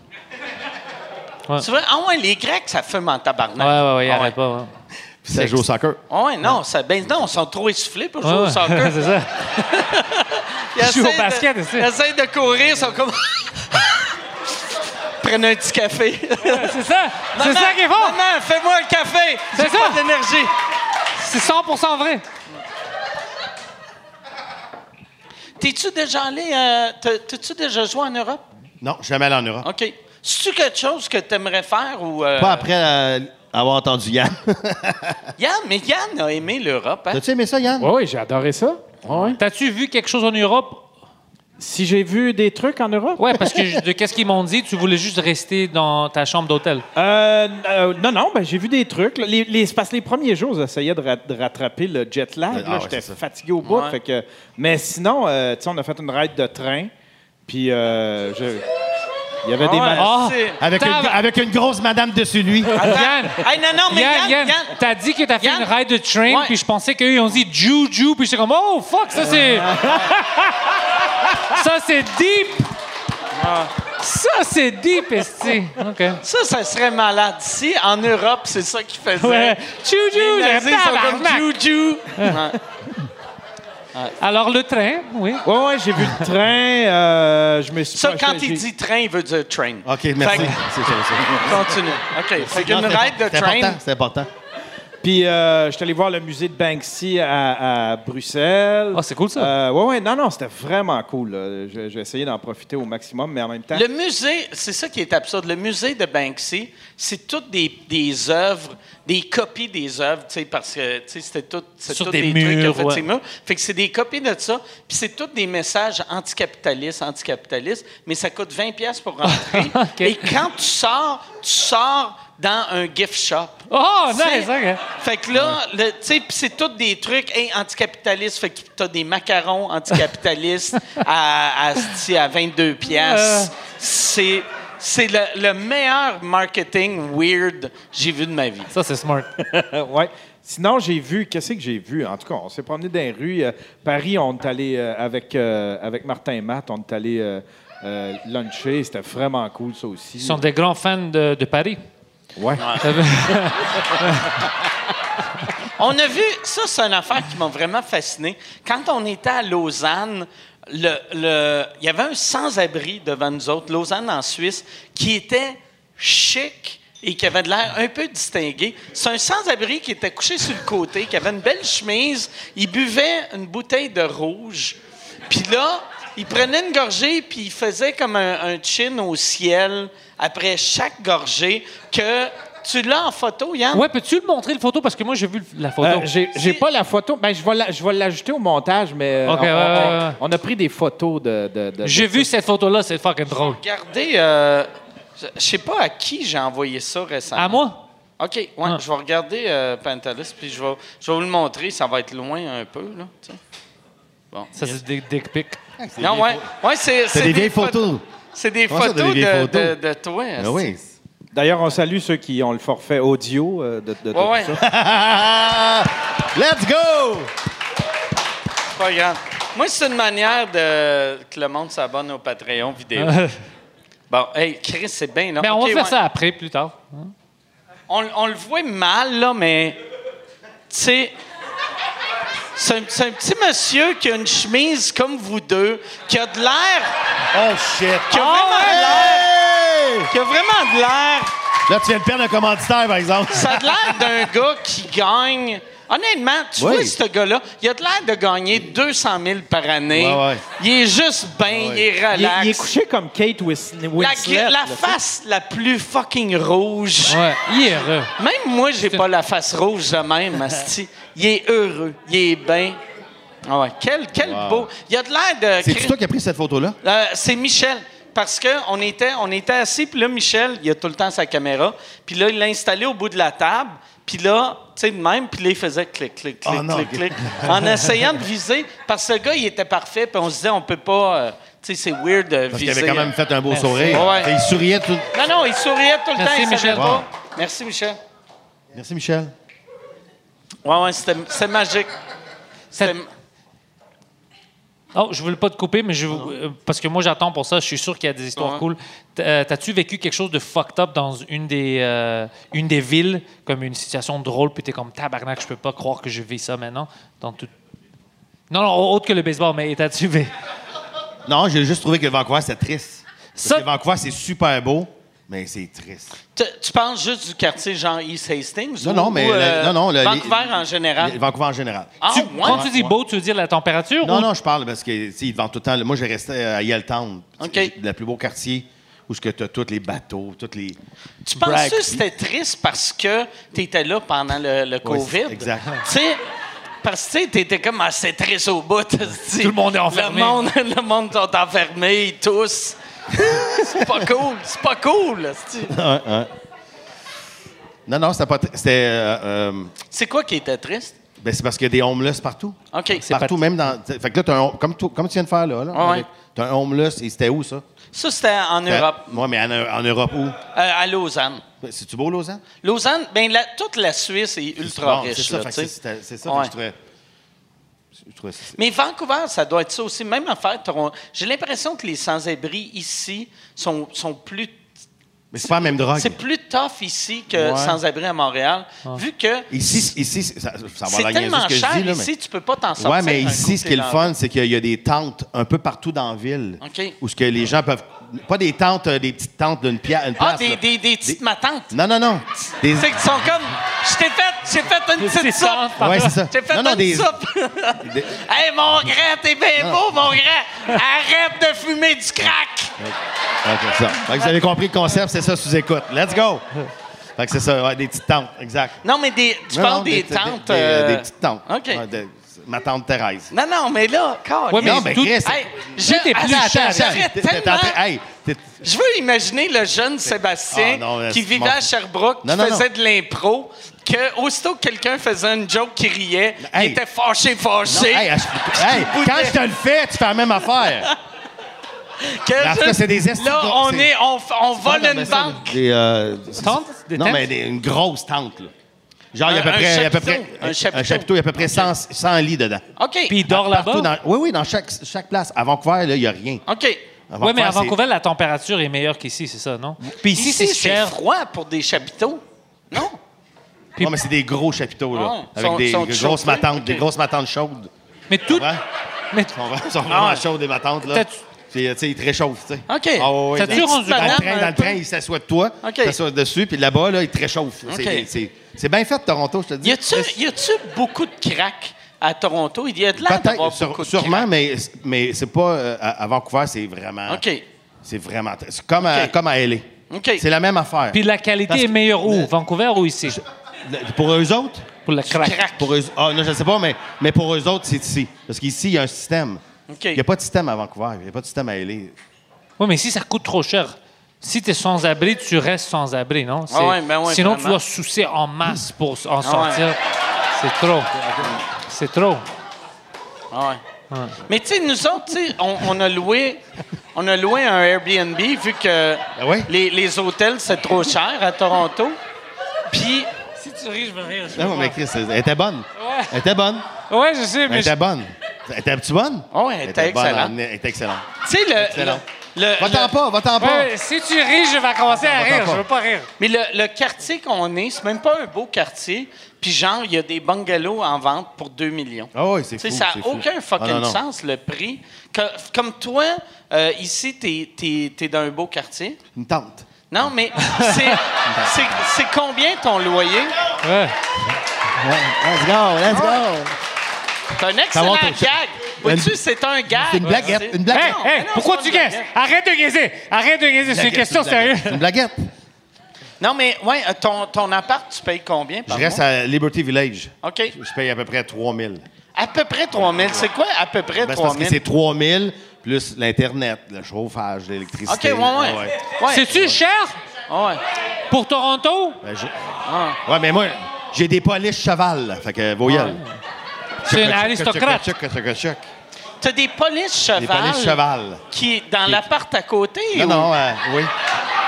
Speaker 1: Tu vois, ah ouais, les Grecs, ça fume en
Speaker 3: Ouais,
Speaker 1: tabarnak.
Speaker 3: ouais, ouais, ils
Speaker 1: Ah
Speaker 3: arrêtent pas. ouais.
Speaker 4: Puis ça joue au soccer.
Speaker 1: Ah ouais, non, ça, ben non, ils sont trop essoufflés pour jouer
Speaker 3: Ouais,
Speaker 1: au
Speaker 3: ouais.
Speaker 1: soccer.
Speaker 3: c'est ça.
Speaker 1: Ils
Speaker 3: Ils jouent au
Speaker 1: essayent de-
Speaker 3: basket, tu sais.
Speaker 1: Ils essayent de courir, ils sont comme. prenait un petit café.
Speaker 3: C'est ça. C'est
Speaker 1: Maman,
Speaker 3: ça qui est fort.
Speaker 1: Maman, fais-moi un café.
Speaker 3: C'est
Speaker 1: J'ai
Speaker 3: ça.
Speaker 1: pas d'énergie.
Speaker 3: C'est 100 vrai.
Speaker 1: T'es-tu déjà allé. euh, t'as- T'as-tu déjà joué en Europe?
Speaker 4: Non, jamais allé en Europe.
Speaker 1: OK. C'est-tu quelque chose que t'aimerais faire ou. Ah, euh,
Speaker 4: Pas après euh, avoir entendu Yann.
Speaker 1: Yann, mais Yann a aimé l'Europe. Hein?
Speaker 4: T'as-tu aimé ça, Yann?
Speaker 2: Oui, oui, j'ai adoré ça. Ouais.
Speaker 3: T'as-tu vu quelque chose en Europe?
Speaker 2: Si j'ai vu des trucs en Europe?
Speaker 3: Ouais, parce que je- de qu'est-ce qu'ils m'ont dit, tu voulais juste rester dans ta chambre d'hôtel.
Speaker 2: Euh, euh, non, non, ben, j'ai vu des trucs. là. Les, les, c'est parce que les premiers jours, j'essayais de, ra- de rattraper le jet lag.
Speaker 4: Ah
Speaker 2: là.
Speaker 4: ouais,
Speaker 2: J'étais
Speaker 4: c'est ça.
Speaker 2: fatigué au bout.
Speaker 1: Ouais.
Speaker 2: fait que- mais sinon, euh, tu sais, on a fait une ride de train. Puis, euh, je- il y avait des
Speaker 1: Ouais,
Speaker 2: malades.
Speaker 3: Ah!
Speaker 1: c'est-
Speaker 4: Avec une,
Speaker 3: Tabarnak.
Speaker 4: avec une grosse madame dessus lui.
Speaker 3: Yann!
Speaker 1: Hey, non, non, mais
Speaker 3: Yann, Yann,
Speaker 1: Yann,
Speaker 3: t'as dit que t'as fait
Speaker 1: Yann.
Speaker 3: une ride de train,
Speaker 1: Ouais.
Speaker 3: puis je pensais qu'eux, ils ont dit Juju, puis j'étais comme, oh fuck, ça c'est. ça c'est deep! Ça c'est deep, esti. OK.
Speaker 1: Ça, ça serait malade. Si en Europe, c'est ça qu'ils faisaient.
Speaker 3: Ouais.
Speaker 1: Les
Speaker 3: Juju,
Speaker 1: nazis sont comme
Speaker 3: tabarnak.
Speaker 1: Juju.
Speaker 3: Alors le train, oui.
Speaker 2: Ouais, ouais, j'ai vu le train. euh, je me suis
Speaker 1: Ça,
Speaker 2: pas-
Speaker 1: quand
Speaker 2: j'ai-
Speaker 1: il dit train, il veut dire train.
Speaker 4: OK, merci.
Speaker 1: Fait
Speaker 4: C'est ça, c'est
Speaker 1: que- Continue. OK. Fait
Speaker 4: ça.
Speaker 1: qu'une
Speaker 4: Non, c'est
Speaker 1: ride de
Speaker 4: important,
Speaker 1: train.
Speaker 4: C'est important.
Speaker 2: Puis, euh, je suis allé voir le musée de Banksy à, à Bruxelles.
Speaker 3: Ah, c'est cool, ça.
Speaker 2: Euh, ouais, ouais, non, non, c'était vraiment cool. là. J'ai j'ai essayé d'en profiter au maximum, mais en même temps.
Speaker 1: Le musée, c'est ça qui est absurde. Le musée de Banksy, c'est toutes des, des œuvres, des copies des œuvres, tu sais, parce que tu sais, c'était tout, c'est
Speaker 3: Sur
Speaker 1: tout
Speaker 3: des
Speaker 1: trucs qu'il a
Speaker 3: murs,
Speaker 1: fait
Speaker 3: ouais.
Speaker 1: ses murs. Fait que c'est des copies de ça, puis c'est toutes des messages anticapitalistes, anticapitalistes, mais ça coûte 20 pièces pour rentrer.
Speaker 3: OK.
Speaker 1: Et quand tu sors, tu sors dans un gift shop.
Speaker 3: Oh,
Speaker 1: C'est-
Speaker 3: nice, ok.
Speaker 1: Fait que là, le- tu sais, pis c'est tous des trucs hey, anticapitalistes. Fait que t'as des macarons anticapitalistes à, à, sti- à 22 piastres. C'est, c'est le, le meilleur marketing weird que j'ai vu de ma vie.
Speaker 3: Ça c'est smart.
Speaker 2: Euh, ouais. Sinon, j'ai vu, qu'est-ce que j'ai vu? En tout cas, on s'est promené dans les rues. euh, Paris, on est allé euh, avec, euh, avec Martin et Matt, on est allé euh, euh, luncher. C'était vraiment cool, ça aussi.
Speaker 3: Ils sont des grands fans de, de Paris.
Speaker 2: Ouais.
Speaker 1: On a vu, ça, c'est une affaire qui m'a vraiment fasciné. Quand on était à Lausanne, le- le- il y avait un sans-abri devant nous autres, Lausanne en Suisse, qui était chic et qui avait de l'air un peu distingué. C'est un sans-abri qui était couché sur le côté, qui avait une belle chemise. Il buvait une bouteille de rouge. Puis là, il prenait une gorgée, puis il faisait comme un, un chin au ciel après chaque gorgée que tu l'as en photo, Yann?
Speaker 3: Ouais, peux-tu le montrer, le photo? Parce que moi, j'ai vu le- la photo.
Speaker 2: Euh, j'ai j'ai pas la photo. Ben, je vais la- je vais l'ajouter au montage, mais euh,
Speaker 3: Ok,
Speaker 2: on,
Speaker 3: ouais,
Speaker 2: on-
Speaker 3: ouais, ouais.
Speaker 2: on a pris des photos de. de- de-
Speaker 3: J'ai
Speaker 2: de-
Speaker 3: vu cette photo-là, c'est fucking drôle.
Speaker 1: Regardez, euh, je je sais pas à qui j'ai envoyé ça récemment.
Speaker 3: À moi?
Speaker 1: OK, ouais,
Speaker 3: Ah.
Speaker 1: je vais regarder euh, Pantalus, puis je vais, je vais vous le montrer. Ça va être loin un peu, là. tu sais.
Speaker 3: Ça, c'est des dick pics.
Speaker 1: Non, ouais, ouais c'est
Speaker 4: C'est des vieilles
Speaker 1: pho-
Speaker 4: photos.
Speaker 1: C'est des
Speaker 4: Comment ça,
Speaker 1: photos,
Speaker 4: des vieilles
Speaker 1: de,
Speaker 4: photos?
Speaker 1: de- de toi.
Speaker 4: Ah
Speaker 1: esti.
Speaker 4: oui.
Speaker 2: D'ailleurs, on salue ceux qui ont le forfait audio euh, de, de- de
Speaker 1: Ouais, ouais,
Speaker 2: tout ça.
Speaker 4: Let's go!
Speaker 1: c'est pas grave. Moi, c'est une manière de que le monde s'abonne au Patreon vidéo. bon, hey, Chris, c'est bien, là.
Speaker 3: Mais Ben, on
Speaker 1: OK,
Speaker 3: va faire
Speaker 1: ouais.
Speaker 3: ça après, plus tard.
Speaker 1: On, on le voit mal, là, mais. Tu sais. C'est un, c'est un petit monsieur qui a une chemise comme vous deux, qui a de l'air.
Speaker 4: Oh shit! Ah,
Speaker 1: Qui a vraiment de l'air. Qui a vraiment de l'air.
Speaker 4: Là, tu viens de perdre un commanditaire, par exemple.
Speaker 1: Ça a de l'air d'un gars qui gagne. Honnêtement, tu
Speaker 4: Oui.
Speaker 1: vois ce gars-là, il a de l'air de gagner 200 000 par année.
Speaker 4: Ouais, ouais.
Speaker 1: Il est juste bien, il est
Speaker 2: Il, est-
Speaker 1: relax.
Speaker 2: il est couché comme Kate Wins-
Speaker 1: la,
Speaker 2: Winslet.
Speaker 1: la
Speaker 2: là.
Speaker 1: face la plus fucking rouge.
Speaker 3: Ouais, il est heureux.
Speaker 1: Même moi, j'ai pas la face rouge de même, Asti. Il est heureux, il est bien. Ah ouais, quel, quel
Speaker 4: Wow.
Speaker 1: beau. Il a de l'air de.
Speaker 4: C'est toi qui as pris cette photo-là?
Speaker 1: Euh, c'est Michel. Parce qu'on était, on était assis, puis là, Michel, il a tout le temps sa caméra. Puis là, il l'a installé au bout de la table. Puis là, tu sais, de même, puis là, il faisait clic, clic, clic,
Speaker 4: Oh non,
Speaker 1: clic,
Speaker 4: ok.
Speaker 1: clic. En essayant de viser, parce que le gars, il était parfait, puis on se disait, on peut pas. euh, tu sais, c'est weird de
Speaker 4: Parce
Speaker 1: viser.
Speaker 4: qu'il avait quand même fait un beau sourire.
Speaker 1: hein. Ouais.
Speaker 4: Et il souriait tout.
Speaker 1: Non, non, il souriait tout le temps. il
Speaker 3: Merci,
Speaker 1: savait
Speaker 3: Michel.
Speaker 1: pas.
Speaker 4: Wow.
Speaker 1: Merci, Michel.
Speaker 4: Merci, Michel.
Speaker 1: Ouais, ouais, c'était c'était magique.
Speaker 3: Ça-
Speaker 1: C'était-
Speaker 3: Oh, je voulais pas te couper, mais je vous- euh, parce que moi j'attends pour ça. Je suis sûr qu'il y a des histoires
Speaker 1: Ouais.
Speaker 3: cool. T- euh, T'as-tu vécu quelque chose de fucked up dans une des euh, une des villes, comme une situation drôle, puis t'es comme tabarnak, je peux pas croire que je vis ça maintenant dans tout. Non, non, autre que le baseball, mais t'as-tu vu
Speaker 4: Non, j'ai juste trouvé que Vancouver, c'est triste. Parce
Speaker 3: Ça-
Speaker 4: que Vancouver, c'est super beau. Mais c'est triste.
Speaker 1: Tu, tu penses juste du quartier genre East Hastings?
Speaker 4: Non,
Speaker 1: ou-
Speaker 4: non, mais
Speaker 1: ou,
Speaker 4: le-
Speaker 1: euh,
Speaker 4: non, non, le-
Speaker 1: Vancouver
Speaker 4: les-
Speaker 1: en général.
Speaker 4: Les- Vancouver en général.
Speaker 1: Ah,
Speaker 3: Tu-
Speaker 1: ouais.
Speaker 3: Quand tu dis beau, tu veux dire la température?
Speaker 4: Non,
Speaker 3: ou-
Speaker 4: non, je parle parce que tu sais, ils vendent tout le temps. Moi, j'ai resté à Yaletown,
Speaker 1: OK.
Speaker 4: le plus beau quartier où tu as tous les bateaux, toutes les.
Speaker 1: Tu penses que
Speaker 4: Bragg.
Speaker 1: c'était triste parce que tu étais là pendant le, le COVID?
Speaker 4: c'est- exact.
Speaker 1: Tu sais, parce que tu étais comme assez triste au bout. Tout
Speaker 3: le monde est enfermé.
Speaker 1: Le monde, le monde sont enfermés, ils tous. c'est pas cool. C'est pas cool. esti.
Speaker 4: Ouais, ouais. Non, non, c'était pas. tr- C'était. euh, euh,
Speaker 1: C'est quoi qui était triste?
Speaker 4: ben, c'est parce qu'il y a des homeless partout.
Speaker 1: OK.
Speaker 4: Partout, même dans. t'sais, Fait que là, t'as un hom- comme, tout- comme tu viens de faire là. là
Speaker 1: Ouais.
Speaker 4: avec- T'as un homeless, et c'était où ça?
Speaker 1: Ça, c'était en
Speaker 4: Ben-
Speaker 1: Europe,
Speaker 4: Moi, mais en, en Europe où? Ben,
Speaker 1: euh, à Lausanne.
Speaker 4: C'est-tu beau, Lausanne?
Speaker 1: Lausanne, ben, la- toute la Suisse est ultra
Speaker 4: Bon,
Speaker 1: riche.
Speaker 4: C'est ça,
Speaker 1: là,
Speaker 4: fait que
Speaker 1: tu sais.
Speaker 4: c'est- c'était- c'est ça
Speaker 1: Ouais.
Speaker 4: que je trouvais. Je trouvais ça-
Speaker 1: Mais Vancouver, ça doit être ça aussi. Même affaire, Toron- j'ai l'impression que les sans-abri ici sont, sont plus.
Speaker 4: Mais c'est pas la même drogue.
Speaker 1: C'est plus tough ici que
Speaker 4: Ouais.
Speaker 1: sans-abri à Montréal, vu que
Speaker 4: Ici, ici c'est- ça, ça va
Speaker 1: c'est
Speaker 4: la niaiseuse
Speaker 1: tellement
Speaker 4: que je
Speaker 1: cher
Speaker 4: dis, là,
Speaker 1: ici,
Speaker 4: mais...
Speaker 1: tu peux pas t'en sortir.
Speaker 4: Ouais, mais
Speaker 1: d'un coup,
Speaker 4: ici, ce qui est le
Speaker 1: t'es
Speaker 4: fun, c'est qu'il y a des tentes un peu partout dans la ville.
Speaker 1: OK.
Speaker 4: Où ce que les gens peuvent. Pas des tentes, euh, des petites tentes d'une pierre. Une
Speaker 1: dans- Ah,
Speaker 4: place,
Speaker 1: des,
Speaker 4: là.
Speaker 1: des, des petites
Speaker 4: Des-
Speaker 1: matantes.
Speaker 4: Non, non, non. Des...
Speaker 1: C'est qu'ils sont comme. Je t'ai fait, j'ai fait une petite
Speaker 3: petites
Speaker 1: soupe.
Speaker 3: tentes,
Speaker 4: Ouais, c'est ça.
Speaker 1: J'ai fait
Speaker 4: non, non,
Speaker 1: une
Speaker 4: des...
Speaker 1: soupe.
Speaker 4: des-
Speaker 1: hey, mon grand, t'es bien beau, mon grand. Arrête de fumer du crack.
Speaker 4: OK, c'est ça. Fait que vous avez compris le concept, c'est ça sous-écoute. Let's go! Fait que c'est ça, ouais, des petites tentes, exact.
Speaker 1: Non, mais des, tu
Speaker 4: Non,
Speaker 1: parles
Speaker 4: non,
Speaker 1: des,
Speaker 4: des
Speaker 1: tentes.
Speaker 4: Des,
Speaker 1: euh,
Speaker 4: des petites tentes.
Speaker 1: OK.
Speaker 4: Ouais, de- ma tante Thérèse.
Speaker 1: Non, non, mais là, calme.
Speaker 3: Ouais, mais
Speaker 4: non, mais
Speaker 3: tout-
Speaker 4: Chris,
Speaker 1: Hey, je,
Speaker 3: Tout est plus
Speaker 1: attends,
Speaker 3: cher,
Speaker 1: attends, j'aurais
Speaker 4: t'es- t'es- t'es en
Speaker 1: tellement-
Speaker 4: train- hey, t'es-
Speaker 1: Je veux imaginer le jeune Sébastien
Speaker 4: Ah, non, mais
Speaker 1: qui
Speaker 4: c'est
Speaker 1: vivait
Speaker 4: mon-
Speaker 1: à Sherbrooke, qui
Speaker 4: Non, non,
Speaker 1: faisait de l'impro, que aussitôt que quelqu'un faisait une joke qui riait,
Speaker 4: Hey.
Speaker 1: il était fâché,
Speaker 4: Non,
Speaker 1: fâché.
Speaker 4: hey, je- hey, quand je te le fais, tu fais la même affaire.
Speaker 1: que
Speaker 4: parce que c'est des estis
Speaker 1: Là,
Speaker 4: de-
Speaker 1: on,
Speaker 4: c'est-
Speaker 1: est, on, f- on vole
Speaker 4: Non,
Speaker 1: une
Speaker 4: mais ça,
Speaker 1: banque.
Speaker 4: Des, euh, c'est-
Speaker 3: Tentes? Des
Speaker 4: non,
Speaker 3: tentes?
Speaker 4: mais des- une grosse tente. Là. Genre, il y a à
Speaker 1: Un-
Speaker 4: peu
Speaker 1: un
Speaker 4: près. il y a à peu près
Speaker 1: chapiteau, un chapiteau.
Speaker 4: il y a à peu près 100, 100 lits dedans.
Speaker 1: OK.
Speaker 3: Puis il dort
Speaker 4: Partout
Speaker 3: là-bas.
Speaker 4: dans- oui, oui, dans chaque, chaque place. À Vancouver, là, il n'y a rien.
Speaker 1: OK.
Speaker 3: Oui, mais à
Speaker 4: c'est-
Speaker 3: Vancouver, la température est meilleure qu'ici, c'est ça, non? Puis ici,
Speaker 1: Ici,
Speaker 3: c'est
Speaker 1: c'est
Speaker 3: cher.
Speaker 1: froid pour des chapiteaux. Non?
Speaker 4: Non, mais c'est des gros chapiteaux, là.
Speaker 1: Ah,
Speaker 4: avec
Speaker 1: sont-
Speaker 4: des,
Speaker 1: sont
Speaker 4: grosses
Speaker 1: chauffés?
Speaker 4: matantes,
Speaker 1: Ok.
Speaker 4: des grosses matantes chaudes.
Speaker 3: Mais tout.
Speaker 4: Ouais.
Speaker 3: Mais
Speaker 4: Ils sont, vra- sont vraiment
Speaker 3: ouais.
Speaker 4: chaudes, des matantes, là.
Speaker 3: T'as-tu-
Speaker 4: Puis, euh, tu sais, ils te réchauffent, tu sais.
Speaker 1: Ah, OK.
Speaker 4: Ah, ouais, ouais,
Speaker 3: T'as-tu
Speaker 4: dans-
Speaker 3: rendu
Speaker 4: dans le
Speaker 1: madame
Speaker 4: train,
Speaker 1: un
Speaker 4: dans le
Speaker 1: peu?
Speaker 4: train, ils s'assoient de toi,
Speaker 1: OK.
Speaker 4: ils s'assoient dessus, puis là-bas, là, ils te réchauffent. là. C'est-
Speaker 1: OK.
Speaker 4: c'est- C'est bien fait, Toronto, je te dis.
Speaker 1: Y a-tu y a-tu beaucoup de crack à Toronto? Il y a de l'air d'avoir
Speaker 4: Peut-être,
Speaker 1: beaucoup
Speaker 4: sur-
Speaker 1: de
Speaker 4: sûrement,
Speaker 1: crack.
Speaker 4: mais, mais c'est pas. euh, à, à Vancouver, c'est vraiment.
Speaker 1: OK.
Speaker 4: C'est vraiment. C'est comme, à,
Speaker 1: OK.
Speaker 4: comme à LA.
Speaker 1: OK.
Speaker 4: C'est la même affaire.
Speaker 3: Puis la qualité
Speaker 4: Parce
Speaker 3: est
Speaker 4: que-
Speaker 3: meilleure où? Vancouver ou ici?
Speaker 4: Le- Pour eux autres,
Speaker 3: Pour le crack.
Speaker 1: Crack.
Speaker 4: pour eux, ah, non, je ne sais pas, mais, mais pour eux autres, c'est ici. Parce qu'ici, il y a un système.
Speaker 1: OK.
Speaker 4: Il n'y a pas de système à Vancouver, il n'y a pas de système à LA.
Speaker 3: Oui, mais ici, ça coûte trop cher. Si tu es sans abri, tu restes sans abri, non? C'est-
Speaker 1: ouais, ben ouais,
Speaker 3: Sinon,
Speaker 1: vraiment. Ah
Speaker 3: tu dois soucier en masse pour s- en sortir. C'est trop. C'est trop.
Speaker 1: Ah ouais. Mais tu sais, nous autres, tu sais, on, on a loué, on a loué un Airbnb vu que
Speaker 4: Ah ouais?
Speaker 1: les, les hôtels c'est trop cher à Toronto. Puis
Speaker 3: Si tu ris, je me rire.
Speaker 4: Non, mais Chris, elle était bonne. Elle était bonne.
Speaker 3: Ouais, je sais,
Speaker 4: Elle
Speaker 3: mais.
Speaker 4: était bonne. Elle était-tu bonne?
Speaker 1: Ah Ouais, elle était
Speaker 4: bonne,
Speaker 1: excellente.
Speaker 4: Elle était excellente.
Speaker 1: tu sais le, le,
Speaker 4: Excellent.
Speaker 1: le-
Speaker 4: Va-t'en
Speaker 1: le-
Speaker 4: pas, va-t'en pas.
Speaker 3: si tu ris, je vais commencer à
Speaker 4: rire.
Speaker 3: rire.
Speaker 4: Je
Speaker 3: Je
Speaker 4: veux
Speaker 3: veux pas rire.
Speaker 1: mais le, le quartier qu'on est, c'est même pas un beau quartier. Puis genre, il y a des bungalows en vente pour 2 millions.
Speaker 4: Ah oui, c'est
Speaker 1: Tu sais,
Speaker 4: fou.
Speaker 1: ça
Speaker 4: c'est
Speaker 1: n'a
Speaker 4: fou.
Speaker 1: aucun fucking
Speaker 4: Ah, non, non.
Speaker 1: sens, le prix. Que- comme toi, euh, ici, t'es es, dans un beau quartier.
Speaker 4: Une tente.
Speaker 1: Non, mais c'est- c'est c'est combien ton loyer?
Speaker 4: Let's go, let's go.
Speaker 1: C'est un excellent
Speaker 4: monte au-
Speaker 1: gag. Vois-tu, c'est un gag.
Speaker 4: C'est une blaguette,
Speaker 1: C'est-
Speaker 4: une blaguette.
Speaker 3: Hey,
Speaker 1: Non,
Speaker 3: hey,
Speaker 1: non,
Speaker 3: pourquoi
Speaker 1: c'est
Speaker 3: tu
Speaker 1: pas une
Speaker 3: guesses? Arrête de guesser! Arrête de guesser, c'est une question sérieuse.
Speaker 4: Une blaguette.
Speaker 1: Non, mais ouais, euh, ton, ton appart, tu payes combien
Speaker 4: Je
Speaker 1: par
Speaker 4: reste
Speaker 1: mois?
Speaker 4: à Liberty Village.
Speaker 1: OK.
Speaker 4: Je paye à peu près 3000. Ben,
Speaker 1: À peu près 3 000. C'est quoi à peu près
Speaker 4: c'est
Speaker 1: 3
Speaker 4: parce que
Speaker 1: 000?
Speaker 4: c'est 3000 plus l'Internet, le chauffage,
Speaker 1: OK,
Speaker 4: l'électricité. Ah
Speaker 1: ouais, ouais. Ouais,
Speaker 3: C'est-tu cher
Speaker 1: ouais.
Speaker 3: pour Toronto?
Speaker 4: Ben, je-
Speaker 1: Ah.
Speaker 4: Ouais, mais moi, j'ai des polices cheval, là, fait que voyelle.
Speaker 3: C'est une
Speaker 4: Choc, choc,
Speaker 3: aristocrate.
Speaker 4: choc, choc, choc, choc, choc.
Speaker 1: T'as des polices
Speaker 4: Des
Speaker 1: cheval,
Speaker 4: polices cheval.
Speaker 1: qui dans l'appart à côté?
Speaker 4: Non,
Speaker 1: ou-
Speaker 4: non, euh, oui.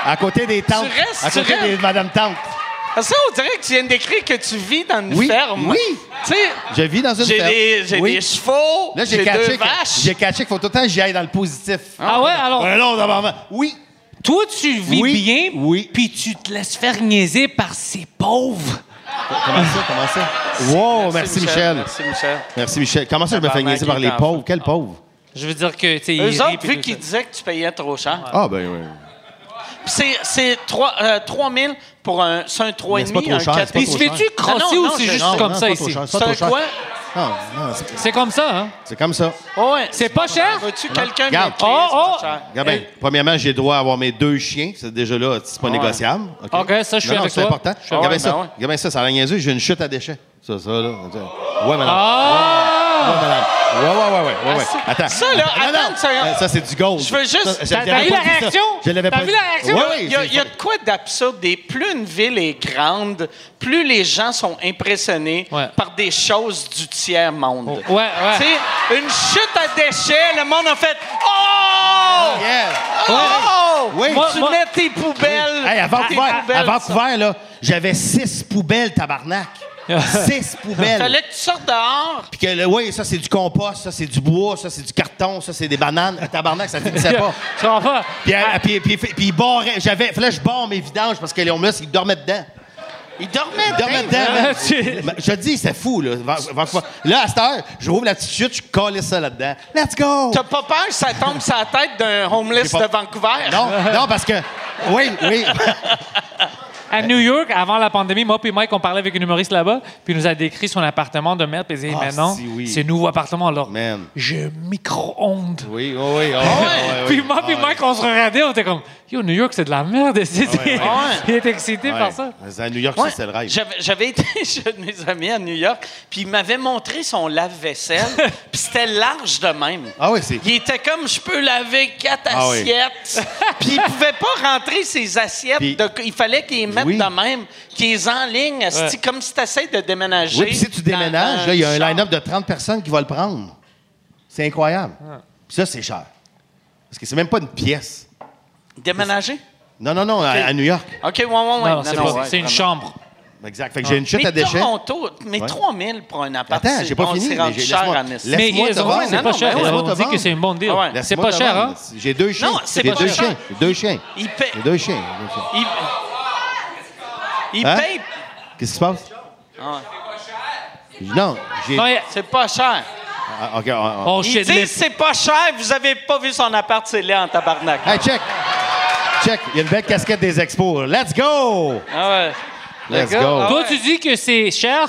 Speaker 4: À côté des tentes.
Speaker 1: restes,
Speaker 4: à
Speaker 1: tu
Speaker 4: côté
Speaker 1: restes.
Speaker 4: des Madame Tante.
Speaker 1: Ça, on dirait que tu viens de décrire que tu vis dans une
Speaker 4: Oui,
Speaker 1: ferme.
Speaker 4: oui.
Speaker 1: Tu sais,
Speaker 4: Je vis dans une
Speaker 1: j'ai
Speaker 4: ferme.
Speaker 1: des, j'ai
Speaker 4: Oui.
Speaker 1: des chevaux,
Speaker 4: Là,
Speaker 1: j'ai
Speaker 4: j'ai
Speaker 1: deux
Speaker 4: catché que-
Speaker 1: vaches.
Speaker 4: j'ai catché qu'il faut tout le temps que j'y aille dans le positif.
Speaker 3: Ah ouais, alors
Speaker 4: Un long d'avant. Oui.
Speaker 3: toi tu vis
Speaker 4: Oui,
Speaker 3: bien,
Speaker 4: oui.
Speaker 3: puis tu te laisses faire niaiser par ces pauvres.
Speaker 4: Comment ça, comment ça? Wow, merci, Michel.
Speaker 1: Merci, Michel.
Speaker 4: Merci, Michel. Comment ça, je me fais
Speaker 1: Tabarnak,
Speaker 4: niaiser par
Speaker 1: il
Speaker 4: les
Speaker 1: est en
Speaker 4: pauvres? Quels pauvres?
Speaker 3: Je veux dire que tu sais, ils
Speaker 1: Eux
Speaker 3: rient,
Speaker 1: autres,
Speaker 3: puis
Speaker 1: vu
Speaker 3: tout
Speaker 1: qu'ils
Speaker 3: ça.
Speaker 1: disaient que tu payais trop cher,
Speaker 4: Ah, ben oui.
Speaker 1: Puis c'est- c'est 3, 000 pour un, c'est un
Speaker 4: Mais c'est pas
Speaker 1: 3,5,
Speaker 4: trop
Speaker 1: un
Speaker 4: cher,
Speaker 1: 4
Speaker 4: c'est pas
Speaker 3: Il
Speaker 4: trop
Speaker 3: se fait-tu crosser
Speaker 1: Non,
Speaker 3: ou
Speaker 1: non,
Speaker 3: Ah c'est
Speaker 1: je-
Speaker 3: juste
Speaker 1: non,
Speaker 3: comme
Speaker 4: non,
Speaker 3: ça
Speaker 4: pas trop
Speaker 3: ici?
Speaker 4: cher, pas
Speaker 1: C'est
Speaker 4: trop
Speaker 1: un
Speaker 4: cher.
Speaker 1: quoi?
Speaker 4: Non, non, c'est-
Speaker 3: C'est comme ça, hein?
Speaker 4: c'est comme ça.
Speaker 1: Oh, ouais.
Speaker 3: C'est pas cher?
Speaker 1: Veux-tu quelqu'un
Speaker 4: Regarde.
Speaker 1: qui est-
Speaker 3: Oh, oh!
Speaker 1: c'est pas cher.
Speaker 4: Regarde bien, premièrement, j'ai droit à avoir mes deux chiens. C'est déjà là, c'est
Speaker 1: Ah
Speaker 4: pas négociable. OK,
Speaker 3: OK, ça, je suis
Speaker 4: Non, non,
Speaker 3: avec
Speaker 4: C'est
Speaker 3: toi.
Speaker 4: important.
Speaker 3: Je suis
Speaker 4: Regarde
Speaker 1: avec-
Speaker 4: bien ça.
Speaker 1: ben ouais.
Speaker 4: Regarde bien ça, ça a l'air niaiseux. J'ai une chute à déchets. Ça, ça, là. Ouais, madame.
Speaker 3: Ah!
Speaker 4: Ouais, madame. Ouais, ouais, ouais, ouais, ouais, ouais. Attends.
Speaker 1: Ah, ça, là,
Speaker 4: Non, non.
Speaker 1: attends une seconde.
Speaker 4: Euh, Ça, c'est du gold.
Speaker 1: Je veux juste-
Speaker 4: Ça, je
Speaker 1: T'as-
Speaker 4: l'avais
Speaker 3: t'as vu
Speaker 4: pas
Speaker 3: la
Speaker 4: dit, ça.
Speaker 3: réaction?
Speaker 4: Je l'avais
Speaker 3: T'as
Speaker 4: pas
Speaker 3: vu la réaction?
Speaker 4: Ouais,
Speaker 1: Il y, a,
Speaker 4: ouais,
Speaker 1: il y a de quoi d'absurde? Des, plus une ville est grande, plus les gens sont impressionnés
Speaker 3: Ouais.
Speaker 1: par des choses du
Speaker 4: Oh,
Speaker 1: tiers-monde.
Speaker 3: Ouais, ouais.
Speaker 1: Tu sais, une chute à déchets, le monde a fait « Oh!
Speaker 4: c'est- Yeah.
Speaker 1: Oh!
Speaker 4: Oui.
Speaker 3: Moi-
Speaker 1: tu
Speaker 3: moi-
Speaker 1: mets tes poubelles.
Speaker 4: Hey, à
Speaker 1: tes
Speaker 4: Vancouver,
Speaker 1: poubelles, ça.
Speaker 4: à Vancouver, là, j'avais six poubelles, tabarnak. six poubelles.
Speaker 1: Fallait que tu sortes dehors.
Speaker 4: Puis que, le- oui, ça, c'est du compost, ça, c'est du bois, ça, c'est du carton, ça, c'est des bananes. Tabarnak, ça finissait pas.
Speaker 3: Tu comprends pas?
Speaker 4: Puis, euh, puis, puis, puis, puis il barrait. J'avais, fallait que je barre mes vidanges parce que Léon Musk, il dormait dedans.
Speaker 1: Il dormait.
Speaker 4: Il dormait dedans.
Speaker 3: Ah, tu-
Speaker 4: Ben, Je te dis, c'est fou, là. Van- Vancouver. Là, à cette heure, je rouvre la petite chute, je colle ça là-dedans. Let's go!
Speaker 1: T'as pas peur que ça tombe sur la tête d'un homeless
Speaker 4: J'ai pas-
Speaker 1: de Vancouver?
Speaker 4: Non, non, parce que. Oui, oui.
Speaker 3: À New York, avant la pandémie, moi puis Mike, on parlait avec une humoriste là-bas, puis il nous a décrit son appartement de merde, puis il a dit
Speaker 4: Ah,
Speaker 3: maintenant,
Speaker 4: si, oui.
Speaker 3: c'est nouveau appartement, alors
Speaker 4: Man.
Speaker 3: j'ai un micro-ondes.
Speaker 4: Oui, oui, oui.
Speaker 3: Puis moi puis Mike, on se regardait, on était comme Yo, New York, c'est de la merde. Il est excité par ça.
Speaker 4: À New York,
Speaker 1: Ouais.
Speaker 4: ça, c'est le rêve.
Speaker 1: J'avais, j'avais été chez un de mes amis à New York, puis il m'avait montré son lave-vaisselle, puis c'était large de même.
Speaker 4: Ah oui, c'est.
Speaker 1: Il était comme je peux laver quatre
Speaker 4: Ah oui.
Speaker 1: assiettes. Puis il pouvait pas rentrer ses assiettes.
Speaker 4: Puis-
Speaker 1: Donc, il fallait qu'il les mette
Speaker 4: Oui.
Speaker 1: de même, qu'il les enligne, asti, comme si tu de déménager.
Speaker 4: Oui, puis si tu
Speaker 1: dans-
Speaker 4: déménages,
Speaker 1: dans
Speaker 4: là, il y a
Speaker 1: le
Speaker 4: un
Speaker 1: char.
Speaker 4: line-up de 30 personnes qui va le prendre. C'est incroyable. Puis ça, c'est cher. Parce que c'est même pas une pièce.
Speaker 1: Déménager?
Speaker 4: Non, non, non, à, à New York.
Speaker 1: OK, ouais, ouais, ouais. Non,
Speaker 3: Non, c'est
Speaker 1: non,
Speaker 3: pas-
Speaker 1: ouais,
Speaker 3: c'est une
Speaker 1: vraiment.
Speaker 3: chambre.
Speaker 4: Exact. Fait que j'ai une chute à
Speaker 1: mais
Speaker 4: déchets.
Speaker 1: Toronto, mais
Speaker 4: Ouais.
Speaker 1: 3000 pour un appart.
Speaker 4: Attends,
Speaker 1: c'est-
Speaker 4: j'ai pas
Speaker 1: on
Speaker 4: fini,
Speaker 1: s'est
Speaker 4: mais
Speaker 1: rendu
Speaker 4: j'ai-
Speaker 1: cher
Speaker 4: laisse-moi-
Speaker 1: en esti.
Speaker 4: laisse-
Speaker 3: Mais
Speaker 4: Laisse-moi
Speaker 3: ils
Speaker 4: te
Speaker 3: ont
Speaker 4: vendre.
Speaker 3: dit c'est
Speaker 1: Non,
Speaker 3: pas
Speaker 1: non,
Speaker 3: cher.
Speaker 1: mais
Speaker 3: Ils
Speaker 1: ouais.
Speaker 3: ont dit
Speaker 4: Laisse-moi
Speaker 3: que
Speaker 4: te
Speaker 3: c'est un bon deal.
Speaker 1: Ah ouais.
Speaker 3: C'est
Speaker 4: Laisse-moi
Speaker 3: pas
Speaker 4: te
Speaker 3: cher,
Speaker 4: vendre.
Speaker 3: hein?
Speaker 4: J'ai deux chiens.
Speaker 1: Non, c'est
Speaker 4: J'ai
Speaker 1: pas
Speaker 4: deux
Speaker 1: cher.
Speaker 4: chiens. J'ai deux chiens.
Speaker 1: Il paye.
Speaker 4: J'ai deux chiens. J'ai deux chiens.
Speaker 1: Il, il
Speaker 4: Hein?
Speaker 1: paye.
Speaker 4: Qu'est-ce qui se passe?
Speaker 1: Ah
Speaker 4: Non, j'ai.
Speaker 3: Non, il-
Speaker 1: C'est pas cher.
Speaker 4: Ah, OK, on- on-
Speaker 3: Oh
Speaker 1: Ils
Speaker 3: shit, les-
Speaker 1: disent c'est pas cher, vous avez pas vu son appart, c'est laid en tabarnak.
Speaker 4: Hey, check! Check, il y a une belle casquette des expos. Let's go!
Speaker 1: Ah ouais.
Speaker 4: Let's
Speaker 1: gars,
Speaker 4: go!
Speaker 1: ah
Speaker 3: Toi,
Speaker 1: ouais.
Speaker 3: tu dis que c'est cher?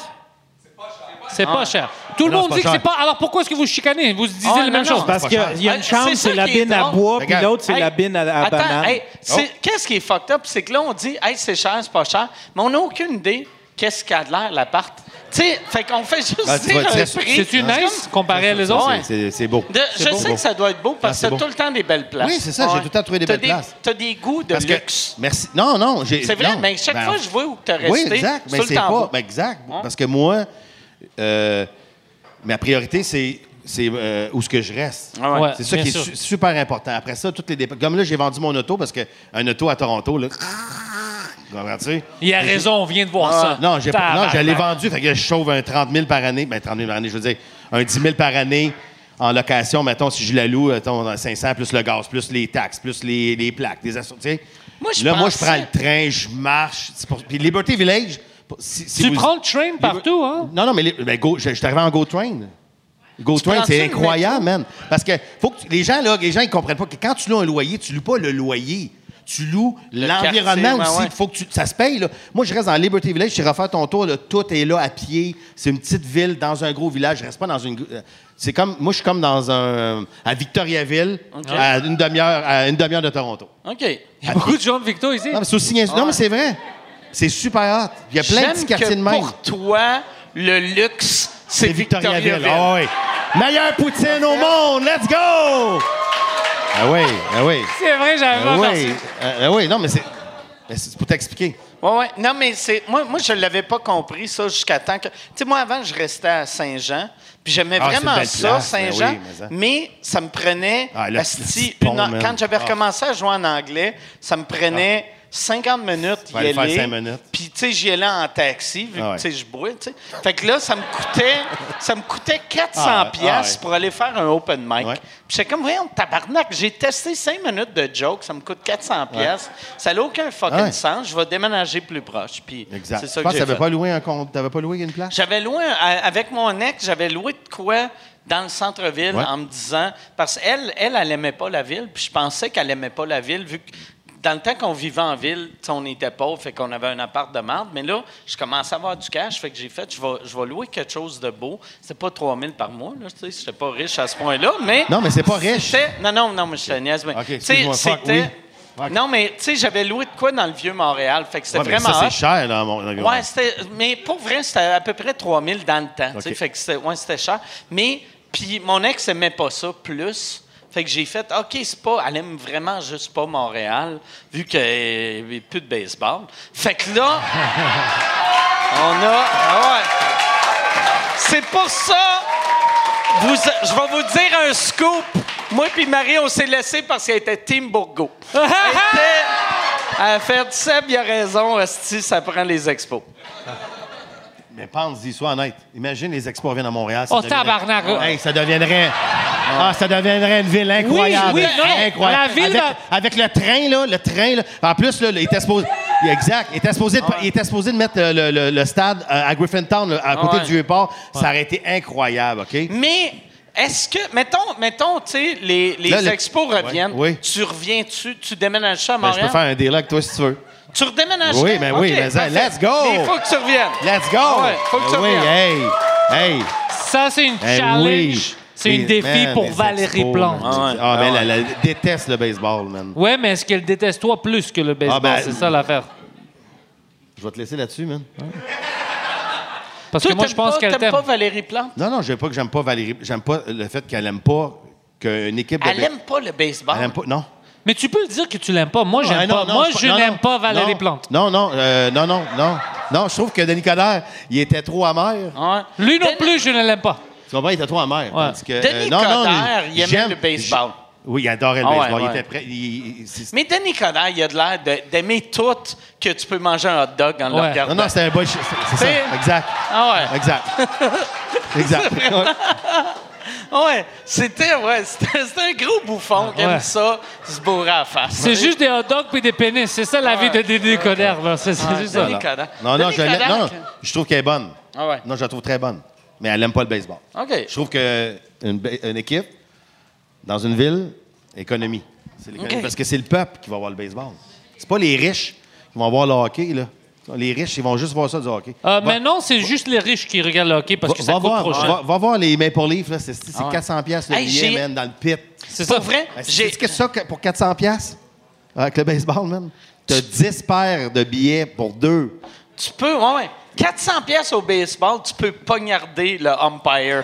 Speaker 3: C'est pas cher. Tout le
Speaker 4: Non,
Speaker 3: monde
Speaker 4: c'est
Speaker 3: dit que
Speaker 4: pas
Speaker 3: c'est
Speaker 4: cher.
Speaker 3: pas. Alors pourquoi est-ce que vous chicanez? Vous disiez
Speaker 1: Ah,
Speaker 3: la
Speaker 1: non,
Speaker 3: même
Speaker 1: non.
Speaker 3: chose.
Speaker 2: Parce
Speaker 4: pas
Speaker 2: qu'il
Speaker 4: cher.
Speaker 2: y a
Speaker 1: Ah,
Speaker 2: une chambre,
Speaker 1: c'est ça
Speaker 2: c'est la
Speaker 1: qui est
Speaker 2: bine à
Speaker 1: drôle.
Speaker 2: bois, puis
Speaker 4: Regarde.
Speaker 2: l'autre, c'est
Speaker 1: Hey,
Speaker 2: la bine à, à
Speaker 1: attends,
Speaker 2: banane.
Speaker 1: hey, c'est-
Speaker 4: Oh.
Speaker 1: qu'est-ce qui est fucked up? C'est que là, on dit, hey, c'est cher, c'est pas cher, mais on n'a aucune idée qu'est-ce qu'il y a de l'air, l'appart. Tu sais, fait qu'on fait juste
Speaker 4: Ah, tu
Speaker 1: dire
Speaker 4: vas- tu
Speaker 1: un
Speaker 4: restes-
Speaker 1: prix.
Speaker 3: C'est-tu nice comparé à les autres?
Speaker 4: C'est- C'est c'est beau.
Speaker 1: De- je
Speaker 4: C'est beau.
Speaker 1: sais que ça doit être beau parce que t'as
Speaker 4: Ah, c'est beau.
Speaker 1: tout le temps des belles places.
Speaker 4: Oui, c'est ça, j'ai tout le temps trouvé des
Speaker 1: T'as
Speaker 4: belles places.
Speaker 1: T'as des goûts de
Speaker 4: Parce que-
Speaker 1: luxe.
Speaker 4: Merci. Non, non. j'ai-
Speaker 1: C'est vrai,
Speaker 4: non.
Speaker 1: mais chaque
Speaker 4: Ben,
Speaker 1: fois que je vois où t'as resté,
Speaker 4: Oui, exact.
Speaker 1: c'est
Speaker 4: Mais
Speaker 1: tout
Speaker 4: c'est
Speaker 1: le temps
Speaker 4: pas.
Speaker 1: beau.
Speaker 4: ben, exact.
Speaker 1: Hein?
Speaker 4: Parce que moi, euh, ma priorité, c'est c'est, euh, où ce que je reste.
Speaker 1: Ah ouais.
Speaker 3: Ouais,
Speaker 4: c'est ça
Speaker 3: bien
Speaker 4: qui est
Speaker 3: sûr.
Speaker 4: su- super important. Après ça, toutes les dépenses. Comme là, j'ai vendu mon auto parce qu'un auto à Toronto, là. Comprends-tu?
Speaker 3: Il a raison, on vient de voir ça.
Speaker 4: Ah, Non, j'ai pas, non, je l'ai
Speaker 3: Tabarnak.
Speaker 4: vendu. Fait que je sauve un 30 000 par année. Ben, 30 000 par année, je veux dire, un 10 000 par année en location. Mettons, si je la loue, mettons, 500 plus le gaz, plus les taxes, plus les, les plaques, des assurances. tu sais.
Speaker 1: Moi, je
Speaker 4: Là, moi, je
Speaker 1: pensais-
Speaker 4: prends le train, je marche. C'est pour- Puis Liberty Village. pour- si- si
Speaker 3: Tu
Speaker 4: vous-
Speaker 3: prends le train partout, hein?
Speaker 4: Non, non, mais les- ben, Go- je, je suis arrivé en Go Train. Go Train,
Speaker 1: prends-tu
Speaker 4: c'est
Speaker 1: le
Speaker 4: incroyable, man. Parce que, faut que tu- les gens, là, les gens, ils comprennent pas que quand tu loues un loyer, tu loues pas le loyer. Tu loues l'environnement
Speaker 1: quartier,
Speaker 4: aussi.
Speaker 1: ouais, ouais.
Speaker 4: Faut que tu- ça se paye, là. Moi, je reste dans Liberty Village, je refais ton tour, là, tout est là à pied. C'est une petite ville dans un gros village. Je reste pas dans une. euh, C'est comme. Moi, je suis comme dans un. euh, à Victoriaville, à une demi-heure à une demi-heure de Toronto.
Speaker 1: OK.
Speaker 3: Il y a beaucoup de gens de Victo ici.
Speaker 4: Non, mais c'est aussi niaiseux. Non, mais c'est vrai. C'est super hot. Il y a plein de
Speaker 1: Ah. J'aime
Speaker 4: petits
Speaker 1: que
Speaker 4: quartiers de même.
Speaker 1: pour toi, le luxe, c'est
Speaker 4: C'est Victoriaville.
Speaker 1: Victoriaville.
Speaker 4: Ah oui. Meilleure poutine au monde. Let's go! Ah oui, ah oui.
Speaker 3: C'est vrai, j'avais
Speaker 4: Ah
Speaker 3: pas
Speaker 4: oui,
Speaker 3: pensé.
Speaker 4: ah ah oui. Non, mais c'est... mais c'est pour t'expliquer.
Speaker 1: Ouais, ouais. Non, mais c'est. Moi, moi je ne l'avais pas compris, ça, jusqu'à temps que. Tu sais, moi, avant, je restais à Saint-Jean. Puis j'aimais
Speaker 4: Ah, c'est une
Speaker 1: vraiment
Speaker 4: belle
Speaker 1: ça,
Speaker 4: place, mais
Speaker 1: Saint-Jean.
Speaker 4: oui, mais
Speaker 1: mais,
Speaker 4: ça.
Speaker 1: ça me prenait.
Speaker 4: Ah, le-
Speaker 1: asti,
Speaker 4: le petit pont,
Speaker 1: une heure-
Speaker 4: man.
Speaker 1: quand j'avais
Speaker 4: Ah.
Speaker 1: recommencé à jouer en anglais, ça me prenait 50 minutes y
Speaker 4: Fallait faire
Speaker 1: aller.
Speaker 4: cinq minutes.
Speaker 1: Puis, tu sais, j'y allais en taxi, vu
Speaker 4: Ah ouais.
Speaker 1: que, tu sais, je bois, tu sais. Fait que là, ça me coûtait, ça me coûtait 400
Speaker 4: Ah ouais, ah
Speaker 1: piastres
Speaker 4: ouais.
Speaker 1: pour aller faire un open mic.
Speaker 4: Ouais.
Speaker 1: Puis j'étais comme, voyons, tabarnak, j'ai testé 5 minutes de joke, ça me coûte 400 piastres. Ça n'a aucun fucking
Speaker 4: Ouais.
Speaker 1: sens, je vais déménager plus proche. Puis
Speaker 4: Exact.
Speaker 1: c'est ça
Speaker 4: je
Speaker 1: que
Speaker 4: pense que
Speaker 1: j'ai
Speaker 4: t'avais
Speaker 1: fait.
Speaker 4: pas loué un compte. T'avais pas loué une place?
Speaker 1: J'avais loué, un- à- avec mon ex, j'avais loué de quoi dans le centre-ville
Speaker 4: Ouais.
Speaker 1: en me disant, parce qu'elle, elle, elle n'aimait pas la ville, puis je pensais qu'elle n'aimait pas la ville, vu que dans le temps qu'on vivait en ville, tu sais, on était pauvre, fait qu'on avait un appart de merde. Mais là, je commençais à avoir du cash, fait que j'ai fait, je vais, je vais louer quelque chose de beau. C'était pas 3000 par mois, là, tu sais, j'étais pas riche à ce point-là, mais...
Speaker 4: Non, mais c'est pas riche.
Speaker 1: C'était- Non, non, non, mais je te niaise, mais...
Speaker 4: Ok,
Speaker 1: tu sais,
Speaker 4: excuse-moi, fuck,
Speaker 1: c'était-
Speaker 4: oui. Fuck.
Speaker 1: Non, mais, tu sais, j'avais loué de quoi dans le vieux Montréal, fait que c'était
Speaker 4: Ouais, mais
Speaker 1: vraiment
Speaker 4: ça, c'est
Speaker 1: hot.
Speaker 4: cher, là, mon avis.
Speaker 1: Ouais, c'était. Mais pour vrai, c'était à peu près 3000 dans le temps. tu sais,
Speaker 4: OK.
Speaker 1: Fait que c'était ouais, c'était cher. Mais, puis mon ex aimait pas ça plus. Fait que j'ai fait, OK, c'est pas. Elle aime vraiment juste pas Montréal, vu qu'il n'y a plus de baseball. Fait que là. on a. ah ouais. C'est pour ça. Vous, je vais vous dire un scoop. Moi puis Marie, on s'est laissé parce qu'elle était Team Bourgo. Elle était- Elle a fait Seb, il a raison, si ça prend les expos.
Speaker 4: Mais pense-y, sois honnête. Imagine les expos reviennent à Montréal. ça
Speaker 3: Oh,
Speaker 4: deviendrait-
Speaker 3: tabarnak.
Speaker 4: Hey, ça deviendrait. Ah, ça deviendrait une ville incroyable.
Speaker 3: Oui, oui, non, non.
Speaker 4: incroyable.
Speaker 3: La ville euh,
Speaker 4: avec,
Speaker 3: va-
Speaker 4: avec le train, là, le train, là. En plus, là, il était supposé. Exact. Il était supposé de,
Speaker 3: Ah
Speaker 4: il était supposé de mettre euh, le, le- le stade euh, à Griffintown,
Speaker 3: Ah
Speaker 4: là, à côté
Speaker 1: Ouais.
Speaker 4: du Vieux-Port. Ça aurait été incroyable, OK? Ben,
Speaker 1: Mais est-ce que, mettons, mettons, tu sais, les, les
Speaker 4: Là, le-
Speaker 1: expos reviennent.
Speaker 4: Ouais, oui.
Speaker 1: Tu reviens-tu, tu déménages ça à
Speaker 4: Ben, je
Speaker 1: Montréal?
Speaker 4: peux faire un deal avec toi si tu veux.
Speaker 1: Tu redéménages
Speaker 4: Oui,
Speaker 1: ça?
Speaker 4: ben oui,
Speaker 1: Ok,
Speaker 4: mais ça,
Speaker 1: parfait.
Speaker 4: let's go!
Speaker 1: Mais il faut que tu reviennes.
Speaker 4: Let's go!
Speaker 1: Ah ouais, faut que
Speaker 4: Ben
Speaker 1: tu
Speaker 4: oui, hey! Hey!
Speaker 3: Ça, c'est une
Speaker 4: Eh
Speaker 3: challenge.
Speaker 4: oui.
Speaker 3: C'est une
Speaker 4: Les-
Speaker 3: défi
Speaker 4: man,
Speaker 3: pour
Speaker 4: les
Speaker 3: Valérie
Speaker 4: expos,
Speaker 3: Plante.
Speaker 4: man.
Speaker 1: Ah ouais.
Speaker 4: Ah, ben, elle, elle déteste le baseball, man.
Speaker 3: Ouais, mais est-ce qu'elle déteste toi plus que le baseball?
Speaker 4: Ah, ben-
Speaker 3: c'est ça l'affaire.
Speaker 4: Je vais te laisser là-dessus, man.
Speaker 3: Parce
Speaker 1: Toi,
Speaker 3: que moi,
Speaker 1: t'aimes
Speaker 3: je pense
Speaker 1: pas-
Speaker 3: qu'elle
Speaker 1: t'aimes
Speaker 3: t'aime.
Speaker 1: pas Valérie Plante?
Speaker 4: Non, non, je veux pas que j'aime pas Valérie. J'aime pas le fait qu'elle aime pas qu'une équipe de.
Speaker 1: Elle aime pas le baseball.
Speaker 4: Elle aime pas. Non.
Speaker 3: Mais tu peux dire que tu l'aimes pas. Moi, j'aime
Speaker 4: Ah, non,
Speaker 3: pas.
Speaker 4: non,
Speaker 3: moi,
Speaker 4: pas-
Speaker 3: je
Speaker 4: non,
Speaker 3: n'aime
Speaker 4: non,
Speaker 3: pas Valérie
Speaker 4: non.
Speaker 3: Plante.
Speaker 4: Non, non, euh, non, non, non. Non, je trouve que Denis Coderre, il était trop amer.
Speaker 1: Ouais.
Speaker 3: Lui non
Speaker 1: Denis-
Speaker 3: plus, je ne l'aime pas.
Speaker 4: Tu comprends, il était trop amer. Tandis que, euh,
Speaker 1: Denis
Speaker 4: non, non,
Speaker 1: Coderre, il aimait
Speaker 4: j'aime-
Speaker 1: le baseball.
Speaker 4: j'- Oui, il adorait le
Speaker 1: Ah ouais,
Speaker 4: baseball.
Speaker 1: ouais.
Speaker 4: Il était prêt. il- il- c'est-
Speaker 1: Mais Denis Coderre, il a de l'air de- d'aimer tout que tu peux manger un hot dog en le
Speaker 3: Ouais.
Speaker 1: regardant.
Speaker 4: Non, non, c'était un boy. C'est c'est
Speaker 1: C'est-
Speaker 4: ça. Exact.
Speaker 1: ah ouais.
Speaker 4: Exact. exact.
Speaker 1: Ouais, c'était ouais, c'était c'était un gros bouffon qui
Speaker 3: Ouais.
Speaker 1: aime ça, se bourrer à la face.
Speaker 3: C'est juste des hot dogs et des pénis. C'est ça la vie de Dédé Coderre. là. C'est c'est juste ça.
Speaker 1: Denis Coderre.
Speaker 4: Non, non,
Speaker 1: Denis
Speaker 4: je, l'ai-
Speaker 1: Coderre.
Speaker 4: non, je trouve qu'elle est bonne.
Speaker 1: Ah ouais.
Speaker 4: Non, je la trouve très bonne. Mais elle aime pas le baseball.
Speaker 1: OK.
Speaker 4: Je trouve qu'une une équipe, dans une ville, économie. C'est l'économie.
Speaker 1: OK.
Speaker 4: Parce que c'est le peuple qui va voir le baseball. C'est pas les riches qui vont voir le hockey, là. Les riches, ils vont juste voir ça du hockey.
Speaker 3: Euh,
Speaker 1: Ah,
Speaker 4: Va-
Speaker 3: maintenant, c'est juste les riches qui regardent le hockey parce que
Speaker 4: va-
Speaker 3: ça
Speaker 4: va
Speaker 3: coûte
Speaker 4: voir,
Speaker 3: trop cher.
Speaker 4: va, va voir les Maple Leafs, là. C'est c'est
Speaker 1: Ah ouais.
Speaker 4: 400$ piastres le
Speaker 1: Hey,
Speaker 4: billet,
Speaker 1: j'ai-
Speaker 4: man, dans le pit.
Speaker 3: C'est
Speaker 1: Pour
Speaker 3: ça.
Speaker 1: vrai, j'ai
Speaker 4: Est-ce que ça, que- pour 400$ piastres, avec le baseball, man, t'as 10 paires de billets pour deux.
Speaker 1: tu peux ouais, ouais. 400 pièces au baseball, tu peux poignarder le umpire.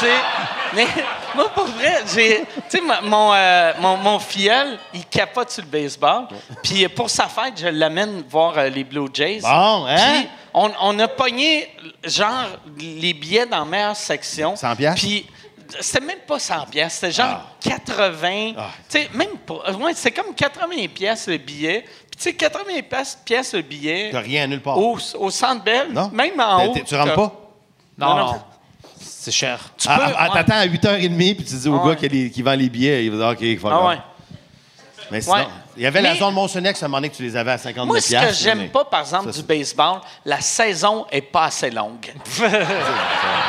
Speaker 1: c'est mais moi pour vrai, j'ai tu sais ma- mon, euh, mon mon filleul, il capote sur le baseball, puis euh, pour sa fête, je l'amène voir euh, les Blue Jays.
Speaker 4: Bon, hein?
Speaker 1: Puis, on, on a pogné, genre, les billets dans la meilleure section.
Speaker 4: 100 piastres?
Speaker 1: Puis, c'était même pas 100 piastres, c'était genre 80.
Speaker 4: Ah.
Speaker 1: Tu sais, même pas. Ouais, c'est comme 80 piastres le billet. Puis, tu sais, 80 piastres- piastres le billet.
Speaker 4: T'as rien nulle part.
Speaker 1: Au, au centre belle,
Speaker 4: Ah. Non?
Speaker 1: même en
Speaker 4: T'es-
Speaker 1: haut.
Speaker 4: t'es- Tu rentres
Speaker 1: t'as-
Speaker 4: pas?
Speaker 3: Non,
Speaker 1: Non,
Speaker 3: non.
Speaker 1: non.
Speaker 3: C'est cher.
Speaker 1: Tu peux.
Speaker 4: Ah, ah,
Speaker 1: ouais.
Speaker 4: T'attends à 8h30 puis tu dis au
Speaker 1: Ah ouais.
Speaker 4: gars qui, a les- qui vend les billets, il va dire OK, il faut
Speaker 1: Ah ouais.
Speaker 4: Mais sinon,
Speaker 1: Ouais.
Speaker 4: il y avait la
Speaker 1: Mais-
Speaker 4: zone Monsonex à un moment donné que tu les avais à 59
Speaker 1: Moi, ce que
Speaker 4: piastres,
Speaker 1: j'aime
Speaker 4: mais-
Speaker 1: pas, par exemple,
Speaker 4: Ça,
Speaker 1: du
Speaker 4: c'est-
Speaker 1: baseball, la saison est pas assez longue.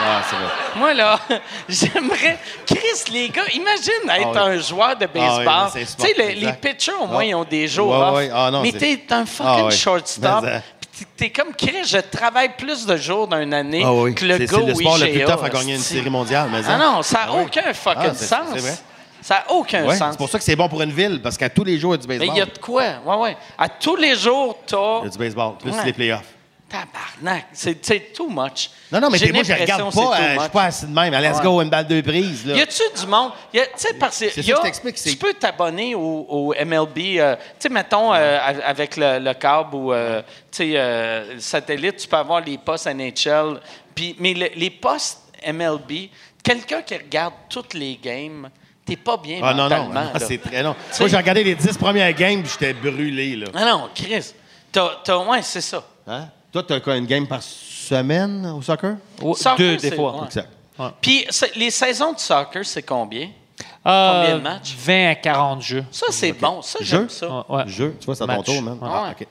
Speaker 4: Ah, c'est vrai.
Speaker 1: Moi, là, j'aimerais. Chris, les gars, imagine être
Speaker 4: Ah oui.
Speaker 1: un joueur de baseball.
Speaker 4: Ah oui, mais c'est
Speaker 1: tu sais, les,
Speaker 4: sport,
Speaker 1: les
Speaker 4: exact.
Speaker 1: pitchers, au moins,
Speaker 4: Ah.
Speaker 1: ils ont des jours
Speaker 4: Ouais,
Speaker 1: off.
Speaker 4: ouais, ah non,
Speaker 1: mais
Speaker 4: c'est-
Speaker 1: t'es un fucking
Speaker 4: Ah oui.
Speaker 1: shortstop.
Speaker 4: Mais, euh,
Speaker 1: Puis t'es- t'es comme Chris, je travaille plus de jours dans une année
Speaker 4: Ah oui.
Speaker 1: que le
Speaker 4: C'est-
Speaker 1: gars
Speaker 4: C'est le
Speaker 1: au
Speaker 4: sport le plus
Speaker 1: IGA,
Speaker 4: tough à gagner une
Speaker 1: hostie.
Speaker 4: série mondiale. Mais hein?
Speaker 1: Ah non, ça n'a aucun fucking
Speaker 4: Ah, c'est-
Speaker 1: sens.
Speaker 4: c'est vrai.
Speaker 1: Ça n'a aucun
Speaker 4: Ouais,
Speaker 1: sens.
Speaker 4: C'est pour ça que c'est bon pour une ville, parce qu'à tous les jours, il y a du
Speaker 1: Mais
Speaker 4: baseball.
Speaker 1: il y a de quoi? Ouais, ouais. À tous les jours,
Speaker 4: Il y
Speaker 1: t'as.
Speaker 4: a du baseball, plus
Speaker 1: Ouais.
Speaker 4: les playoffs.
Speaker 1: Tabarnak. C'est c'est too much.
Speaker 4: Non, non, mais
Speaker 1: J'ai
Speaker 4: t'es- moi, je regarde
Speaker 1: l'impression que
Speaker 4: pas.
Speaker 1: c'est too
Speaker 4: euh, Je suis
Speaker 1: much.
Speaker 4: pas assis de même. à Let's
Speaker 1: Ouais.
Speaker 4: go, une balle de prise. là.
Speaker 1: Y a-tu du monde? Y a- Tu sais, parce que
Speaker 4: C'est
Speaker 1: y a-
Speaker 4: ça que je t'explique, c'est-
Speaker 1: tu peux t'abonner au, au MLB. euh, tu sais, mettons, euh, av- avec le, le câble ou euh, tu sais, euh, le satellite, tu peux avoir les postes NHL. Puis, mais le- les postes MLB, quelqu'un qui regarde toutes les games, t'es pas bien
Speaker 4: Ah non, non,
Speaker 1: mentalement.
Speaker 4: non,
Speaker 1: là.
Speaker 4: c'est très long.
Speaker 1: sais-
Speaker 4: Moi, j'ai regardé les 10 premières games, puis j'étais brûlé. là.
Speaker 1: Ah non, Chris. T'as, t'as- ouais, c'est ça.
Speaker 4: Hein? Toi, t'as quoi, une game par semaine au soccer?
Speaker 3: Ouais,
Speaker 1: Soccer,
Speaker 3: Deux, des
Speaker 1: c'est-
Speaker 3: fois.
Speaker 1: ouais.
Speaker 4: Exact.
Speaker 1: Puis c'est- les saisons de soccer, c'est combien?
Speaker 3: Euh,
Speaker 1: Combien de matchs?
Speaker 3: 20 à 40 jeux.
Speaker 1: Ça, c'est bon. Ça,
Speaker 4: Jeu?
Speaker 1: j'aime ça.
Speaker 3: Ouais, ouais.
Speaker 4: Jeu, tu vois, c'est à ton
Speaker 3: Match.
Speaker 4: tour, man.
Speaker 3: Ouais.
Speaker 4: Ah, OK.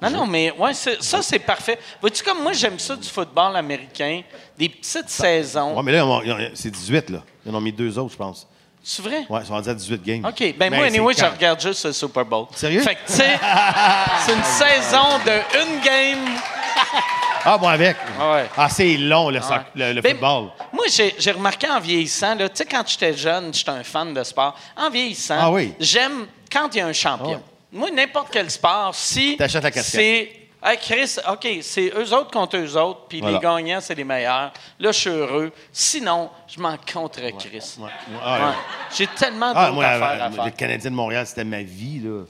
Speaker 1: Non, non, mais ouais, c'est- ça, c'est parfait. Vois-tu comme moi, j'aime ça du football américain, des petites saisons.
Speaker 4: Ouais, mais là, on- on- c'est 18, là. Ils en ont mis deux autres, je pense.
Speaker 1: C'est vrai?
Speaker 4: Ouais, ils sont rendus à 18 games.
Speaker 1: OK. Ben, moi,
Speaker 4: c'est
Speaker 1: anyway, je
Speaker 4: quand-
Speaker 1: regarde juste le Super Bowl.
Speaker 4: Sérieux?
Speaker 1: Fait que, tu sais, c'est une saison de une game.
Speaker 4: Ah, bon, avec.
Speaker 1: Ouais.
Speaker 4: Ah, c'est long, le, soc- le- le
Speaker 1: Ben,
Speaker 4: football.
Speaker 1: Moi, j'ai j'ai remarqué en vieillissant, là, tu sais, quand j'étais jeune, j'étais un fan de sport. En vieillissant,
Speaker 4: Ah oui. Ah
Speaker 1: j'aime quand il y a un champion. Moi, n'importe quel sport, si.
Speaker 4: T'achètes la casquette.
Speaker 1: C'est. Hey, Chris, OK, c'est eux autres contre eux autres, puis
Speaker 4: Voilà.
Speaker 1: les gagnants, c'est les meilleurs. Là, je suis heureux. Sinon, je m'en contre Chris.
Speaker 4: Ouais. Ah, ouais.
Speaker 1: Ouais. J'ai tellement
Speaker 4: Ah,
Speaker 1: d'autres
Speaker 4: moi,
Speaker 1: affaires
Speaker 4: avant,
Speaker 1: à faire.
Speaker 4: le Canadien de Montréal, c'était ma vie, là.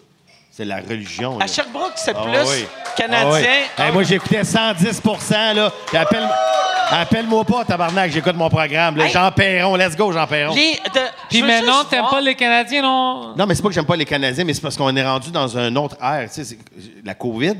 Speaker 4: C'est la religion.
Speaker 1: À
Speaker 4: là.
Speaker 1: Sherbrooke, c'est
Speaker 4: Ah,
Speaker 1: plus
Speaker 4: oui.
Speaker 1: canadien.
Speaker 4: Ah, oui.
Speaker 1: Ah,
Speaker 4: Hey, moi, j'écoutais 110 là. Puis appelle- Appelle-moi pas, tabarnak, j'écoute mon programme. là.
Speaker 1: Hey.
Speaker 4: Jean Perron, let's go, Jean Perron.
Speaker 1: les- de-
Speaker 3: Puis
Speaker 1: je veux
Speaker 3: maintenant,
Speaker 1: juste
Speaker 3: t'aimes
Speaker 1: voir-
Speaker 3: pas les Canadiens, non?
Speaker 4: Non, mais c'est pas que j'aime pas les Canadiens, mais c'est parce qu'on est rendu dans un autre ère. Tu sais, c'est- la COVID.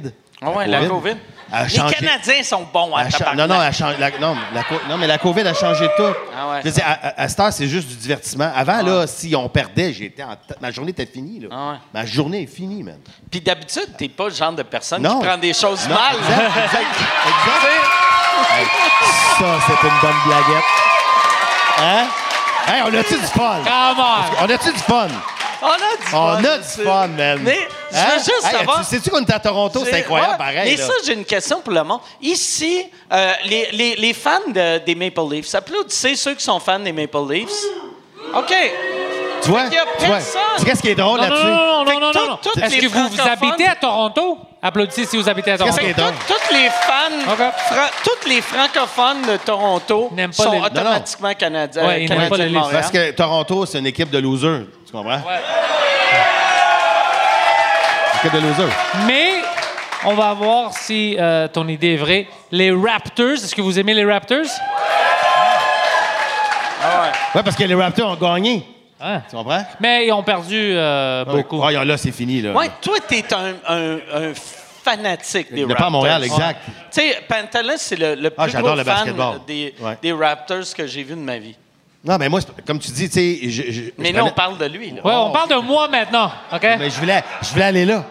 Speaker 1: Ah ouais, la COVID.
Speaker 4: a
Speaker 1: Les
Speaker 4: changé-
Speaker 1: Canadiens sont bons à
Speaker 4: Elle cha-
Speaker 1: tabarnak.
Speaker 4: Non, non, elle change- la, non, la co- non, mais la COVID a changé tout.
Speaker 1: Ah ouais.
Speaker 4: Je veux dire, à, à- à cette heure, c'est juste du divertissement. Avant, là, si on perdait, j'étais en ta- ma journée était finie. Là.
Speaker 1: Ah ouais.
Speaker 4: Ma journée est finie, man.
Speaker 1: Puis d'habitude, t'es pas le genre de personne
Speaker 4: Non.
Speaker 1: qui prend des choses
Speaker 4: Non,
Speaker 1: mal.
Speaker 4: exact, exact, exact. Hey, ça, c'est une bonne blaguette. Hein? Hey, on a-tu du fun?
Speaker 3: Come on!
Speaker 4: On a-tu du fun?
Speaker 1: On a du fun.
Speaker 4: On a du
Speaker 1: aussi.
Speaker 4: fun, man.
Speaker 1: Mais je veux
Speaker 4: Hein?
Speaker 1: juste
Speaker 4: Hey,
Speaker 1: savoir-
Speaker 4: tu- Sais-tu qu'on est à Toronto? C'est
Speaker 1: J'ai-
Speaker 4: incroyable,
Speaker 1: ouais.
Speaker 4: pareil.
Speaker 1: Mais
Speaker 4: là.
Speaker 1: ça, j'ai une question pour le monde. Ici, euh, les, les- les fans de- des Maple Leafs, applaudissez ceux qui sont fans des Maple Leafs. OK.
Speaker 4: tu vois?
Speaker 1: qu'il y a
Speaker 4: tu vois?
Speaker 1: personne.
Speaker 4: Tu sais qu'est-ce qui est drôle
Speaker 3: Non, non,
Speaker 4: là-dessus?
Speaker 3: non, non,
Speaker 1: Fait
Speaker 3: non, non,
Speaker 1: que tout-
Speaker 3: non.
Speaker 1: toutes
Speaker 3: Est-ce
Speaker 1: les
Speaker 3: que vous, vous
Speaker 1: francophones-
Speaker 3: habitez à Toronto? Applaudissez si vous habitez à Toronto.
Speaker 4: Qu'est-ce qui est drôle?
Speaker 1: Toutes les fans,
Speaker 3: OK.
Speaker 1: fra- toutes les francophones de Toronto
Speaker 3: N'aiment pas
Speaker 1: sont
Speaker 3: les- non, non.
Speaker 1: automatiquement canadiens.
Speaker 3: Ouais, ils n'aiment pas les Leafs.
Speaker 4: Parce que Toronto, c'est une équipe de losers. Tu comprends? Une équipe de losers.
Speaker 3: Mais on va voir si euh, ton idée est vraie. Les Raptors, est-ce que vous aimez les Raptors?
Speaker 1: Ah
Speaker 4: Ouais, parce que les Raptors ont gagné.
Speaker 3: Hein?
Speaker 4: Tu comprends?
Speaker 3: Mais ils ont perdu euh, beaucoup.
Speaker 4: Ah, là, c'est fini. Là.
Speaker 1: Ouais, toi, t'es un, un- un fanatique des
Speaker 4: Il n'est
Speaker 1: Raptors.
Speaker 4: pas à Montréal, exact.
Speaker 1: Ouais. Tu sais, Pantelis, c'est le, le plus
Speaker 4: Ah, j'adore
Speaker 1: gros
Speaker 4: le
Speaker 1: fan
Speaker 4: basketball.
Speaker 1: des,
Speaker 4: Ouais.
Speaker 1: des Raptors que j'ai vu de ma vie.
Speaker 4: Non, mais moi, c'est- comme tu dis, tu sais. je- je- je
Speaker 1: Mais
Speaker 4: prenais-
Speaker 1: là, on parle de lui. Là.
Speaker 3: Ouais, on parle de moi maintenant, OK?
Speaker 4: Oh. Mais je voulais, je voulais aller là.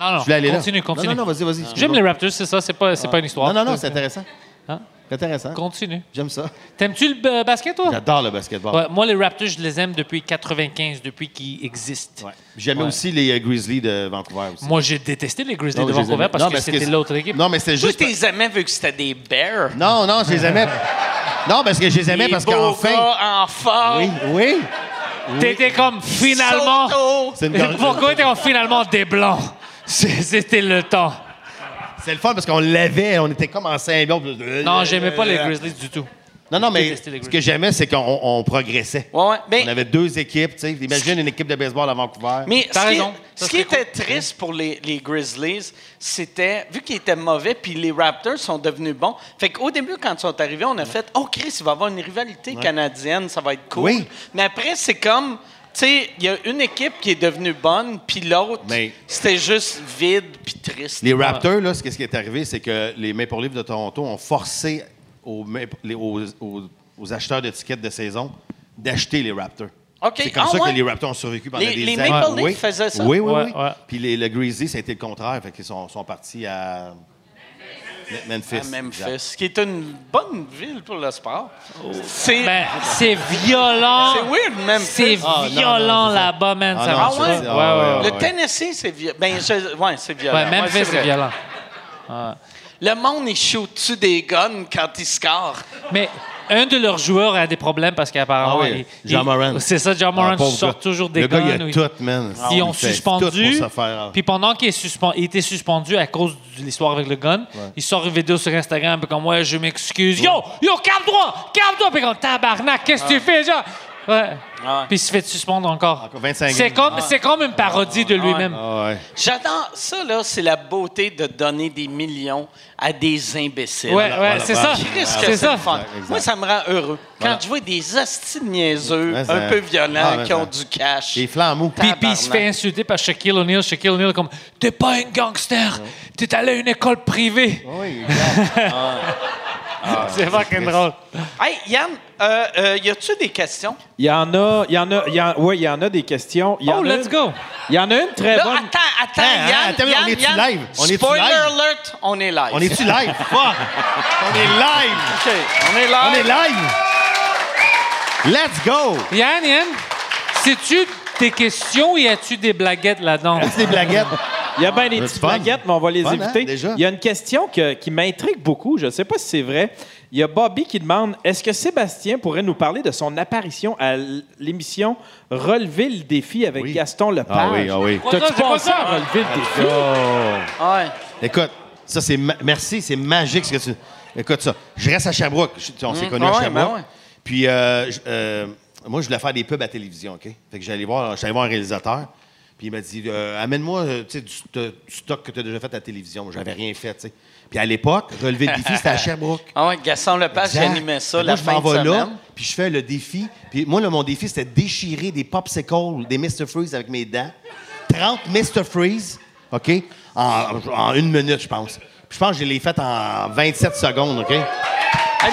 Speaker 3: non, non,
Speaker 4: Je voulais aller là.
Speaker 3: continue, continue.
Speaker 4: Non, non, non, vas-y, vas-y.
Speaker 3: J'aime les Raptors, c'est ça, c'est pas, c'est pas une histoire.
Speaker 4: Non, non, non, c'est intéressant.
Speaker 3: Hein?
Speaker 4: C'est intéressant.
Speaker 3: Continue.
Speaker 4: J'aime ça.
Speaker 3: T'aimes-tu le euh, basket, toi?
Speaker 4: J'adore le basketball.
Speaker 3: Ouais, moi, les Raptors, je les aime depuis 95, depuis qu'ils existent.
Speaker 4: Ouais. J'aimais
Speaker 3: Ouais.
Speaker 4: aussi les euh, Grizzlies de Vancouver aussi.
Speaker 3: Moi, j'ai détesté les Grizzlies
Speaker 4: Non,
Speaker 3: de
Speaker 4: mais je les
Speaker 3: Vancouver
Speaker 4: aimais.
Speaker 3: parce
Speaker 4: Non,
Speaker 3: que
Speaker 4: mais c'est
Speaker 3: c'était l'autre équipe.
Speaker 4: Non, mais c'était
Speaker 1: Toi,
Speaker 4: juste.
Speaker 1: t'es aimais vu que c'était des Bears.
Speaker 4: Non, non, je les aimais. non, parce que je les aimais
Speaker 1: Des
Speaker 4: parce
Speaker 1: beaux
Speaker 4: qu'enfin.
Speaker 1: gars en forme.
Speaker 4: Oui, oui.
Speaker 3: T'étais comme finalement.
Speaker 1: Soto.
Speaker 4: C'est une gorge-
Speaker 3: Pourquoi t'es comme finalement des blancs? C'est- C'était le temps.
Speaker 4: C'est le fun parce qu'on l'avait, on était comme en symbiose.
Speaker 3: Non, j'aimais pas les
Speaker 4: Euh,
Speaker 3: Grizzlies du tout.
Speaker 4: Non, non, mais
Speaker 3: détestais les
Speaker 4: ce
Speaker 3: Grizzlies.
Speaker 4: que j'aimais, c'est qu'on on progressait.
Speaker 1: Ouais, Ben, ouais. Mais,
Speaker 4: On avait deux équipes, tu sais. Imagine une équipe de baseball à Vancouver.
Speaker 1: mais
Speaker 3: T'as
Speaker 1: ce qui,
Speaker 3: raison. Ça
Speaker 1: ce qui
Speaker 3: serait cool.
Speaker 1: était triste pour les, les Grizzlies, c'était, vu qu'ils étaient mauvais, puis les Raptors sont devenus bons. Fait qu'au début, quand ils sont arrivés, on a fait Oh, Chris, il va y avoir une rivalité canadienne, ça va être cool.
Speaker 4: Oui.
Speaker 1: Mais après, c'est comme, tu sais, il y a une équipe qui est devenue bonne, puis l'autre,
Speaker 4: Mais-
Speaker 1: c'était juste vide, puis triste.
Speaker 4: Les
Speaker 3: Ah.
Speaker 4: Raptors, là, ce qui ce qui est arrivé, c'est que les Maple Leafs de Toronto ont forcé aux, Maple- les- aux- aux- aux acheteurs d'étiquettes de saison d'acheter les Raptors.
Speaker 1: OK.
Speaker 4: C'est comme
Speaker 1: Ah,
Speaker 4: ça
Speaker 1: ouais.
Speaker 4: que les Raptors ont survécu pendant
Speaker 1: Les-
Speaker 4: des
Speaker 1: les
Speaker 4: années.
Speaker 1: Maple
Speaker 4: Ouais.
Speaker 1: Leafs
Speaker 4: Oui.
Speaker 1: faisaient ça?
Speaker 4: Oui, oui,
Speaker 3: Ouais,
Speaker 4: oui.
Speaker 3: ouais.
Speaker 4: Puis les, le Grizzly, ça a été le contraire. Fait qu'ils sont, sont partis à Memphis.
Speaker 1: À Memphis, qui est une bonne ville pour le sport.
Speaker 4: euh,
Speaker 1: C'est
Speaker 3: Ben, c'est violent.
Speaker 1: C'est weird, Memphis.
Speaker 3: C'est
Speaker 4: Ah, non, non,
Speaker 3: violent
Speaker 4: c'est ça.
Speaker 3: là-bas, man.
Speaker 4: Ah,
Speaker 3: ça
Speaker 4: non,
Speaker 3: marche
Speaker 4: c'est-
Speaker 3: pas.
Speaker 4: ah,
Speaker 3: Ouais,
Speaker 4: ouais,
Speaker 3: ouais,
Speaker 4: ouais,
Speaker 3: ouais.
Speaker 1: Le Tennessee, c'est violent. Ben, je- ouais, c'est violent.
Speaker 3: Ouais, Memphis,
Speaker 1: Ouais,
Speaker 3: c'est
Speaker 1: vrai.
Speaker 3: violent.
Speaker 1: Le monde, il shoot-tu des guns quand il score?
Speaker 3: Mais un de leurs joueurs a des problèmes parce qu'apparemment.
Speaker 4: Ah oui,
Speaker 3: il-
Speaker 4: John
Speaker 3: il-
Speaker 4: Moran.
Speaker 3: C'est ça, John
Speaker 4: Ah,
Speaker 3: Moran
Speaker 4: pauvre
Speaker 3: sort
Speaker 4: gars.
Speaker 3: toujours des
Speaker 4: Le
Speaker 3: guns.
Speaker 4: gars, il a
Speaker 3: ou il-
Speaker 4: tout, man. Ah,
Speaker 3: Ils
Speaker 4: Il
Speaker 3: ont
Speaker 4: fait
Speaker 3: suspendu.
Speaker 4: tout pour se faire-
Speaker 3: Puis pendant qu'il est suspendu, il était suspendu à cause de l'histoire avec le gun, il sort une vidéo sur Instagram, puis comme, ouais, je m'excuse. Yo, yo, calme-toi, calme-toi. Puis comme, tabarnak, qu'est-ce que tu fais, genre? Ouais.
Speaker 1: Ah ouais.
Speaker 3: Puis il se fait suspendre encore.
Speaker 4: Encore 25
Speaker 3: C'est
Speaker 4: games.
Speaker 3: comme, c'est comme une parodie de lui-même.
Speaker 4: Ah ouais.
Speaker 1: J'attends. Ça, là, c'est la beauté de donner des millions à des imbéciles.
Speaker 3: Ouais,
Speaker 4: Ah
Speaker 3: ouais, c'est ça.
Speaker 1: Christ que
Speaker 3: C'est ça.
Speaker 1: le fun.
Speaker 4: Exact, exact.
Speaker 1: Moi, ça me rend heureux. Quand je vois des hosties de niaiseux,
Speaker 4: Ouais, ça-
Speaker 1: un peu violents,
Speaker 4: Ah, ouais,
Speaker 1: qui ont
Speaker 4: ça-
Speaker 1: du cash.
Speaker 4: Des flammes mous.
Speaker 3: Puis, puis il se fait
Speaker 1: Tabarnak.
Speaker 3: insulter par Shaquille O'Neal. Shaquille O'Neal, comme, t'es pas un gangster, t'es allé à une école privée.
Speaker 4: Oui,
Speaker 3: c'est fucking drôle.
Speaker 1: Hey, Yann, euh, euh, y a-tu des questions?
Speaker 2: Il y en a, il y en a, il y en, ouais, il y en a des questions. Il y
Speaker 3: Oh,
Speaker 2: en a
Speaker 3: let's
Speaker 2: une-
Speaker 3: go.
Speaker 2: Il y en a une
Speaker 3: Eh,
Speaker 2: très
Speaker 1: Là,
Speaker 2: bonne.
Speaker 1: attends, attends,
Speaker 4: Hein, hein,
Speaker 1: Yann,
Speaker 4: attends, mais on
Speaker 1: Yann,
Speaker 4: est-tu
Speaker 1: Yann.
Speaker 4: live? On est-tu
Speaker 1: Spoiler
Speaker 4: live?
Speaker 1: alert, on est live.
Speaker 4: On est-tu live? Fuck! On est live!
Speaker 1: OK, on est live.
Speaker 4: On est live! Let's go!
Speaker 3: Yann, Yann, C'est-tu tes questions y a-tu des blaguettes là-dedans?
Speaker 4: C'est des blaguettes.
Speaker 2: Il y a bien des
Speaker 4: Mais
Speaker 2: petites
Speaker 4: c'est fun.
Speaker 2: baguettes, mais on va les
Speaker 4: Fun, hein,
Speaker 2: éviter.
Speaker 4: déjà.
Speaker 2: Il y a une question que- qui m'intrigue beaucoup. Je ne sais pas si c'est vrai. Il y a Bobby qui demande est-ce que Sébastien pourrait nous parler de son apparition à l- l'émission Relever le défi avec
Speaker 4: Oui.
Speaker 2: Gaston Lepage
Speaker 4: Ah oui, ah oui.
Speaker 3: Quoi ça,
Speaker 2: T'as-tu
Speaker 3: c'est quoi
Speaker 2: pensé
Speaker 3: ça?
Speaker 2: à relever le défi
Speaker 1: Ah Ouais.
Speaker 4: Écoute, ça, c'est. ma- Merci, c'est magique ce que tu. Écoute ça. Je reste à Sherbrooke. Je- tu- On s'est connus
Speaker 1: Ah
Speaker 4: à
Speaker 1: ouais,
Speaker 4: Sherbrooke.
Speaker 1: ben ouais.
Speaker 4: Puis, euh, je- euh, moi, je voulais faire des pubs à télévision, OK? Fait que j'allais voir, j'allais voir un réalisateur. Puis il m'a dit euh, Amène-moi euh, tu sais, du, st- du stock que tu as déjà fait à la télévision. Moi, J'avais rien fait, tu sais. Puis à l'époque, relever le défi, c'était à Sherbrooke.
Speaker 1: Ah ouais, Gaston Lepage,
Speaker 4: Exact.
Speaker 1: j'animais ça
Speaker 4: Moi,
Speaker 1: la
Speaker 4: je
Speaker 1: fin
Speaker 4: m'en
Speaker 1: de
Speaker 4: vais
Speaker 1: semaine.
Speaker 4: là, puis je fais le défi. Puis moi, là, mon défi, c'était de déchirer des popsicles, des Mr. Freeze avec mes dents. 30 Mr. Freeze, OK? En, en une minute, je pense. Puis je pense que je l'ai fait en 27 secondes, OK?
Speaker 1: Hey,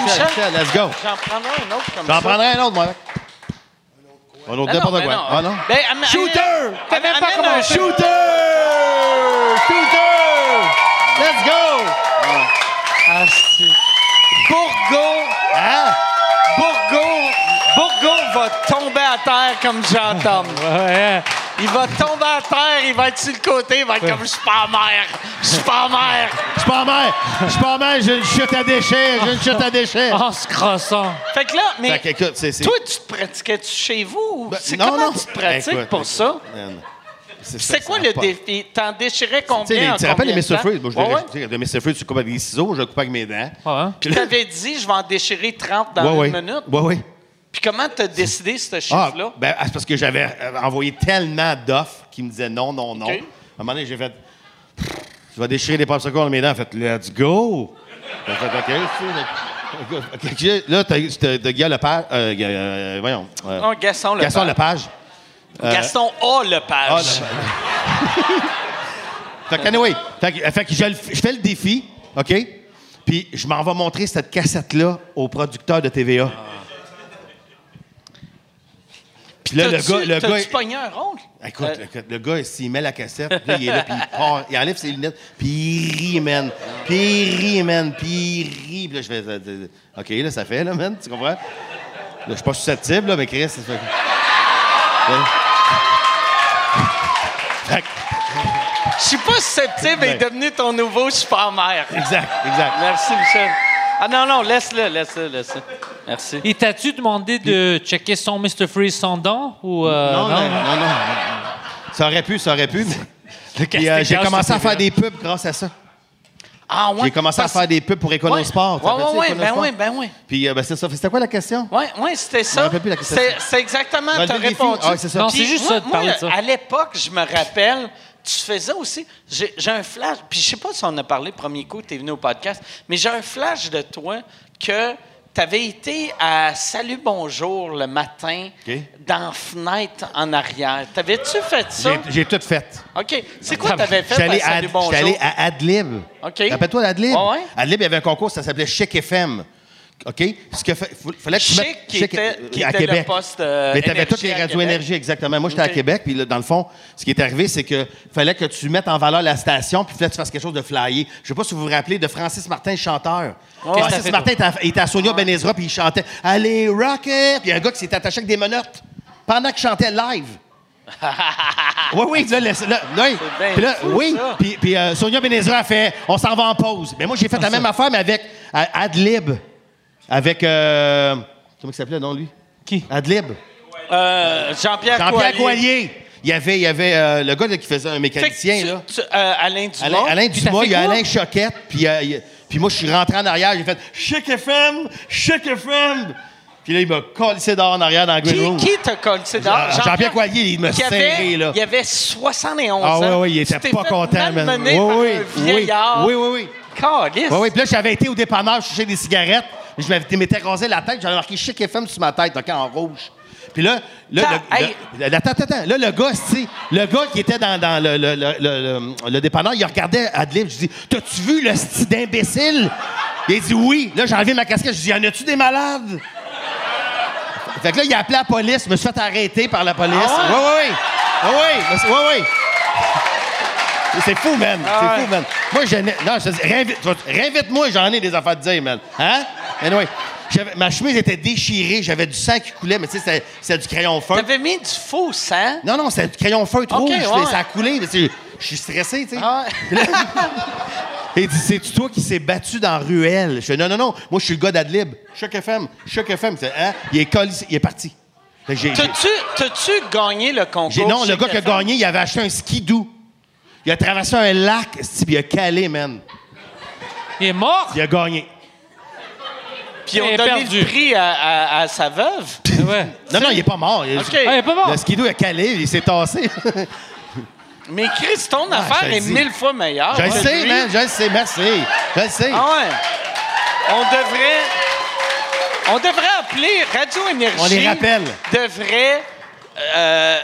Speaker 1: Michel,
Speaker 4: Michel, let's go.
Speaker 1: j'en prendrai un autre comme
Speaker 4: J'en
Speaker 1: ça.
Speaker 4: prendrai un autre, moi. avec. Un autre,
Speaker 1: Non, non,
Speaker 4: n'importe
Speaker 1: mais
Speaker 4: quoi.
Speaker 1: non.
Speaker 4: Ah non?
Speaker 1: Ben, am-
Speaker 4: Shooter!
Speaker 1: amène-
Speaker 4: T'as même pas
Speaker 1: amène un
Speaker 4: commencé.
Speaker 1: shooter.
Speaker 4: Shooter! Shooter! Let's go!
Speaker 1: Ah, c'est- Bourgo,
Speaker 4: Hein?
Speaker 1: Bourgo, Bourgo va tomber à terre comme j'entends.
Speaker 3: Ouais.
Speaker 1: Il va tomber à terre, il va être sur le côté, il va être comme « Je suis pas mère, je suis pas mère
Speaker 4: Je suis pas en mer! Je suis pas en mer! J'ai une chute à déchets! J'ai une chute à déchets!
Speaker 3: En se crossant. ».
Speaker 1: Fait que là, Ah, mais
Speaker 4: Fait que, écoute, c'est- c'est-
Speaker 1: toi, tu te pratiquais-tu chez vous? ou
Speaker 4: Ben,
Speaker 1: c'est
Speaker 4: non,
Speaker 1: comment
Speaker 4: non.
Speaker 1: tu te pratiques
Speaker 4: Écoute,
Speaker 1: pour ça?
Speaker 4: Non, non.
Speaker 1: C'est
Speaker 4: ça,
Speaker 1: quoi
Speaker 4: ça
Speaker 1: le
Speaker 4: rapporte.
Speaker 1: défi? T'en déchirais combien
Speaker 4: Tu sais, les-
Speaker 1: en
Speaker 4: tu te rappelles les
Speaker 1: combien de
Speaker 4: Mr.
Speaker 1: temps?
Speaker 4: Freeze? Moi, je
Speaker 1: Ouais,
Speaker 4: l'ai-
Speaker 1: ouais.
Speaker 4: tu sais, le Mr. Freeze, tu le coupes avec des ciseaux, je le coupe avec mes dents.
Speaker 3: Ouais, hein?
Speaker 4: Puis
Speaker 1: Tu
Speaker 4: là-
Speaker 1: t'avais dit « Je vais en déchirer 30 dans
Speaker 4: Ouais,
Speaker 1: une
Speaker 4: ouais.
Speaker 1: minute
Speaker 4: Ouais, ouais.
Speaker 1: Puis comment t'as décidé ce
Speaker 4: Ah,
Speaker 1: chiffre-là?
Speaker 4: ben, c'est parce que j'avais euh, envoyé tellement d'offres qui me disaient non, non, non.
Speaker 1: OK.
Speaker 4: À un moment donné, j'ai fait Tu vas déchirer des popsicles dans mes dents. J'ai fait Let's go! J'ai fait OK, c'est- OK, OK. Là, t'as eu- t'as t'as Guy Lepage. euh, Guy- euh, voyons. euh,
Speaker 1: Non, Gaston Lepage.
Speaker 4: Gaston Lepage.
Speaker 1: Gaston A.
Speaker 4: Ah,
Speaker 1: Lepage.
Speaker 4: là, ben. fait que, anyway, fait que- fait que je, le- je fais le défi, OK? Puis je m'en vais montrer cette cassette-là au producteur de TVA. Puis là, le
Speaker 1: T'as-tu-
Speaker 4: gars, le gars,
Speaker 1: T'as-tu pogné un rond?
Speaker 4: écoute,
Speaker 1: Euh,
Speaker 4: écoute, le gars, s'il met la cassette, puis là, il est là, puis il part, il enlève ses lunettes, puis il rit, man. Puis il rit, man, puis il rit. Puis là, je fais, euh, euh, OK, là, ça fait, là, man, tu comprends? Là, je suis pas susceptible, là, mais Chris, ça fait... Là,
Speaker 1: Je suis pas susceptible et
Speaker 4: Ben.
Speaker 1: devenu ton nouveau super-mère.
Speaker 4: Exact, exact.
Speaker 1: Merci, Michel. Ah non, non, laisse-le, laisse-le, laisse-le. Merci.
Speaker 3: Et t'as-tu demandé de checker son Mr. Freeze sans dents ou. euh,
Speaker 4: non,
Speaker 3: non?
Speaker 4: non, non, non. Ça aurait pu, ça aurait pu. mais- Puis, euh,
Speaker 3: casting
Speaker 4: j'ai
Speaker 3: grâce
Speaker 4: commencé
Speaker 3: au
Speaker 4: à faire
Speaker 3: TVA.
Speaker 4: des ppubs grâce à ça.
Speaker 1: Ah ouais?
Speaker 4: J'ai commencé à
Speaker 1: parce-
Speaker 4: faire des pubs pour Éconosport.
Speaker 1: Ouais,
Speaker 4: Sport.
Speaker 1: ouais, ouais, ben oui, ben oui.
Speaker 4: Puis euh, ben, c'est ça. C'était quoi la question?
Speaker 1: Ouais, ouais, c'était
Speaker 4: me
Speaker 1: ça.
Speaker 4: rappelle plus la question.
Speaker 1: C'est c'est exactement,
Speaker 4: Relever
Speaker 1: t'as
Speaker 4: le défi.
Speaker 1: répondu.
Speaker 4: Ah, c'est ça.
Speaker 3: Non,
Speaker 1: Puis
Speaker 3: c'est juste
Speaker 1: moi-
Speaker 3: ça de parler
Speaker 1: moi,
Speaker 3: de ça.
Speaker 1: À l'époque, je me rappelle, tu faisais aussi. J'ai j'ai un flash, puis je sais pas si on a parlé le premier coup, tu es venu au podcast, mais j'ai un flash de toi que tu avais été à Salut Bonjour le matin
Speaker 4: OK.
Speaker 1: dans Fenêtre en arrière. T'avais-tu fait ça?
Speaker 4: J'ai- J'ai tout fait.
Speaker 1: OK. C'est quoi que t'avais fait à
Speaker 4: J'allais à,
Speaker 1: Salut Bonjour?
Speaker 4: j'étais allé à Adlib.
Speaker 1: OK.
Speaker 4: Rappelle-toi d'Adlib.
Speaker 1: Ouais, ouais.
Speaker 4: Adlib, il y avait un concours, ça s'appelait Chic FM. OK? Parce que fa- faut- fallait que tu
Speaker 1: Chic
Speaker 4: mettes-
Speaker 1: qui
Speaker 4: Chic,
Speaker 1: était-
Speaker 4: euh,
Speaker 1: qui
Speaker 4: à
Speaker 1: était le
Speaker 4: Québec.
Speaker 1: poste, euh,
Speaker 4: Mais t'avais
Speaker 1: Énergie
Speaker 4: toutes les
Speaker 1: à
Speaker 4: radios
Speaker 1: Québec.
Speaker 4: énergie, exactement. Moi, j'étais
Speaker 1: OK.
Speaker 4: à Québec, puis là, dans le fond, ce qui est arrivé, c'est que fallait que tu mettes en valeur la station, puis fallait que tu fasses quelque chose de flyé. Je sais pas si vous vous rappelez de Francis Martin, chanteur.
Speaker 3: Qu'est-ce que t'as
Speaker 4: Francis
Speaker 3: fait,
Speaker 4: Martin était à- il était à Sonia Benezra, puis il chantait Allez, Rocket! Puis il y a un gars qui s'est attaché avec des menottes pendant qu'il chantait live. Oui, oui, là, le- là, oui.
Speaker 1: bien
Speaker 4: Puis là,
Speaker 1: fou,
Speaker 4: oui.
Speaker 1: ça.
Speaker 4: Puis, puis, euh, Sonia Benezra a fait On s'en va en pause. Mais moi, j'ai
Speaker 1: Ah,
Speaker 4: fait la même affaire, mais avec euh, Adlib. Avec. euh, comment il s'appelait, non, lui
Speaker 3: Qui?
Speaker 4: Adlib.
Speaker 1: Euh, Jean-Pierre
Speaker 4: Jean-Pierre
Speaker 1: Coallier.
Speaker 4: Coilier. Il y avait, il y avait euh, le gars là, qui faisait un
Speaker 1: Fait que
Speaker 4: mécanicien,
Speaker 1: tu-
Speaker 4: là.
Speaker 1: tu- euh, Alain Dumas.
Speaker 4: Alain, Alain
Speaker 3: t'as
Speaker 4: Dumas,
Speaker 3: fait
Speaker 4: il y a
Speaker 3: quoi?
Speaker 4: Alain Choquette. Puis, euh, il- puis moi, je suis rentré en arrière, j'ai fait Chic FM, Chic FM. Puis là, il m'a collé dehors en arrière dans le green
Speaker 1: Qui,
Speaker 4: room.
Speaker 1: qui te colle? C'est dans-
Speaker 4: Ah, Jean-Pierre Coallier, il me
Speaker 1: qui avait-
Speaker 4: serrait, là.
Speaker 1: Il avait 71
Speaker 4: Ah
Speaker 1: ans.
Speaker 4: oui, oui, il
Speaker 1: Tu
Speaker 4: était
Speaker 1: t'es
Speaker 4: pas
Speaker 1: fait
Speaker 4: content, man.
Speaker 1: malmener par
Speaker 4: oui,
Speaker 1: un
Speaker 4: oui,
Speaker 1: vieillard.
Speaker 4: oui, oui, oui.
Speaker 1: Calisse.
Speaker 4: Oui, oui. Puis là, j'avais été au dépanneur chercher des cigarettes. Je m'avais- m'étais rasé la tête. J'avais marqué Chic FM sur ma tête, OK, en rouge. Puis là, là,
Speaker 1: Ta-
Speaker 4: le-
Speaker 1: hey.
Speaker 4: le- attends, attends, attends. Là, le gars, tu sais, le gars qui était dans, dans le, le, le, le- le- le dépanneur, il regardait Adlib. Je dis, t'as-tu vu le style d'imbécile? Il dit oui. Là, j'ai enlevé ma casquette. Je dis, y en a-tu des malades? Fait que là, il a appelé la police. Je me suis fait arrêter par la police.
Speaker 1: Ah
Speaker 4: Oui, oui, oui. Oui, oui. Mais c'est- Oui, oui. C'est fou, man.
Speaker 1: Ah
Speaker 4: c'est fou, man. Moi, je. n'ai- Non, je te dis, réinvite- tu vas- réinvite-moi, j'en ai des affaires à te dire, man. Hein? Anyway. J'avais- ma chemise était déchirée, j'avais du sang qui coulait, mais tu sais, c'était- c'était du crayon feu.
Speaker 1: T'avais mis du faux sang.
Speaker 4: Non, non, c'était du crayon feutre
Speaker 1: Ok,
Speaker 4: rouge.
Speaker 1: ouais.
Speaker 4: Ça a coulé. mais tu sais, Je suis stressé, tu sais.
Speaker 1: Ah ouais.
Speaker 4: Et il dit, c'est-tu toi qui s'est battu dans la Ruelle? Je fais, non, non, non. Moi, je suis le gars d'Adlib. Choc FM. Choc FM. Il fait, Hein? Il est collé, il est parti. Fait que j'ai- j'ai-
Speaker 1: T'as-tu, t'as-tu gagné le concours?
Speaker 4: j'ai- non,
Speaker 1: chez
Speaker 4: le gars qui a
Speaker 1: quelqu'un?
Speaker 4: gagné, il avait acheté un skidoo. Il a traversé un lac, esti, puis il a calé, man.
Speaker 3: Il est mort?
Speaker 4: Il a gagné.
Speaker 1: Puis ils ont
Speaker 3: Il est
Speaker 1: donné
Speaker 3: perdu.
Speaker 1: le prix à, à- à sa veuve.
Speaker 3: Ouais.
Speaker 4: Non, non, il est pas mort. Il-
Speaker 1: OK.
Speaker 3: Ah, il est pas mort.
Speaker 4: Le skidoo a calé, il s'est tassé.
Speaker 1: Mais Chris, ton affaire
Speaker 4: te
Speaker 1: est
Speaker 4: Ah, dis.
Speaker 1: mille fois meilleure.
Speaker 4: je le
Speaker 1: que
Speaker 4: sais,
Speaker 1: Ah lui.
Speaker 4: man. Je le sais. Merci. Je le sais.
Speaker 1: Ah ouais. On devrait. On devrait appeler Radio Énergie.
Speaker 4: On les rappelle.
Speaker 1: Devrait. euh,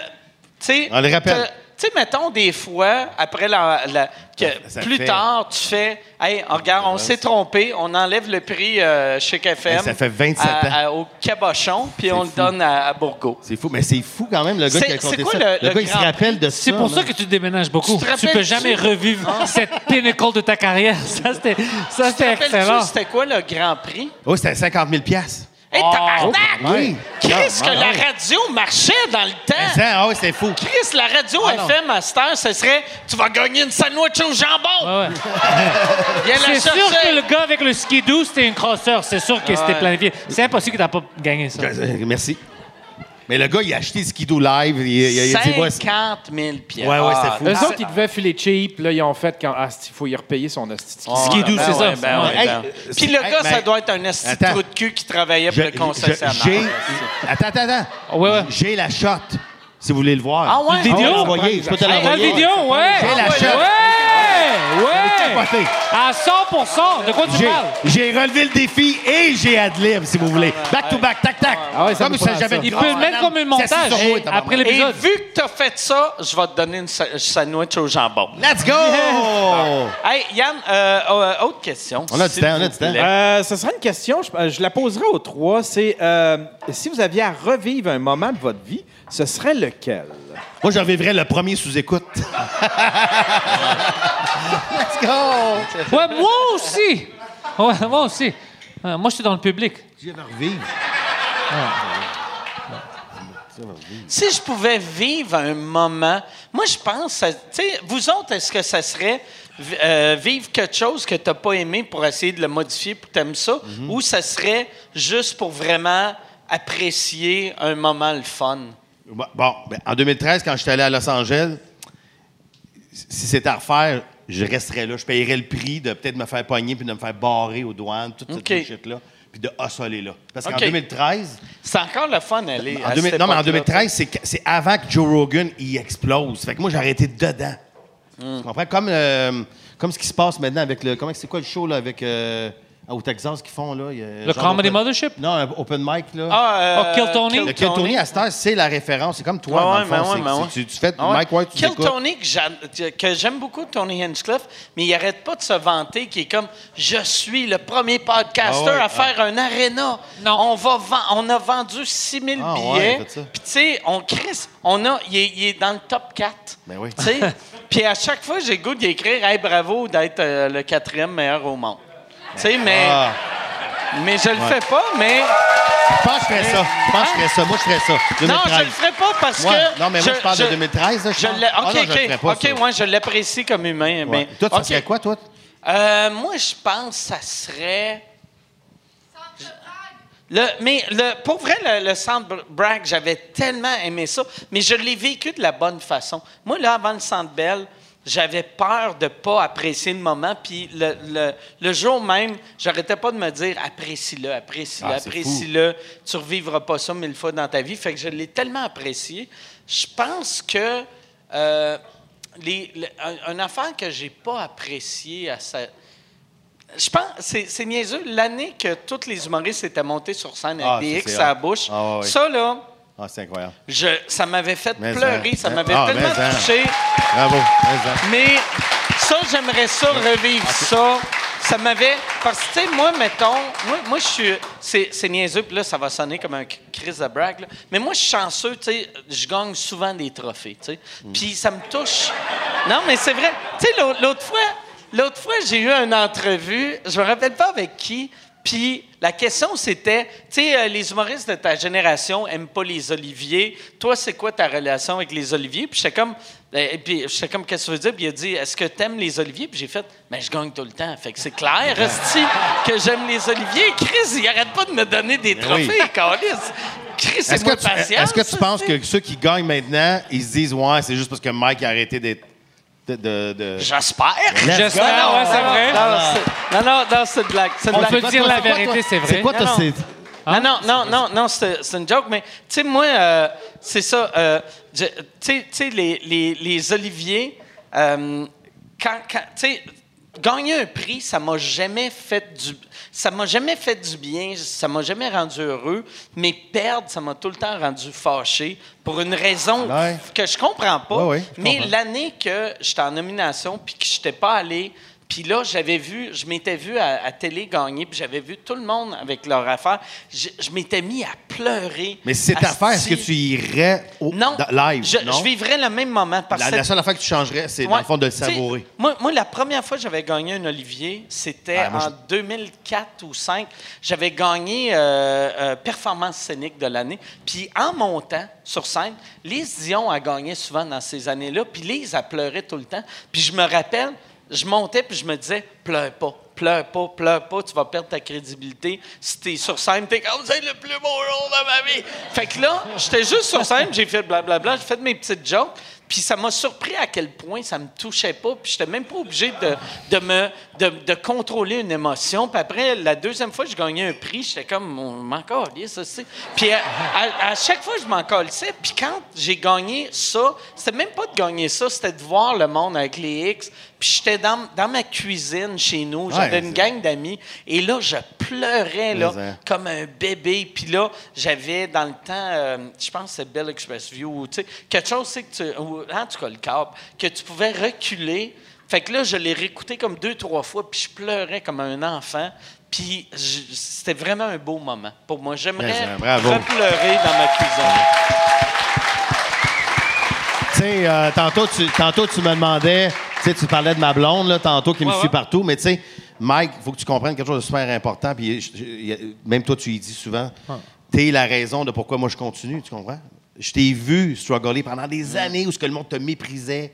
Speaker 1: tu sais.
Speaker 4: On les rappelle.
Speaker 1: te- Tu sais, mettons des fois, après la. la- que
Speaker 4: Ça
Speaker 1: plus
Speaker 4: fait-
Speaker 1: tard, tu fais. Hey, on- regarde, on s'est trompé, on enlève le prix euh, chez KFM.
Speaker 4: Hey, ça fait 27
Speaker 1: à- à- au Cabochon, puis on le donne à, à Bourgault.
Speaker 4: C'est fou, mais c'est fou quand même, le gars
Speaker 1: C'est-
Speaker 4: qui a compté
Speaker 1: c'est quoi
Speaker 4: ça.
Speaker 1: le- le
Speaker 4: gars, il se
Speaker 1: grand
Speaker 4: rappelle de ça.
Speaker 3: C'est pour
Speaker 4: man.
Speaker 3: ça que tu déménages beaucoup.
Speaker 1: Tu te
Speaker 3: Tu,
Speaker 1: rappelles-tu?
Speaker 3: peux jamais revivre cette pinnacle de ta carrière. Ça, c'était ça, c'était excellent.
Speaker 1: Rappelles-tu, c'était quoi le Grand Prix?
Speaker 4: Oh, c'était 50 000 piastres.
Speaker 1: Hey, tabarnak!
Speaker 4: Oui.
Speaker 1: Chris, que
Speaker 4: Ah,
Speaker 1: la
Speaker 4: ouais.
Speaker 1: radio marchait dans le temps!
Speaker 4: Ah oui, c'est fou.
Speaker 1: Chris, la radio
Speaker 3: Ah,
Speaker 1: FM à cette heure, ce serait « Tu vas gagner une sandwich au jambon!
Speaker 3: Ouais, ouais.
Speaker 1: Viens la
Speaker 3: Ah. C'est sûr
Speaker 1: chercher.
Speaker 3: que le gars avec le skidoo, c'était une crosseur. C'est sûr que c'était
Speaker 1: Ouais.
Speaker 3: planifié. C'est impossible que t'as pas gagné ça.
Speaker 4: Euh, Merci. Mais le gars, il a acheté le skido live. Il, il, il a dit, voici.
Speaker 1: 50 000 pièces.
Speaker 4: Ouais, ouais, c'est fou.
Speaker 2: Eux autres, ils devaient filer cheap. Là, ils ont fait quand. Ah, il faut y repayer son hostie.
Speaker 3: Oh, skidoo, c'est ça.
Speaker 4: Hey,
Speaker 1: Ah, ben.
Speaker 4: euh,
Speaker 1: Puis le
Speaker 4: hey,
Speaker 1: gars,
Speaker 4: mais-
Speaker 1: ça doit être un esti de
Speaker 4: Attends.
Speaker 1: trou de cul qui travaillait pour
Speaker 4: Je-
Speaker 1: le
Speaker 4: je-
Speaker 1: concessionnaire.
Speaker 4: J'ai. Attends, attends, attends.
Speaker 3: Ouais, ouais.
Speaker 4: J'ai la shot, si vous voulez le voir.
Speaker 1: Ah ouais?
Speaker 3: Une vidéo?
Speaker 4: Je peux te l'envoyer, je peux te
Speaker 3: Hey, T'as
Speaker 4: l'envoyer.
Speaker 3: le vidéo, ouais!
Speaker 4: J'ai la chef.
Speaker 3: Ouais!
Speaker 4: J'ai
Speaker 3: Ouais!
Speaker 4: capoté.
Speaker 3: À 100 De quoi tu
Speaker 4: J'ai-
Speaker 3: parles?
Speaker 4: J'ai relevé le défi et j'ai Adlib, si vous voulez. Back to back, tac, tac.
Speaker 2: Ah ouais, ça
Speaker 4: Comme
Speaker 2: nous
Speaker 4: si
Speaker 2: prend
Speaker 4: j'avais
Speaker 2: ça.
Speaker 4: une
Speaker 3: Il peut
Speaker 4: grosse
Speaker 3: le mettre
Speaker 4: madame
Speaker 3: comme une
Speaker 4: qui s'assied
Speaker 3: montage
Speaker 4: sur moi, tabarnak.
Speaker 3: après
Speaker 1: Et
Speaker 3: l'épisode.
Speaker 1: vu que t'as fait ça, je vais te donner une sa- sandwich au jambon.
Speaker 4: Let's go!
Speaker 1: Hey, Yann, euh, euh, autre question.
Speaker 4: On a du
Speaker 1: s'il
Speaker 4: temps, on a
Speaker 1: vous
Speaker 4: du temps.
Speaker 1: plaît.
Speaker 2: Euh, ce sera une question, je, euh, je la poserai aux trois. C'est euh, si vous aviez à revivre un moment de votre vie, ce serait lequel?
Speaker 4: Moi, je revivrais le premier sous-écoute. Let's go!
Speaker 3: Ouais, moi aussi! Ouais, moi aussi. Euh, moi, j'étais dans le public.
Speaker 4: Je viens de revivre.
Speaker 1: Si je pouvais vivre un moment, moi je pense, à- tu sais, vous autres, est-ce que ça serait vi- euh, vivre quelque chose que t'as pas aimé pour essayer de le modifier pour que t'aimes ça,
Speaker 4: Mhm.
Speaker 1: ou ça serait juste pour vraiment apprécier un moment le fun?
Speaker 4: Bon, bon, ben, en 2013, quand j'étais allé à Los Angeles, si c'était à refaire, je resterais là. Je payerais le prix de peut-être me faire pogner puis de me faire barrer aux douanes, toute cette
Speaker 1: OK.
Speaker 4: bullshit-là, puis de hossoler là. Parce qu'en
Speaker 1: OK.
Speaker 4: 2013,
Speaker 1: C'est encore le fun aller.
Speaker 4: en
Speaker 1: à
Speaker 4: 2000
Speaker 1: cette
Speaker 4: non, mais
Speaker 1: époque-là.
Speaker 4: en 2013, c'est que- c'est avant que Joe Rogan y explose. Fait que moi, j'aurais été dedans. Tu comprends? Comme, euh, comme ce qui se passe maintenant avec le. Comment c'est quoi le show là avec. euh, au Texas qu'ils font là? il y a
Speaker 3: Le
Speaker 4: genre
Speaker 3: Comedy
Speaker 4: d'open-
Speaker 3: Mothership?
Speaker 4: Non, un open mic là.
Speaker 1: Ah, euh,
Speaker 3: Oh, Kill Tony?
Speaker 4: Le Kill Tony, à cette heure, c'est la référence. C'est comme toi,
Speaker 1: Ouais,
Speaker 4: dans
Speaker 1: ouais,
Speaker 4: le fond.
Speaker 1: mais ouais,
Speaker 4: C'est-
Speaker 1: mais
Speaker 4: c'est-
Speaker 1: ouais.
Speaker 4: tu, tu fais
Speaker 1: Ah ouais.
Speaker 4: Mike White, tu
Speaker 1: Kill
Speaker 4: l'écoutes.
Speaker 1: Tony, que j'a- que j'aime beaucoup, Tony Hinchcliffe, mais il arrête pas de se vanter qui est comme « Je suis le premier podcaster
Speaker 4: Ah ouais,
Speaker 3: ah.
Speaker 1: à faire un arena.
Speaker 3: Non.
Speaker 1: On, va ven- on a vendu 6 000
Speaker 4: Ah ouais,
Speaker 1: billets.
Speaker 4: écoute ça.
Speaker 1: Puis tu sais, on crisse. On a, il, est, il est dans le top 4.
Speaker 4: Ben oui.
Speaker 1: Tu sais? Puis à chaque fois, j'ai le goût d'écrire « Hey, bravo d'être euh, le quatrième meilleur au monde. » Tu sais, mais,
Speaker 4: Ah,
Speaker 1: mais je le fais pas, mais...
Speaker 4: je pense que je ferais ça. Je pense que je ferais ça. Moi, je ferais ça.
Speaker 1: Non, je
Speaker 4: 2013.
Speaker 1: le ferai pas parce
Speaker 4: Ouais.
Speaker 1: que...
Speaker 4: Non, mais moi, je, parle de 2013. là, je
Speaker 1: Je
Speaker 4: pense.
Speaker 1: l'ai-
Speaker 4: Ah non,
Speaker 1: OK,
Speaker 4: je le ferais
Speaker 1: OK.
Speaker 4: pas, ça.
Speaker 1: OK, moi, je l'apprécie comme humain.
Speaker 4: Ouais.
Speaker 1: mais
Speaker 4: Toi, tu
Speaker 1: OK.
Speaker 4: ferais quoi, toi?
Speaker 1: Euh, moi, je pense que ça serait... Le, mais le, pour vrai, le, le centre Bragg, j'avais tellement aimé ça, mais je l'ai vécu de la bonne façon. Moi, là, avant le centre Bell, j'avais peur de pas apprécier le moment, puis le, le- le jour même, j'arrêtais pas de me dire apprécie-le, apprécie-le,
Speaker 4: Ah, c'est fou.
Speaker 1: apprécie-le, tu revivras pas ça mille fois dans ta vie. Fait que je l'ai tellement apprécié. Je pense que euh, les, le- un- une affaire que j'ai pas appréciée à sa, je pense, c'est, c'est niaiseux. L'année que tous les humoristes étaient montés sur scène avec
Speaker 4: Ah,
Speaker 1: des
Speaker 4: ça,
Speaker 1: X
Speaker 4: c'est
Speaker 1: à la
Speaker 4: hot.
Speaker 1: bouche,
Speaker 4: Ah, ouais, ouais.
Speaker 1: ça, là,
Speaker 4: Ah, c'est incroyable.
Speaker 1: je, ça m'avait fait
Speaker 4: Mais
Speaker 1: pleurer,
Speaker 4: hein.
Speaker 1: ça m'avait
Speaker 4: Ah,
Speaker 1: tellement
Speaker 4: mais hein.
Speaker 1: touché.
Speaker 4: Bravo. Mais ça.
Speaker 1: Mais ça, j'aimerais ça,
Speaker 4: Ah,
Speaker 1: revivre ça. Ça m'avait. Parce que, tu sais, moi, mettons, moi, moi je suis. C'est, c'est niaiseux, puis là, ça va sonner comme un crise de brague, là. Mais moi, je suis chanceux, tu sais, je gagne souvent des trophées, tu sais.
Speaker 4: Mm.
Speaker 1: Puis ça me touche. Non, mais c'est vrai. Tu sais, l'au- l'autre fois, l'autre fois, j'ai eu une entrevue, je me rappelle pas avec qui, Puis la question, c'était, tu sais, euh, les humoristes de ta génération aiment pas les oliviers. Toi, c'est quoi ta relation avec les oliviers? Puis j'étais comme, euh, et puis j'étais comme, qu'est-ce que tu veux dire? Puis il a dit, est-ce que t'aimes les oliviers? Puis j'ai fait, mais je gagne tout le temps. Fait que c'est clair, Resti, que j'aime les oliviers. Chris, il arrête pas de me donner des trophées,
Speaker 4: Ben oui.
Speaker 1: câlisse. Chris, c'est
Speaker 4: Est-ce que,
Speaker 1: moi
Speaker 4: tu,
Speaker 1: patience.
Speaker 4: est-ce que tu penses
Speaker 1: esti.
Speaker 4: que ceux qui gagnent maintenant, ils se disent Ouais, c'est juste parce que Mike a arrêté d'être. de- de- de-
Speaker 1: J'espère.
Speaker 4: Let's
Speaker 3: J'espère,
Speaker 4: go!
Speaker 3: ouais, c'est vrai.
Speaker 1: Non, non, c'est- non, non, non, c'est une blague. C'est une
Speaker 3: On
Speaker 1: blague.
Speaker 3: peut dire la vérité, c'est vrai.
Speaker 7: C'est quoi
Speaker 1: Non,
Speaker 7: ta
Speaker 1: non. Non, non, non, non, non, c'est c'est une joke, mais tu sais, moi, euh, c'est ça. euh, je- tu sais- tu sais, les, les, les oliviers, euh, quand, quand- tu sais, gagner un prix, ça m'a jamais fait du... Ça m'a jamais fait du bien, ça m'a jamais rendu heureux, mais perdre, ça m'a tout le temps rendu fâché pour une raison
Speaker 4: Ouais.
Speaker 1: que je comprends pas.
Speaker 4: Ouais, ouais, je
Speaker 1: mais
Speaker 4: comprends.
Speaker 1: l'année que j'étais en nomination puis que j'étais pas allé, puis là, j'avais vu, je m'étais vu à, à télé gagner, puis j'avais vu tout le monde avec leur affaire. Je, je m'étais mis à pleurer.
Speaker 4: Mais c'est ta
Speaker 1: Asti.
Speaker 4: affaire, est-ce que tu irais au,
Speaker 1: Non,
Speaker 4: dans- live?
Speaker 1: je,
Speaker 4: non?
Speaker 1: je vivrais le même moment. Parce
Speaker 4: La,
Speaker 1: que
Speaker 4: la seule affaire que tu changerais, c'est dans
Speaker 1: Ouais.
Speaker 4: le fond de le
Speaker 1: T'sais,
Speaker 4: savourer.
Speaker 1: Moi, moi, la première fois que j'avais gagné un Olivier, c'était
Speaker 4: Ah, moi,
Speaker 1: en 2004 ou 2005. J'avais gagné euh, euh, Performance scénique de l'année. Puis en montant sur scène, Lise Dion a gagné souvent dans ces années-là. Puis Lise, a pleuré tout le temps. Puis je me rappelle, je montais puis je me disais, pleure pas. Pleure pas, pleure pas, tu vas perdre ta crédibilité. Si t'es sur scène, t'es comme c'est le plus beau jour de ma vie. Fait que là, j'étais juste sur scène, j'ai fait blablabla, j'ai fait mes petites jokes. Puis ça m'a surpris à quel point ça me touchait pas. Puis j'étais même pas obligé de, de me de, de contrôler une émotion. Puis après, la deuxième fois que je gagnais un prix, j'étais comme, on m'en calait, ça, c'est. Puis à, à- à chaque fois, je m'en calissais. Puis quand j'ai gagné ça, c'était même pas de gagner ça, c'était de voir le monde avec les X. Puis j'étais dans, dans ma cuisine chez nous, j'avais
Speaker 4: Ouais,
Speaker 1: une
Speaker 4: c'est-
Speaker 1: gang d'amis. Et là, je pleurais, là,
Speaker 4: Mais, hein.
Speaker 1: comme un bébé. Puis là, j'avais dans le temps, euh, je pense que c'est Bell Express View, ou tu sais, quelque chose, c'est que tu. Ou, en tout cas, le câble, que tu pouvais reculer. Fait que là, je l'ai réécouté comme deux, trois fois, puis je pleurais comme un enfant. Puis je- c'était vraiment un beau moment pour moi.
Speaker 4: Mais,
Speaker 1: J'aimerais
Speaker 4: hein, bravo.
Speaker 1: repleurer dans ma cuisine.
Speaker 4: Tu sais, euh, tantôt, tu, tantôt, tu me demandais, tu sais, tu parlais de ma blonde, là, tantôt, qui me
Speaker 1: Ouais,
Speaker 4: suit
Speaker 1: ouais.
Speaker 4: partout, mais tu sais, Mike, il faut que tu comprennes quelque chose de super important, puis je- je- même toi, tu y dis souvent, t'es la raison de pourquoi moi je continue, tu comprends? Je t'ai vu struggler pendant des années où ce que le monde te méprisait.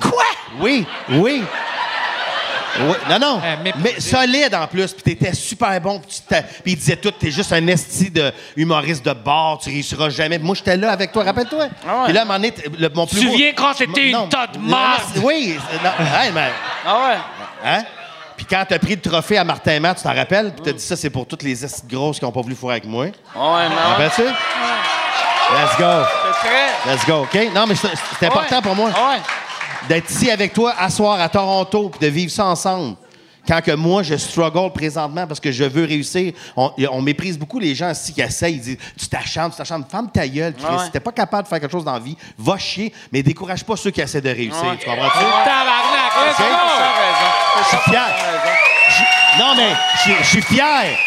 Speaker 4: Quoi? Oui, oui. Oui, Non, non.
Speaker 3: Euh,
Speaker 4: mais
Speaker 3: mépriser.
Speaker 4: solide en plus. Puis t'étais super bon. Puis, tu t'a- puis il disait tout, t'es juste un esti de humoriste de bar, tu réussiras jamais. Puis moi, j'étais là avec toi, rappelle-toi.
Speaker 1: Ah ouais.
Speaker 4: Puis là, à un moment donné, t- le- mon plus
Speaker 3: Tu
Speaker 4: beau-
Speaker 3: viens quand t'étais
Speaker 4: Non,
Speaker 3: une tas de
Speaker 4: non,
Speaker 3: marde.
Speaker 4: c'est- Oui. c'est- non, hey, mais-
Speaker 1: Ah ouais?
Speaker 4: hein? Puis quand t'as pris le trophée à Martin Matt, tu t'en rappelles? Puis t'as dit ça, c'est pour toutes les estis grosses qui n'ont pas voulu fourrer avec moi.
Speaker 1: Ah ouais, non.
Speaker 4: Rappelles-tu? Let's go.
Speaker 1: C'est très.
Speaker 4: Let's go, OK? Non, mais c'est c'est important
Speaker 1: Ouais.
Speaker 4: pour moi
Speaker 1: Ah ouais.
Speaker 4: d'être ici avec toi à soir à Toronto puis de vivre ça ensemble. Quand que moi, je struggle présentement parce que je veux réussir, on, y- on méprise beaucoup les gens ici qui essayent. Ils disent Tu t'acharnes, tu t'acharnes, ferme ta gueule, Chris.
Speaker 1: Ah ouais.
Speaker 4: T'es pas capable de faire quelque chose dans la vie, va chier, mais décourage pas ceux qui essaient de réussir. Tu comprends-tu?
Speaker 3: Tabarnak, let's
Speaker 4: Ok.
Speaker 3: go!
Speaker 1: T'as raison.
Speaker 4: Je suis fier. Je- Non, mais je- je suis fier.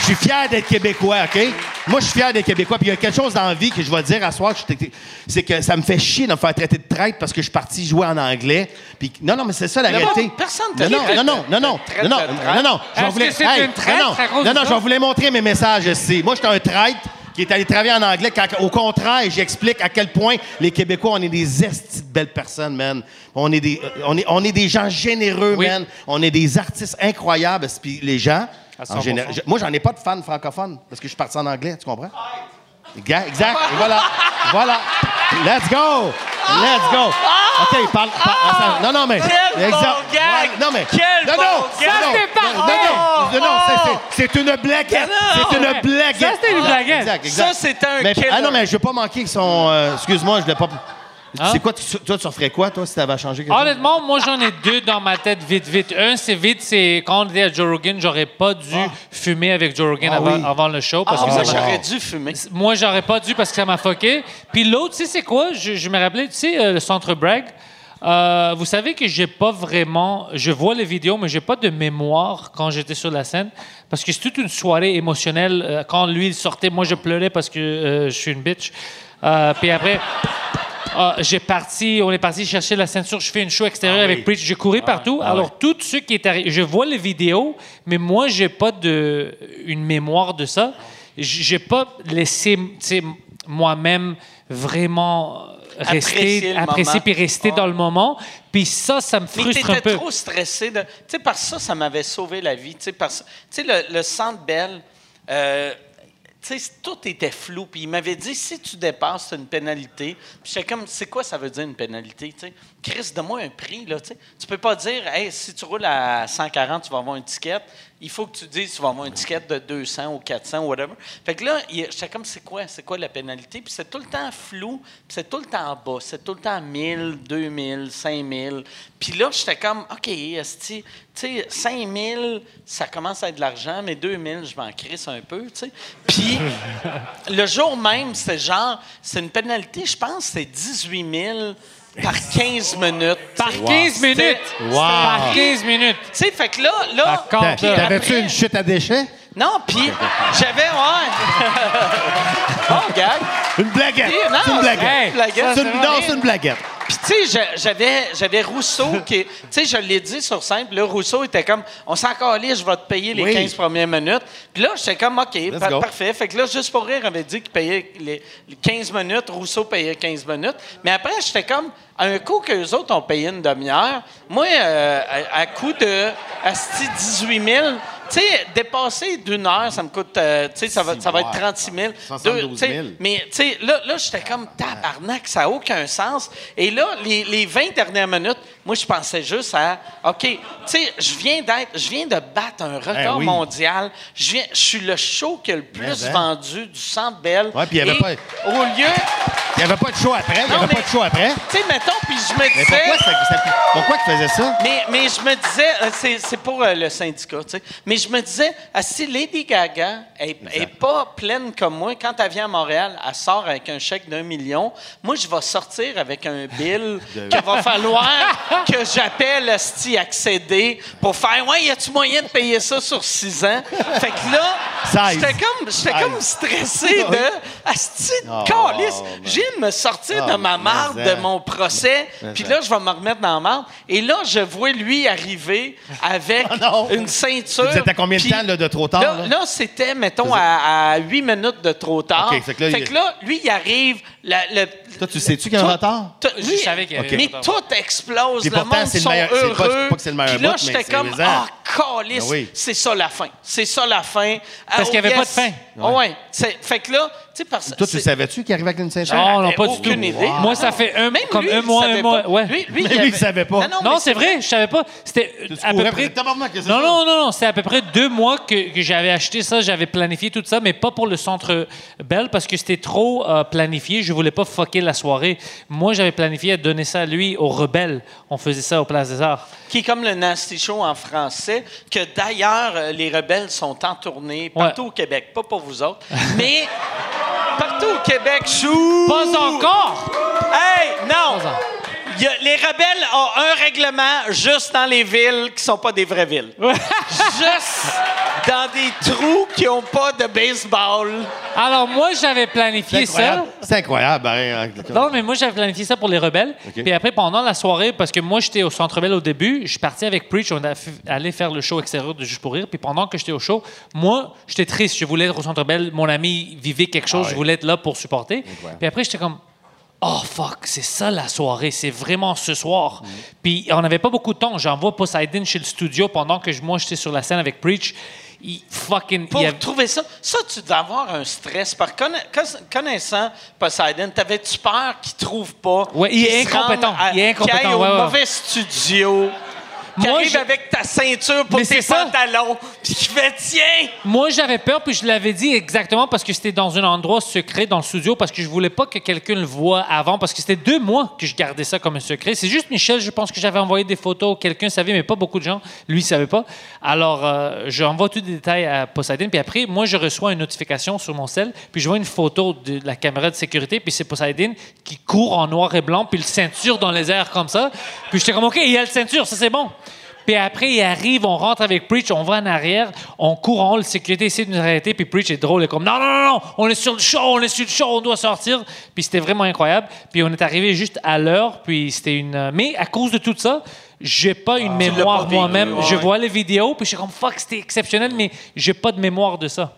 Speaker 4: Je suis fier d'être Québécois, OK? Moi, je suis fier d'être Québécois. Puis il y a quelque chose dans la vie que je vais dire à soir, que je t'ai- c'est que ça me fait chier de me faire traiter de traite parce que je suis parti jouer en anglais. Puis non, non, mais c'est ça la
Speaker 1: Mais
Speaker 4: réalité.
Speaker 1: bon, personne te
Speaker 4: non, non,
Speaker 1: traite
Speaker 4: non, non, non, non,
Speaker 1: de- de traite
Speaker 4: non, non,
Speaker 1: de traite.
Speaker 4: non, non, je vais
Speaker 3: Est-ce
Speaker 4: vous les-
Speaker 3: que c'est une traite
Speaker 4: non,
Speaker 3: à
Speaker 4: non,
Speaker 3: cause
Speaker 4: non,
Speaker 3: de
Speaker 4: non, je
Speaker 3: ça?
Speaker 4: vais vous les montrer mes messages ici. Moi, j'étais un traite qui est allé travailler en anglais. quand- au contraire, j'explique à quel point les Québécois, on est des estis de belles personnes, man. On est des, euh, on est, on est des gens généreux,
Speaker 3: Oui.
Speaker 4: man. On est des artistes incroyables. Puis les gens, en général, je- moi, j'en ai pas de fans francophones parce que je suis parti en anglais, tu comprends? Ga- Exact. Et voilà. voilà. Let's go. Let's go. OK, parle. parle- attends. non, non, mais.
Speaker 1: Quel bon gag.
Speaker 4: Voilà. Non, mais.
Speaker 1: Quel
Speaker 4: non,
Speaker 1: bon
Speaker 4: non,
Speaker 1: gag.
Speaker 3: Ah,
Speaker 1: Ça,
Speaker 4: non,
Speaker 1: c'est
Speaker 4: non,
Speaker 3: Oh,
Speaker 4: non, non, non, c'est- c'est c'est une blaguette.
Speaker 1: Non,
Speaker 4: C'est
Speaker 3: ouais.
Speaker 4: une blaguette.
Speaker 3: Ça, c'était une
Speaker 4: Voilà.
Speaker 3: blaguette.
Speaker 4: Exact, exact.
Speaker 1: Ça, c'était un
Speaker 4: mais,
Speaker 1: killer.
Speaker 4: Ah non, mais je veux pas manquer son. euh, Excuse-moi, je voulais pas.
Speaker 3: Hein? Ah,
Speaker 4: C'est quoi, tu- toi, tu referais quoi, toi, si t'avais changé quelque chose?
Speaker 3: Honnêtement, moi, j'en ai deux dans ma tête vite, vite. Un, c'est vite, c'est quand on dit à Joe Rogan, j'aurais pas dû fumer avec Joe Rogan
Speaker 4: Ah
Speaker 3: avant,
Speaker 4: oui.
Speaker 3: avant le show. Parce
Speaker 1: Ah,
Speaker 3: que
Speaker 1: moi,
Speaker 3: ça m'a-
Speaker 1: j'aurais dû fumer.
Speaker 3: Moi, j'aurais pas dû parce que ça m'a foqué. Puis l'autre, tu sais, c'est quoi? Je, je me rappelais, tu sais, euh, le centre Bragg. Euh, vous savez que j'ai pas vraiment. Je vois les vidéos, mais j'ai pas de mémoire quand j'étais sur la scène. Parce que c'est toute une soirée émotionnelle. Euh, Quand lui, il sortait, moi, je pleurais parce que euh, je suis une bitch. Euh, puis après. Ah, j'ai parti, on est parti chercher la ceinture, je fais une show extérieure
Speaker 1: Ah
Speaker 3: avec Preach, j'ai couru partout. Alors, tout ce qui est arrivé, je vois les vidéos, mais moi, j'ai pas de, une mémoire de ça. J- J'ai pas laissé, tu sais, moi-même vraiment
Speaker 1: Apprécier
Speaker 3: rester,
Speaker 1: le
Speaker 3: apprécier
Speaker 1: moment. Ah.
Speaker 3: puis rester dans le moment. Puis ça, ça me
Speaker 1: Mais
Speaker 3: frustre un
Speaker 1: t'étais
Speaker 3: peu.
Speaker 1: trop stressé. De... Tu sais, par ça, ça m'avait sauvé la vie. Tu sais, par ça- tu sais, le, le Centre Bell, euh, tu sais, tout était flou. Puis il m'avait dit, si tu dépasses, c'est une pénalité. Puis j'étais comme, c'est quoi ça veut dire une pénalité? Tu sais, Chris, donne-moi un prix, là. Tu sais, tu peux pas dire, hey, si tu roules à 140, tu vas avoir une ticket. Il faut que tu dises, tu vas avoir une ticket de 200 ou 400 ou whatever. Fait que là, il- j'étais comme, c'est quoi? C'est quoi la pénalité? Puis c'est tout le temps flou. Puis c'est tout le temps bas. C'est tout le temps 1000, 2000, 5000. Puis là, j'étais comme, OK, esti, tu sais, 5000, ça commence à être de l'argent, mais 2000, je m'en crisse un peu, tu sais. Puis le jour même, c'est genre, c'est une pénalité, je pense, c'est 18 000 par 15 minutes.
Speaker 3: Par 15 minutes!
Speaker 1: C'était-
Speaker 3: Par 15 minutes!
Speaker 1: Tu sais, fait que là, là.
Speaker 3: Par contre,
Speaker 1: puis
Speaker 3: là.
Speaker 1: après-
Speaker 4: T'avais-tu une chute à déchets?
Speaker 1: Non, puis j'avais, ouais. bon, gag.
Speaker 4: Une blaguette!
Speaker 1: Puis, non,
Speaker 4: C'est une blaguette!
Speaker 3: Hey,
Speaker 1: blaguette.
Speaker 4: C'est une, non, c'est une blaguette.
Speaker 1: Puis tu sais, je- j'avais, j'avais Rousseau qui... Tu sais, je l'ai dit sur scène, puis là, Rousseau était comme, on s'en calait, je vais te payer les
Speaker 4: Oui.
Speaker 1: 15 premières minutes. Puis là, j'étais comme, OK, par-
Speaker 4: go.
Speaker 1: parfait. Fait que là, juste pour rire, on avait dit qu'il payait les les 15 minutes, Rousseau payait 15 minutes. Mais après, j'étais comme, à un coup qu'eux autres ont payé une demi-heure, moi, euh, à, à coup de asti 18 000... Tu sais, dépasser d'une heure, ça me coûte, euh, tu sais, ça va, ça va être 36 000.
Speaker 8: 72 000.
Speaker 1: Deux, tu sais, mais, tu sais, là, là j'étais comme
Speaker 4: Ah,
Speaker 1: tabarnak, ça n'a aucun sens. Et là, les, les 20 dernières minutes, moi, je pensais juste à, OK, tu sais, je viens d'être, je viens de battre un record
Speaker 4: Eh oui.
Speaker 1: mondial. Je viens- je suis le show qui a le plus
Speaker 4: Mais, hein.
Speaker 1: vendu du Centre Bell.
Speaker 4: Ouais, puis il y avait
Speaker 1: Et
Speaker 4: pas-
Speaker 1: Au lieu,
Speaker 4: Il n'y avait pas de show après. Il n'y
Speaker 1: Non,
Speaker 4: avait
Speaker 1: mais-
Speaker 4: pas de show après.
Speaker 1: tu sais, mettons, puis je me
Speaker 4: Mais
Speaker 1: disais...
Speaker 4: pourquoi, ça, ça- pourquoi tu faisais ça?
Speaker 1: Mais, mais je me disais, euh, c'est, c'est pour euh, le syndicat, tu sais. Mais je me disais, ah, si Lady Gaga est, est pas pleine comme moi, quand elle vient à Montréal, elle sort avec un chèque d'un million. Moi, je vais sortir avec un bill qu'il va falloir que j'appelle Sti accéder pour faire Ouais, y a-tu moyen de payer ça sur six ans? Fait que là,
Speaker 4: Seize.
Speaker 1: j'étais comme, j'étais comme stressé de Asti,
Speaker 8: Oh,
Speaker 1: calice,
Speaker 8: man.
Speaker 1: j'ai de me sortir de
Speaker 8: Oh,
Speaker 1: ma
Speaker 8: mais
Speaker 1: marde,
Speaker 8: hein.
Speaker 1: de mon procès, puis là, je vais me remettre dans la marde. Et là, je vois lui arriver avec
Speaker 4: Oh non.
Speaker 1: une ceinture.
Speaker 4: Vous êtes à combien de
Speaker 1: puis
Speaker 4: temps, là, de trop tard,
Speaker 1: Là,
Speaker 4: là?
Speaker 1: là, c'était, mettons, à, à 8 minutes de trop tard.
Speaker 8: OK, fait que là, il-
Speaker 1: lui, il arrive. la- le-
Speaker 4: Toi, tu sais-tu qu'il y a un
Speaker 1: tout-
Speaker 4: retard?
Speaker 1: tout-
Speaker 3: Je
Speaker 1: lui-
Speaker 3: savais qu'il y avait
Speaker 1: Mais
Speaker 3: un retard.
Speaker 1: tout explose.
Speaker 4: Puis
Speaker 1: le
Speaker 4: pourtant,
Speaker 1: monde
Speaker 4: c'est le
Speaker 1: sont
Speaker 4: meilleur- c'est
Speaker 1: heureux.
Speaker 4: pas- c'est pas que
Speaker 8: c'est le meilleur
Speaker 1: Puis là,
Speaker 8: bout, mais
Speaker 1: j'étais
Speaker 8: c'est
Speaker 1: comme,
Speaker 8: les ans.
Speaker 1: ah, calice,
Speaker 8: Ben oui.
Speaker 1: c'est ça la fin. C'est ça la fin.
Speaker 3: Parce qu'il y
Speaker 1: n'y
Speaker 3: avait pas de fin.
Speaker 1: Ouais. C'est- fait que là, tu sais, parce
Speaker 4: Toi, tu
Speaker 1: c'est-
Speaker 4: savais-tu qu'il arrivait avec une ceinture?
Speaker 3: Non,
Speaker 1: J'avais
Speaker 3: non, pas du
Speaker 1: aucune
Speaker 3: tout.
Speaker 1: idée.
Speaker 3: Moi, ça fait un,
Speaker 1: Même
Speaker 3: comme
Speaker 1: lui,
Speaker 3: un
Speaker 1: il
Speaker 3: mois,
Speaker 1: savait
Speaker 3: un mois.
Speaker 1: pas.
Speaker 3: Ouais.
Speaker 1: Lui, lui,
Speaker 4: Même lui, il savait pas.
Speaker 1: Non, non,
Speaker 3: Non,
Speaker 1: mais
Speaker 3: c'est vrai, je savais pas. C'était euh, à peu
Speaker 4: courais
Speaker 3: près.
Speaker 4: pour le tabarnak, qu'est-ce que
Speaker 3: Non,
Speaker 4: c'est ça?
Speaker 3: non, non, non, c'était à peu près deux mois que, que j'avais acheté ça, j'avais planifié tout ça, mais pas pour le centre Bell parce que c'était trop euh, planifié. Je voulais pas fucker la soirée. Moi, j'avais planifié de donner ça à lui aux rebelles. On faisait ça au Place des Arts.
Speaker 1: qui est comme le Nasty Show en français, que d'ailleurs, euh, les rebelles sont en tournée partout
Speaker 3: Ouais.
Speaker 1: au Québec. Pas pour vous autres, mais partout au Québec. Chou!
Speaker 3: Pas encore.
Speaker 1: Hey, non!
Speaker 3: Pas en-
Speaker 1: Il y a- les rebelles ont un règlement juste dans les villes qui sont pas des vraies villes. juste dans des trous qui ont pas de baseball.
Speaker 3: Alors moi, j'avais planifié ça.
Speaker 8: C'est incroyable.
Speaker 4: ben,
Speaker 8: hein, hein.
Speaker 3: Non, mais moi, j'avais planifié ça pour les rebelles.
Speaker 8: OK.
Speaker 3: Puis après, pendant la soirée, parce que moi, j'étais au Centre Bell au début, je suis parti avec Preach, on est allé faire le show extérieur de Juste pour rire. Puis pendant que j'étais au show, moi, j'étais triste. Je voulais être au Centre Bell. Mon ami vivait quelque chose. Je voulais être là pour supporter. Puis après, j'étais comme... Oh fuck, c'est ça la soirée, c'est vraiment ce soir. Puis on n'avait pas beaucoup de temps. J'envoie Poseidon chez le studio pendant que je- moi j'étais sur la scène avec Preach. Il fucking.
Speaker 1: Pour
Speaker 3: il avait-
Speaker 1: trouver ça, ça, tu dois avoir un stress. Par conna- conna- connaissant Poseidon, t'avais-tu peur qu'il trouve pas?
Speaker 3: Ouais, il
Speaker 1: qu'il
Speaker 3: est
Speaker 1: se rende
Speaker 3: incompétent.
Speaker 1: à-
Speaker 3: Il est incompétent,
Speaker 1: qu'il aille au
Speaker 3: ouais, ouais.
Speaker 1: mauvais studio, qu'il
Speaker 3: Moi,
Speaker 1: arrive
Speaker 3: je-
Speaker 1: avec ta ceinture pour
Speaker 3: Mais
Speaker 1: tes
Speaker 3: c'est ça.
Speaker 1: pantalons, puis qu'il fait « Tiens!
Speaker 3: Moi, j'avais peur, puis je l'avais dit exactement parce que c'était dans un endroit secret, dans le studio, parce que je voulais pas que quelqu'un le voie avant, parce que c'était deux mois que je gardais ça comme un secret. C'est juste Michel, je pense que j'avais envoyé des photos, quelqu'un savait, mais pas beaucoup de gens. Lui, savait pas. Alors, euh, j'envoie tous les détails à Poseidon, puis après, moi, je reçois une notification sur mon cell, puis je vois une photo de la caméra de sécurité, puis c'est Poseidon qui court en noir et blanc, puis le ceinture dans les airs comme ça. Puis j'étais comme, OK, il y a le ceinture, ça c'est bon. Puis après, il arrive, on rentre avec Preach, on va en arrière, on court, on le sécurité essaie de nous arrêter, puis Preach est drôle, il est comme non, non, non, non, on est sur le show, on est sur le show, on doit sortir. Puis c'était vraiment incroyable. Puis on est arrivé juste à l'heure, puis c'était une. Mais à cause de tout ça, j'ai pas
Speaker 4: Ah,
Speaker 3: une mémoire moi-même. Je vois les vidéos, puis je suis comme fuck, c'était exceptionnel, mais j'ai pas de mémoire de ça.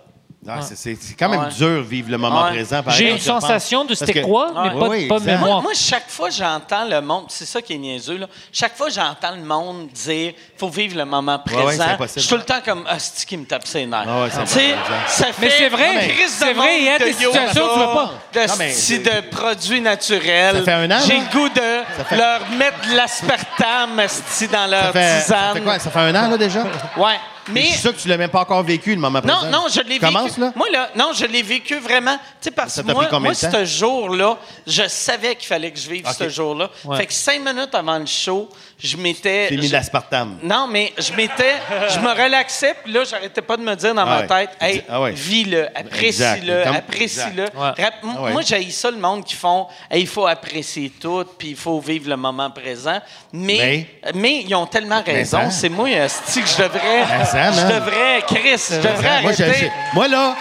Speaker 4: Ah, c'est- c'est c'est quand même dur vivre le moment
Speaker 1: Ouais.
Speaker 4: présent. pareil,
Speaker 3: J'ai
Speaker 4: quand
Speaker 3: une
Speaker 4: tu y repenses.
Speaker 3: sensation de
Speaker 4: Parce
Speaker 3: c'était
Speaker 4: que-
Speaker 3: quoi, mais
Speaker 4: Ouais.
Speaker 3: pas,
Speaker 4: Oui,
Speaker 3: pas de
Speaker 4: exact.
Speaker 3: mémoire.
Speaker 1: Moi, moi, chaque fois j'entends le monde, c'est ça qui est niaiseux, là. chaque fois j'entends le monde dire faut vivre le moment présent.
Speaker 4: ouais, c'est impossible.
Speaker 1: je suis tout le temps comme Ah, c'est qui me tape ses nerfs.
Speaker 4: Ah ouais, c'est
Speaker 1: Tu sais,
Speaker 4: impossible, exact.
Speaker 1: ça fait
Speaker 3: Mais c'est vrai,
Speaker 1: une crise de
Speaker 3: c'est vrai, il y a
Speaker 1: monde
Speaker 3: des
Speaker 1: de yoga,
Speaker 3: situations où tu veux pas.
Speaker 1: De,
Speaker 4: Non, mais
Speaker 1: sti- de produits naturels.
Speaker 4: Ça fait un an,
Speaker 1: J'ai
Speaker 4: là.
Speaker 1: le goût de
Speaker 4: fait-
Speaker 1: leur mettre de l'aspartame sti, dans leur
Speaker 4: Ça fait, ça fait
Speaker 1: tisane.
Speaker 4: quoi? Ça fait un an, là, déjà?
Speaker 1: Ouais.
Speaker 4: Mais... Je
Speaker 1: Mais
Speaker 4: suis sûr que tu l'as même pas encore vécu, le moment
Speaker 1: non,
Speaker 4: présent.
Speaker 1: non, je l'ai vécu.
Speaker 4: Commence, là?
Speaker 1: Moi, là, non, je l'ai vécu vraiment. Tu sais, parce
Speaker 4: Ça
Speaker 1: que
Speaker 4: t'a pris
Speaker 1: moi,
Speaker 4: combien
Speaker 1: moi
Speaker 4: de temps?
Speaker 1: ce jour-là, je savais qu'il fallait que je vive
Speaker 4: Ok.
Speaker 1: ce jour-là.
Speaker 3: Ouais.
Speaker 1: Fait que cinq minutes avant le show, je m'étais.
Speaker 4: J'ai mis
Speaker 1: je-
Speaker 4: de l'aspartame.
Speaker 1: Non, mais je m'étais. je me relaxais, puis là, j'arrêtais pas de me dire dans ma
Speaker 4: Ah ouais.
Speaker 1: tête, hey,
Speaker 4: Ah ouais.
Speaker 1: vis-le, apprécie-le,
Speaker 4: Exact. Comme-
Speaker 1: apprécie-le.
Speaker 4: Exact.
Speaker 3: Ouais.
Speaker 1: Rap- m-
Speaker 4: Ah ouais.
Speaker 1: Moi, j'ai ça, le monde qui font, hey, il faut apprécier tout, puis il faut vivre le moment présent. Mais, mais, ils ont tellement raison.
Speaker 4: ça.
Speaker 1: C'est moi, esti, que je devrais.
Speaker 4: hein? Mais ça, man. hein?
Speaker 1: je devrais, Chris, je devrais
Speaker 4: Moi, je-
Speaker 1: arrêter.
Speaker 4: je- moi, là,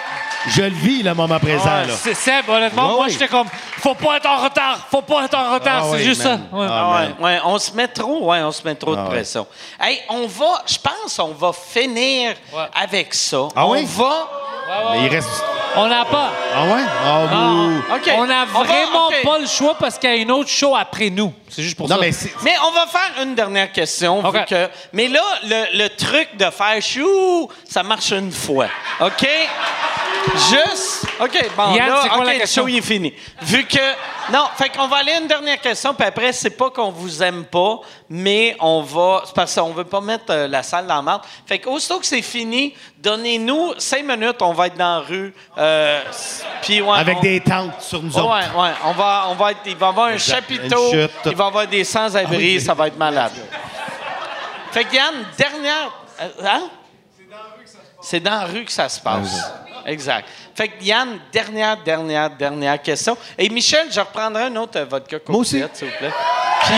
Speaker 4: je le vis, le moment présent.
Speaker 3: Ah,
Speaker 4: là.
Speaker 3: c'est Seb, honnêtement,
Speaker 4: Ouais,
Speaker 3: moi,
Speaker 4: oui.
Speaker 3: j'étais comme faut pas être en retard, faut pas être en retard,
Speaker 4: Ah
Speaker 3: c'est
Speaker 4: oui,
Speaker 3: juste
Speaker 4: man.
Speaker 3: ça. Ouais.
Speaker 4: Ah,
Speaker 1: Ah
Speaker 4: man. Ah
Speaker 1: ouais, ouais, on se met trop, ouais, on se met trop de pression. Hey, on va, je pense, on va finir
Speaker 3: Ouais.
Speaker 1: avec ça.
Speaker 4: Ah
Speaker 1: on
Speaker 4: oui?
Speaker 1: va.
Speaker 4: Mais il reste.
Speaker 3: On n'a pas.
Speaker 4: Ah ouais? Ah, bah,
Speaker 3: Ah,
Speaker 4: bouh.
Speaker 1: OK.
Speaker 3: On n'a
Speaker 1: On va-
Speaker 3: vraiment
Speaker 1: OK.
Speaker 3: pas le choix parce qu'il y a une autre show après nous. C'est juste pour
Speaker 4: Non,
Speaker 3: ça.
Speaker 4: mais c'est-
Speaker 1: Mais on va faire une dernière question. vu
Speaker 3: OK.
Speaker 1: que- mais là, le, le truc de faire chou, ça marche une fois. OK? Juste. OK, bon,
Speaker 3: Yann,
Speaker 1: là,
Speaker 3: c'est quoi
Speaker 1: OK,
Speaker 3: la
Speaker 1: le
Speaker 3: question?
Speaker 1: show, il est fini. Vu que. Non, fait qu'on va aller à une dernière question, puis après, c'est pas qu'on vous aime pas, mais on va. C'est parce qu'on veut pas mettre euh, la salle dans la marde. Fait qu'aussitôt que c'est fini, donnez-nous cinq minutes, on va être dans la rue. euh, puis ouais,
Speaker 4: avec
Speaker 1: on-
Speaker 4: des tentes sur nous autres.
Speaker 1: Ouais, ouais. On va, on va être, il va y avoir un
Speaker 4: Exact.
Speaker 1: chapiteau,
Speaker 4: Une chute. Ah
Speaker 1: il va y avoir des sans-abri, ça va être malade. Fait que Yann, dernière. euh, Hein? C'est dans la rue que ça se passe. Exact. Fait que Yann, dernière, dernière, dernière question. Et Michel, je reprendrai un autre euh, vodka Moi
Speaker 4: aussi.
Speaker 1: s'il vous plaît. Puis,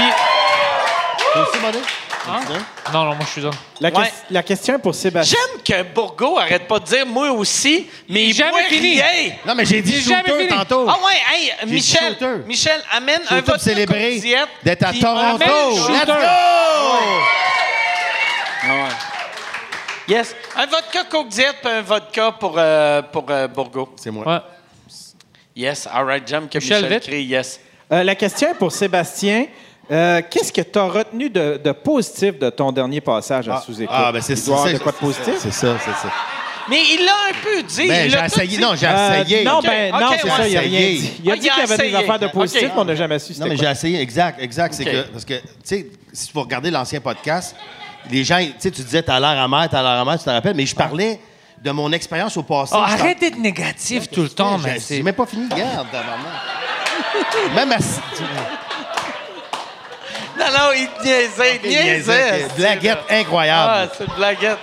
Speaker 3: Non, non, moi, je suis là.
Speaker 2: La,
Speaker 1: Ouais.
Speaker 2: ques- la question est pour Sébastien.
Speaker 1: j'aime que Bourgo arrête pas de dire moi aussi, mais
Speaker 3: Il est
Speaker 1: il
Speaker 3: jamais
Speaker 1: boit
Speaker 3: fini.
Speaker 1: rien.
Speaker 4: Non, mais j'ai dit
Speaker 3: J'ai jamais
Speaker 4: shooter
Speaker 3: fini.
Speaker 4: tantôt.
Speaker 1: Ah ouais, hey,
Speaker 4: dit
Speaker 1: Michel,
Speaker 4: Oh. shooter.
Speaker 1: Michel, amène un
Speaker 4: Surtout pour
Speaker 1: vodka
Speaker 4: célébrer
Speaker 1: diète.
Speaker 4: d'être à Toronto.
Speaker 3: amène le
Speaker 4: Let's
Speaker 3: shooter.
Speaker 4: go!
Speaker 1: Yes. Un vodka Coke Diet puis un vodka pour, euh, pour euh, Bourgo.
Speaker 4: C'est moi.
Speaker 3: Ouais.
Speaker 1: Yes, all right, j'aime que
Speaker 3: Michel
Speaker 1: Michel,
Speaker 3: Vite.
Speaker 1: crie yes.
Speaker 2: Euh, la question est pour Sébastien. Euh, Qu'est-ce que tu as retenu de, de positif de ton dernier passage à
Speaker 4: Ah,
Speaker 2: sous-écoute?
Speaker 4: ah, ben c'est
Speaker 2: Il doit y
Speaker 4: ça.
Speaker 2: avoir
Speaker 4: c'est-
Speaker 2: de quoi de
Speaker 4: c'est-
Speaker 2: positif?
Speaker 4: C'est ça, c'est ça.
Speaker 1: Mais il l'a un peu dit.
Speaker 4: Ben,
Speaker 1: il
Speaker 4: j'ai
Speaker 1: l'a tout
Speaker 4: essayé.
Speaker 1: dit.
Speaker 4: Non, j'ai
Speaker 2: Euh,
Speaker 4: essayé.
Speaker 2: non,
Speaker 1: OK,
Speaker 2: ben,
Speaker 1: OK,
Speaker 2: non, c'est
Speaker 1: ouais,
Speaker 2: ça, il a
Speaker 4: essayé.
Speaker 2: rien dit. Il a
Speaker 1: Ah,
Speaker 2: dit
Speaker 1: il a
Speaker 2: qu'il y avait des
Speaker 1: essayé.
Speaker 2: affaires de
Speaker 1: OK.
Speaker 2: positif, mais on n'a jamais su.
Speaker 4: Non,
Speaker 2: c'était
Speaker 4: mais j'ai
Speaker 2: quoi.
Speaker 4: essayé, exact, exact. C'est
Speaker 1: Ok.
Speaker 4: que, parce que, tu sais, si vous regardez l'ancien podcast, les gens, tu sais, tu disais, t'as l'air amer, t'as l'air amer, tu te rappelles, mais je parlais de mon expérience au passé.
Speaker 3: Oh,
Speaker 4: Je t'en-
Speaker 3: arrête d'être négatif tout le temps, mais
Speaker 4: J'ai
Speaker 3: c'est.
Speaker 4: j'ai même pas fini, garde, maman. Même à.
Speaker 1: Non, non, il te niaisait, il niaisait.
Speaker 4: Blaguette
Speaker 1: Ah,
Speaker 4: incroyable.
Speaker 1: c'est une blaguette.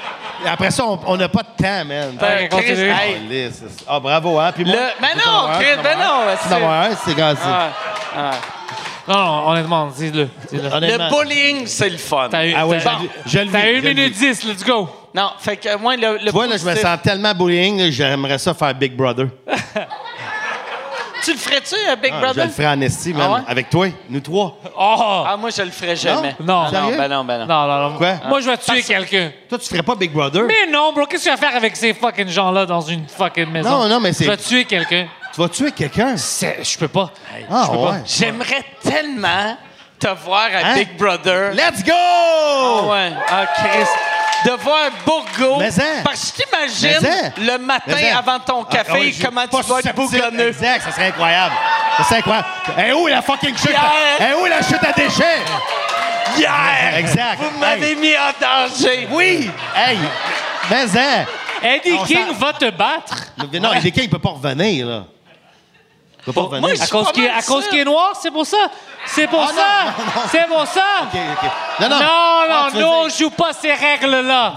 Speaker 4: Après ça, on- on n'a pas de temps, man.
Speaker 1: Chris,
Speaker 3: Ben, continue.
Speaker 1: hey,
Speaker 4: Calisse. Ah, bravo, hein. Puis moi,
Speaker 1: Le- Ben
Speaker 4: tu
Speaker 1: non,
Speaker 4: t'en avoir un,
Speaker 1: Chris,
Speaker 4: tu t'en
Speaker 1: ben
Speaker 4: avoir un,
Speaker 1: non,
Speaker 4: tu
Speaker 1: c'est-
Speaker 4: t'en avoir un, c'est gazé.
Speaker 1: ah, ah.
Speaker 3: Non, non, honnêtement, dis-le. dis-le.
Speaker 1: Le
Speaker 4: Honnêtement.
Speaker 1: bullying, c'est le fun.
Speaker 3: T'as eu.
Speaker 4: Ah ouais,
Speaker 3: t'as-
Speaker 4: je le- je le
Speaker 3: T'as
Speaker 4: vis,
Speaker 3: une
Speaker 4: je le
Speaker 3: minute dix, let's go.
Speaker 1: Non, fait que moi, le, le
Speaker 4: Tu vois, là, je me
Speaker 1: positif-
Speaker 4: sens tellement bullying, là, j'aimerais ça faire Big Brother.
Speaker 1: Tu le ferais-tu, euh, Big
Speaker 4: Ah, je
Speaker 1: Brother?
Speaker 4: le ferai en estime, man.
Speaker 1: Ah ouais?
Speaker 4: Avec toi, nous trois.
Speaker 3: Oh!
Speaker 1: Ah, moi, je le ferais jamais.
Speaker 3: Non.
Speaker 1: Ah, non,
Speaker 4: Sérieux?
Speaker 1: ben non, ben non.
Speaker 3: Non, non, non.
Speaker 4: Quoi?
Speaker 3: Moi, je vais tuer quelqu'un.
Speaker 4: Toi, tu ferais pas Big Brother.
Speaker 3: Mais non, bro, qu'est-ce que tu vas faire avec ces fucking gens-là dans une fucking maison?
Speaker 4: Non, non, mais c'est-
Speaker 3: Tu vas tuer quelqu'un.
Speaker 4: Tu vas tuer quelqu'un.
Speaker 3: C'est- Je peux pas.
Speaker 4: Ah,
Speaker 3: je peux
Speaker 4: ouais.
Speaker 1: J'aimerais tellement te voir à
Speaker 4: Hein?
Speaker 1: Big Brother.
Speaker 4: Let's go!
Speaker 1: Ah ouais, ah Chris. De voir Bourgo.
Speaker 4: Oh. Mais hein.
Speaker 1: Parce que t'imagines
Speaker 4: Mais hein.
Speaker 1: le matin
Speaker 4: Mais hein.
Speaker 1: avant ton
Speaker 4: Ah, ah
Speaker 1: café,
Speaker 4: oui, je-
Speaker 1: comment
Speaker 4: pas
Speaker 1: tu vas être
Speaker 4: susceptible,
Speaker 1: bougonneux.
Speaker 4: Exact, ça serait incroyable. Ça serait incroyable. Et où est la fucking chute?
Speaker 1: Pierre!
Speaker 4: Et où est la chute à déchets?
Speaker 1: Hier!
Speaker 4: Exact.
Speaker 1: Vous m'avez mis en danger.
Speaker 4: Oui! Hey! Mais hein.
Speaker 3: Eddie
Speaker 4: On
Speaker 3: King
Speaker 4: s'en-
Speaker 3: va te battre.
Speaker 4: Mais Non, il est quand il peut pas revenir, là. Il peut pas revenir.
Speaker 1: moi, je-
Speaker 3: À cause
Speaker 1: pas
Speaker 3: qu'il
Speaker 1: mal
Speaker 3: à cause
Speaker 1: sûr.
Speaker 3: qu'il est noir, c'est pour ça. C'est pour
Speaker 4: Ah, non,
Speaker 3: ça.
Speaker 4: non, non.
Speaker 3: C'est pour ça.
Speaker 4: OK, OK. Non, non.
Speaker 3: Non, non,
Speaker 4: Ah, tu veux
Speaker 3: nous, on
Speaker 4: dire-
Speaker 3: joue pas ces règles-là.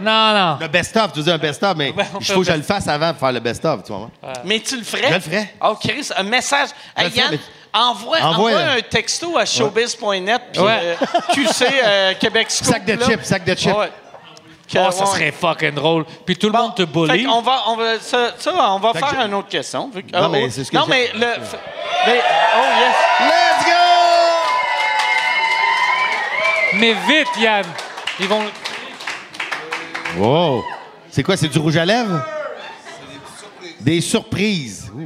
Speaker 3: Non, non.
Speaker 4: Le best-of, tu veux dire un best-of, mais
Speaker 3: on
Speaker 4: il
Speaker 3: fait
Speaker 4: faut
Speaker 3: un
Speaker 4: que je le fasse avant pour faire le best-of, tu vois.
Speaker 1: Mais tu le ferais?
Speaker 4: Je le ferais.
Speaker 1: Oh, Chris, un message.
Speaker 4: Je
Speaker 1: Hey,
Speaker 4: le ferais,
Speaker 1: Yann,
Speaker 4: mais- euh,
Speaker 1: Envoie,
Speaker 9: Envoie,
Speaker 1: envoie
Speaker 9: là.
Speaker 1: un texto à showbiz.net puis euh, QC euh, Québec Scoop,
Speaker 9: Sac de
Speaker 1: là.
Speaker 9: chips, sac de chips.
Speaker 1: Ouais. Que,
Speaker 3: Oh, ça
Speaker 1: ouais.
Speaker 3: serait fucking drôle. Puis tout le monde te
Speaker 1: Fait
Speaker 3: bully.
Speaker 1: qu'on va, on va, ça, ça, on va faire
Speaker 4: que
Speaker 1: une autre question. vu que-
Speaker 4: Non,
Speaker 1: oh,
Speaker 4: mais
Speaker 1: oh.
Speaker 4: c'est ce que
Speaker 1: Non,
Speaker 4: j'ai-
Speaker 1: mais le. f- mais- oh, yes.
Speaker 4: Let's go!
Speaker 3: Mais vite, Yann. Ils vont.
Speaker 4: Wow! C'est quoi, c'est du rouge à lèvres? Des surprises. Ouh.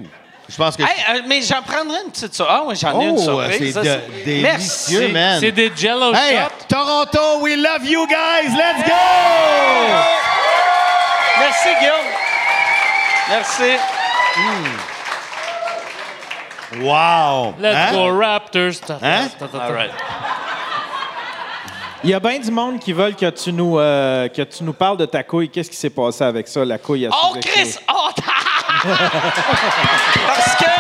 Speaker 4: Je pense que.
Speaker 1: Hey, euh, mais j'en prendrai une petite sur- Ah, oui, j'en ai une
Speaker 4: Oh,
Speaker 1: surprise.
Speaker 4: c'est
Speaker 1: ça,
Speaker 4: de-
Speaker 1: c'est-
Speaker 4: délicieux,
Speaker 1: Merci.
Speaker 4: man.
Speaker 3: C'est des jello
Speaker 4: Hey,
Speaker 3: shots.
Speaker 4: Toronto, we love you guys! Let's go!
Speaker 1: Merci, Guillaume. Merci.
Speaker 4: Wow!
Speaker 3: Let's
Speaker 4: Hein?
Speaker 3: go Raptors.
Speaker 4: Hein?
Speaker 3: All right.
Speaker 2: Il y a bien du monde qui veulent que tu nous, euh, que tu nous parles de ta couille. Qu'est-ce qui s'est passé avec ça, la couille à
Speaker 1: Oh,
Speaker 2: Suzuki?
Speaker 1: Chris! Oh, Parce que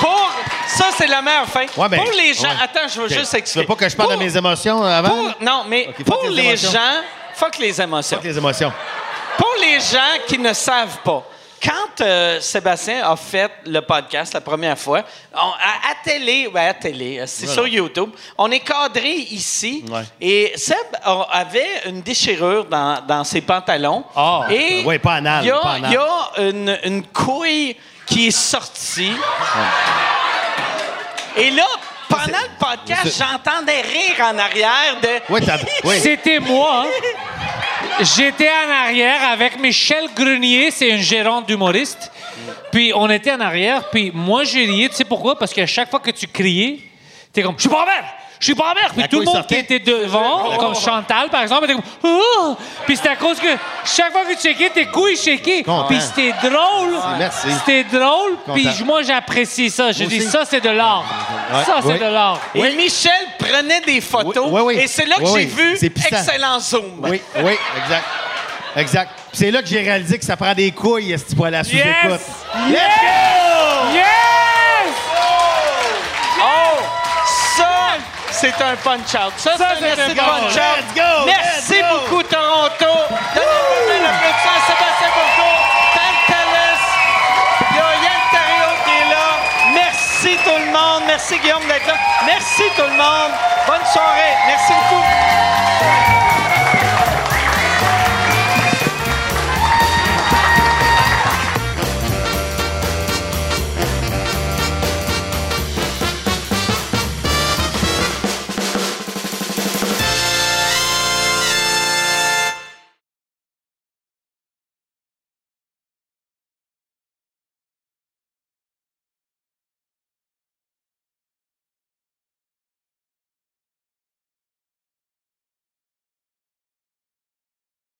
Speaker 1: pour. Ça, c'est la meilleure fin.
Speaker 4: Ouais, ben,
Speaker 1: pour les gens.
Speaker 4: ouais.
Speaker 1: Attends, je veux
Speaker 4: Ok.
Speaker 1: juste
Speaker 4: Tu veux
Speaker 1: expliquer.
Speaker 4: pas que je parle
Speaker 1: Pour-
Speaker 4: de mes émotions euh, avant?
Speaker 1: pour- Non, mais
Speaker 4: Ok, fuck
Speaker 1: pour
Speaker 4: les
Speaker 1: les
Speaker 4: émotions.
Speaker 1: gens. Fuck les émotions.
Speaker 4: Avec les émotions.
Speaker 1: Pour les gens qui ne savent pas, quand euh, Sébastien a fait le podcast la première fois, on- à, à télé, ouais, à télé, euh, c'est sur YouTube, on est cadré ici.
Speaker 4: Ouais.
Speaker 1: Et Seb a- avait une déchirure dans, dans ses pantalons.
Speaker 3: Ah.
Speaker 1: et
Speaker 4: Ouais, pas anal,
Speaker 1: Il y a,
Speaker 4: pas anal.
Speaker 1: il y a une, une couille qui est sortie. Et là, pendant le podcast, j'entendais rire en arrière de.
Speaker 4: Oui, t'as. Oui.
Speaker 3: C'était moi. J'étais en arrière avec Michel Grenier, c'est une gérante d'humoriste. Puis on était en arrière, puis moi j'ai rié. Tu sais pourquoi? Parce qu'à chaque fois que tu criais, t'es comme Je suis pas en mer! Je suis pas en mer! Puis
Speaker 4: À
Speaker 3: tout le
Speaker 4: quoi il
Speaker 3: monde qui
Speaker 4: sortait?
Speaker 3: était devant, comme Chantal par exemple, était comme Oh! Puis c'est à cause que chaque fois que tu checkais, tes couilles shakeaient.
Speaker 4: Content.
Speaker 3: Puis c'était drôle.
Speaker 4: merci.
Speaker 3: C'était drôle. Puis
Speaker 4: Content.
Speaker 3: moi j'apprécie ça. Je dis
Speaker 4: aussi.
Speaker 3: Ça c'est de l'art. Ça c'est
Speaker 4: Oui.
Speaker 3: de l'art.
Speaker 1: Et Michel prenait des photos.
Speaker 4: Oui, oui, oui.
Speaker 1: Et c'est là que
Speaker 4: Oui,
Speaker 1: j'ai
Speaker 4: oui.
Speaker 1: vu
Speaker 4: C'est puissant.
Speaker 1: excellent zoom.
Speaker 4: Oui, oui, exact. Exact. Puis C'est là que j'ai réalisé que ça prend des couilles, ce petit poil-là, sous écoute.
Speaker 3: Yes! Yes!
Speaker 1: Oh! Ça, c'est un punch-out. Ça, c'est un assez de punch-out.
Speaker 4: Let's go!
Speaker 1: Merci
Speaker 4: Let's go!
Speaker 1: beaucoup, Toronto. Donnez-moi un applaudissement à Sébastien Bourgault, Tal Talès. Il y a Yann Terriot qui est là. Merci, tout le monde. Merci, Guillaume, d'être là. Merci, tout le monde. Bonne soirée. Merci beaucoup.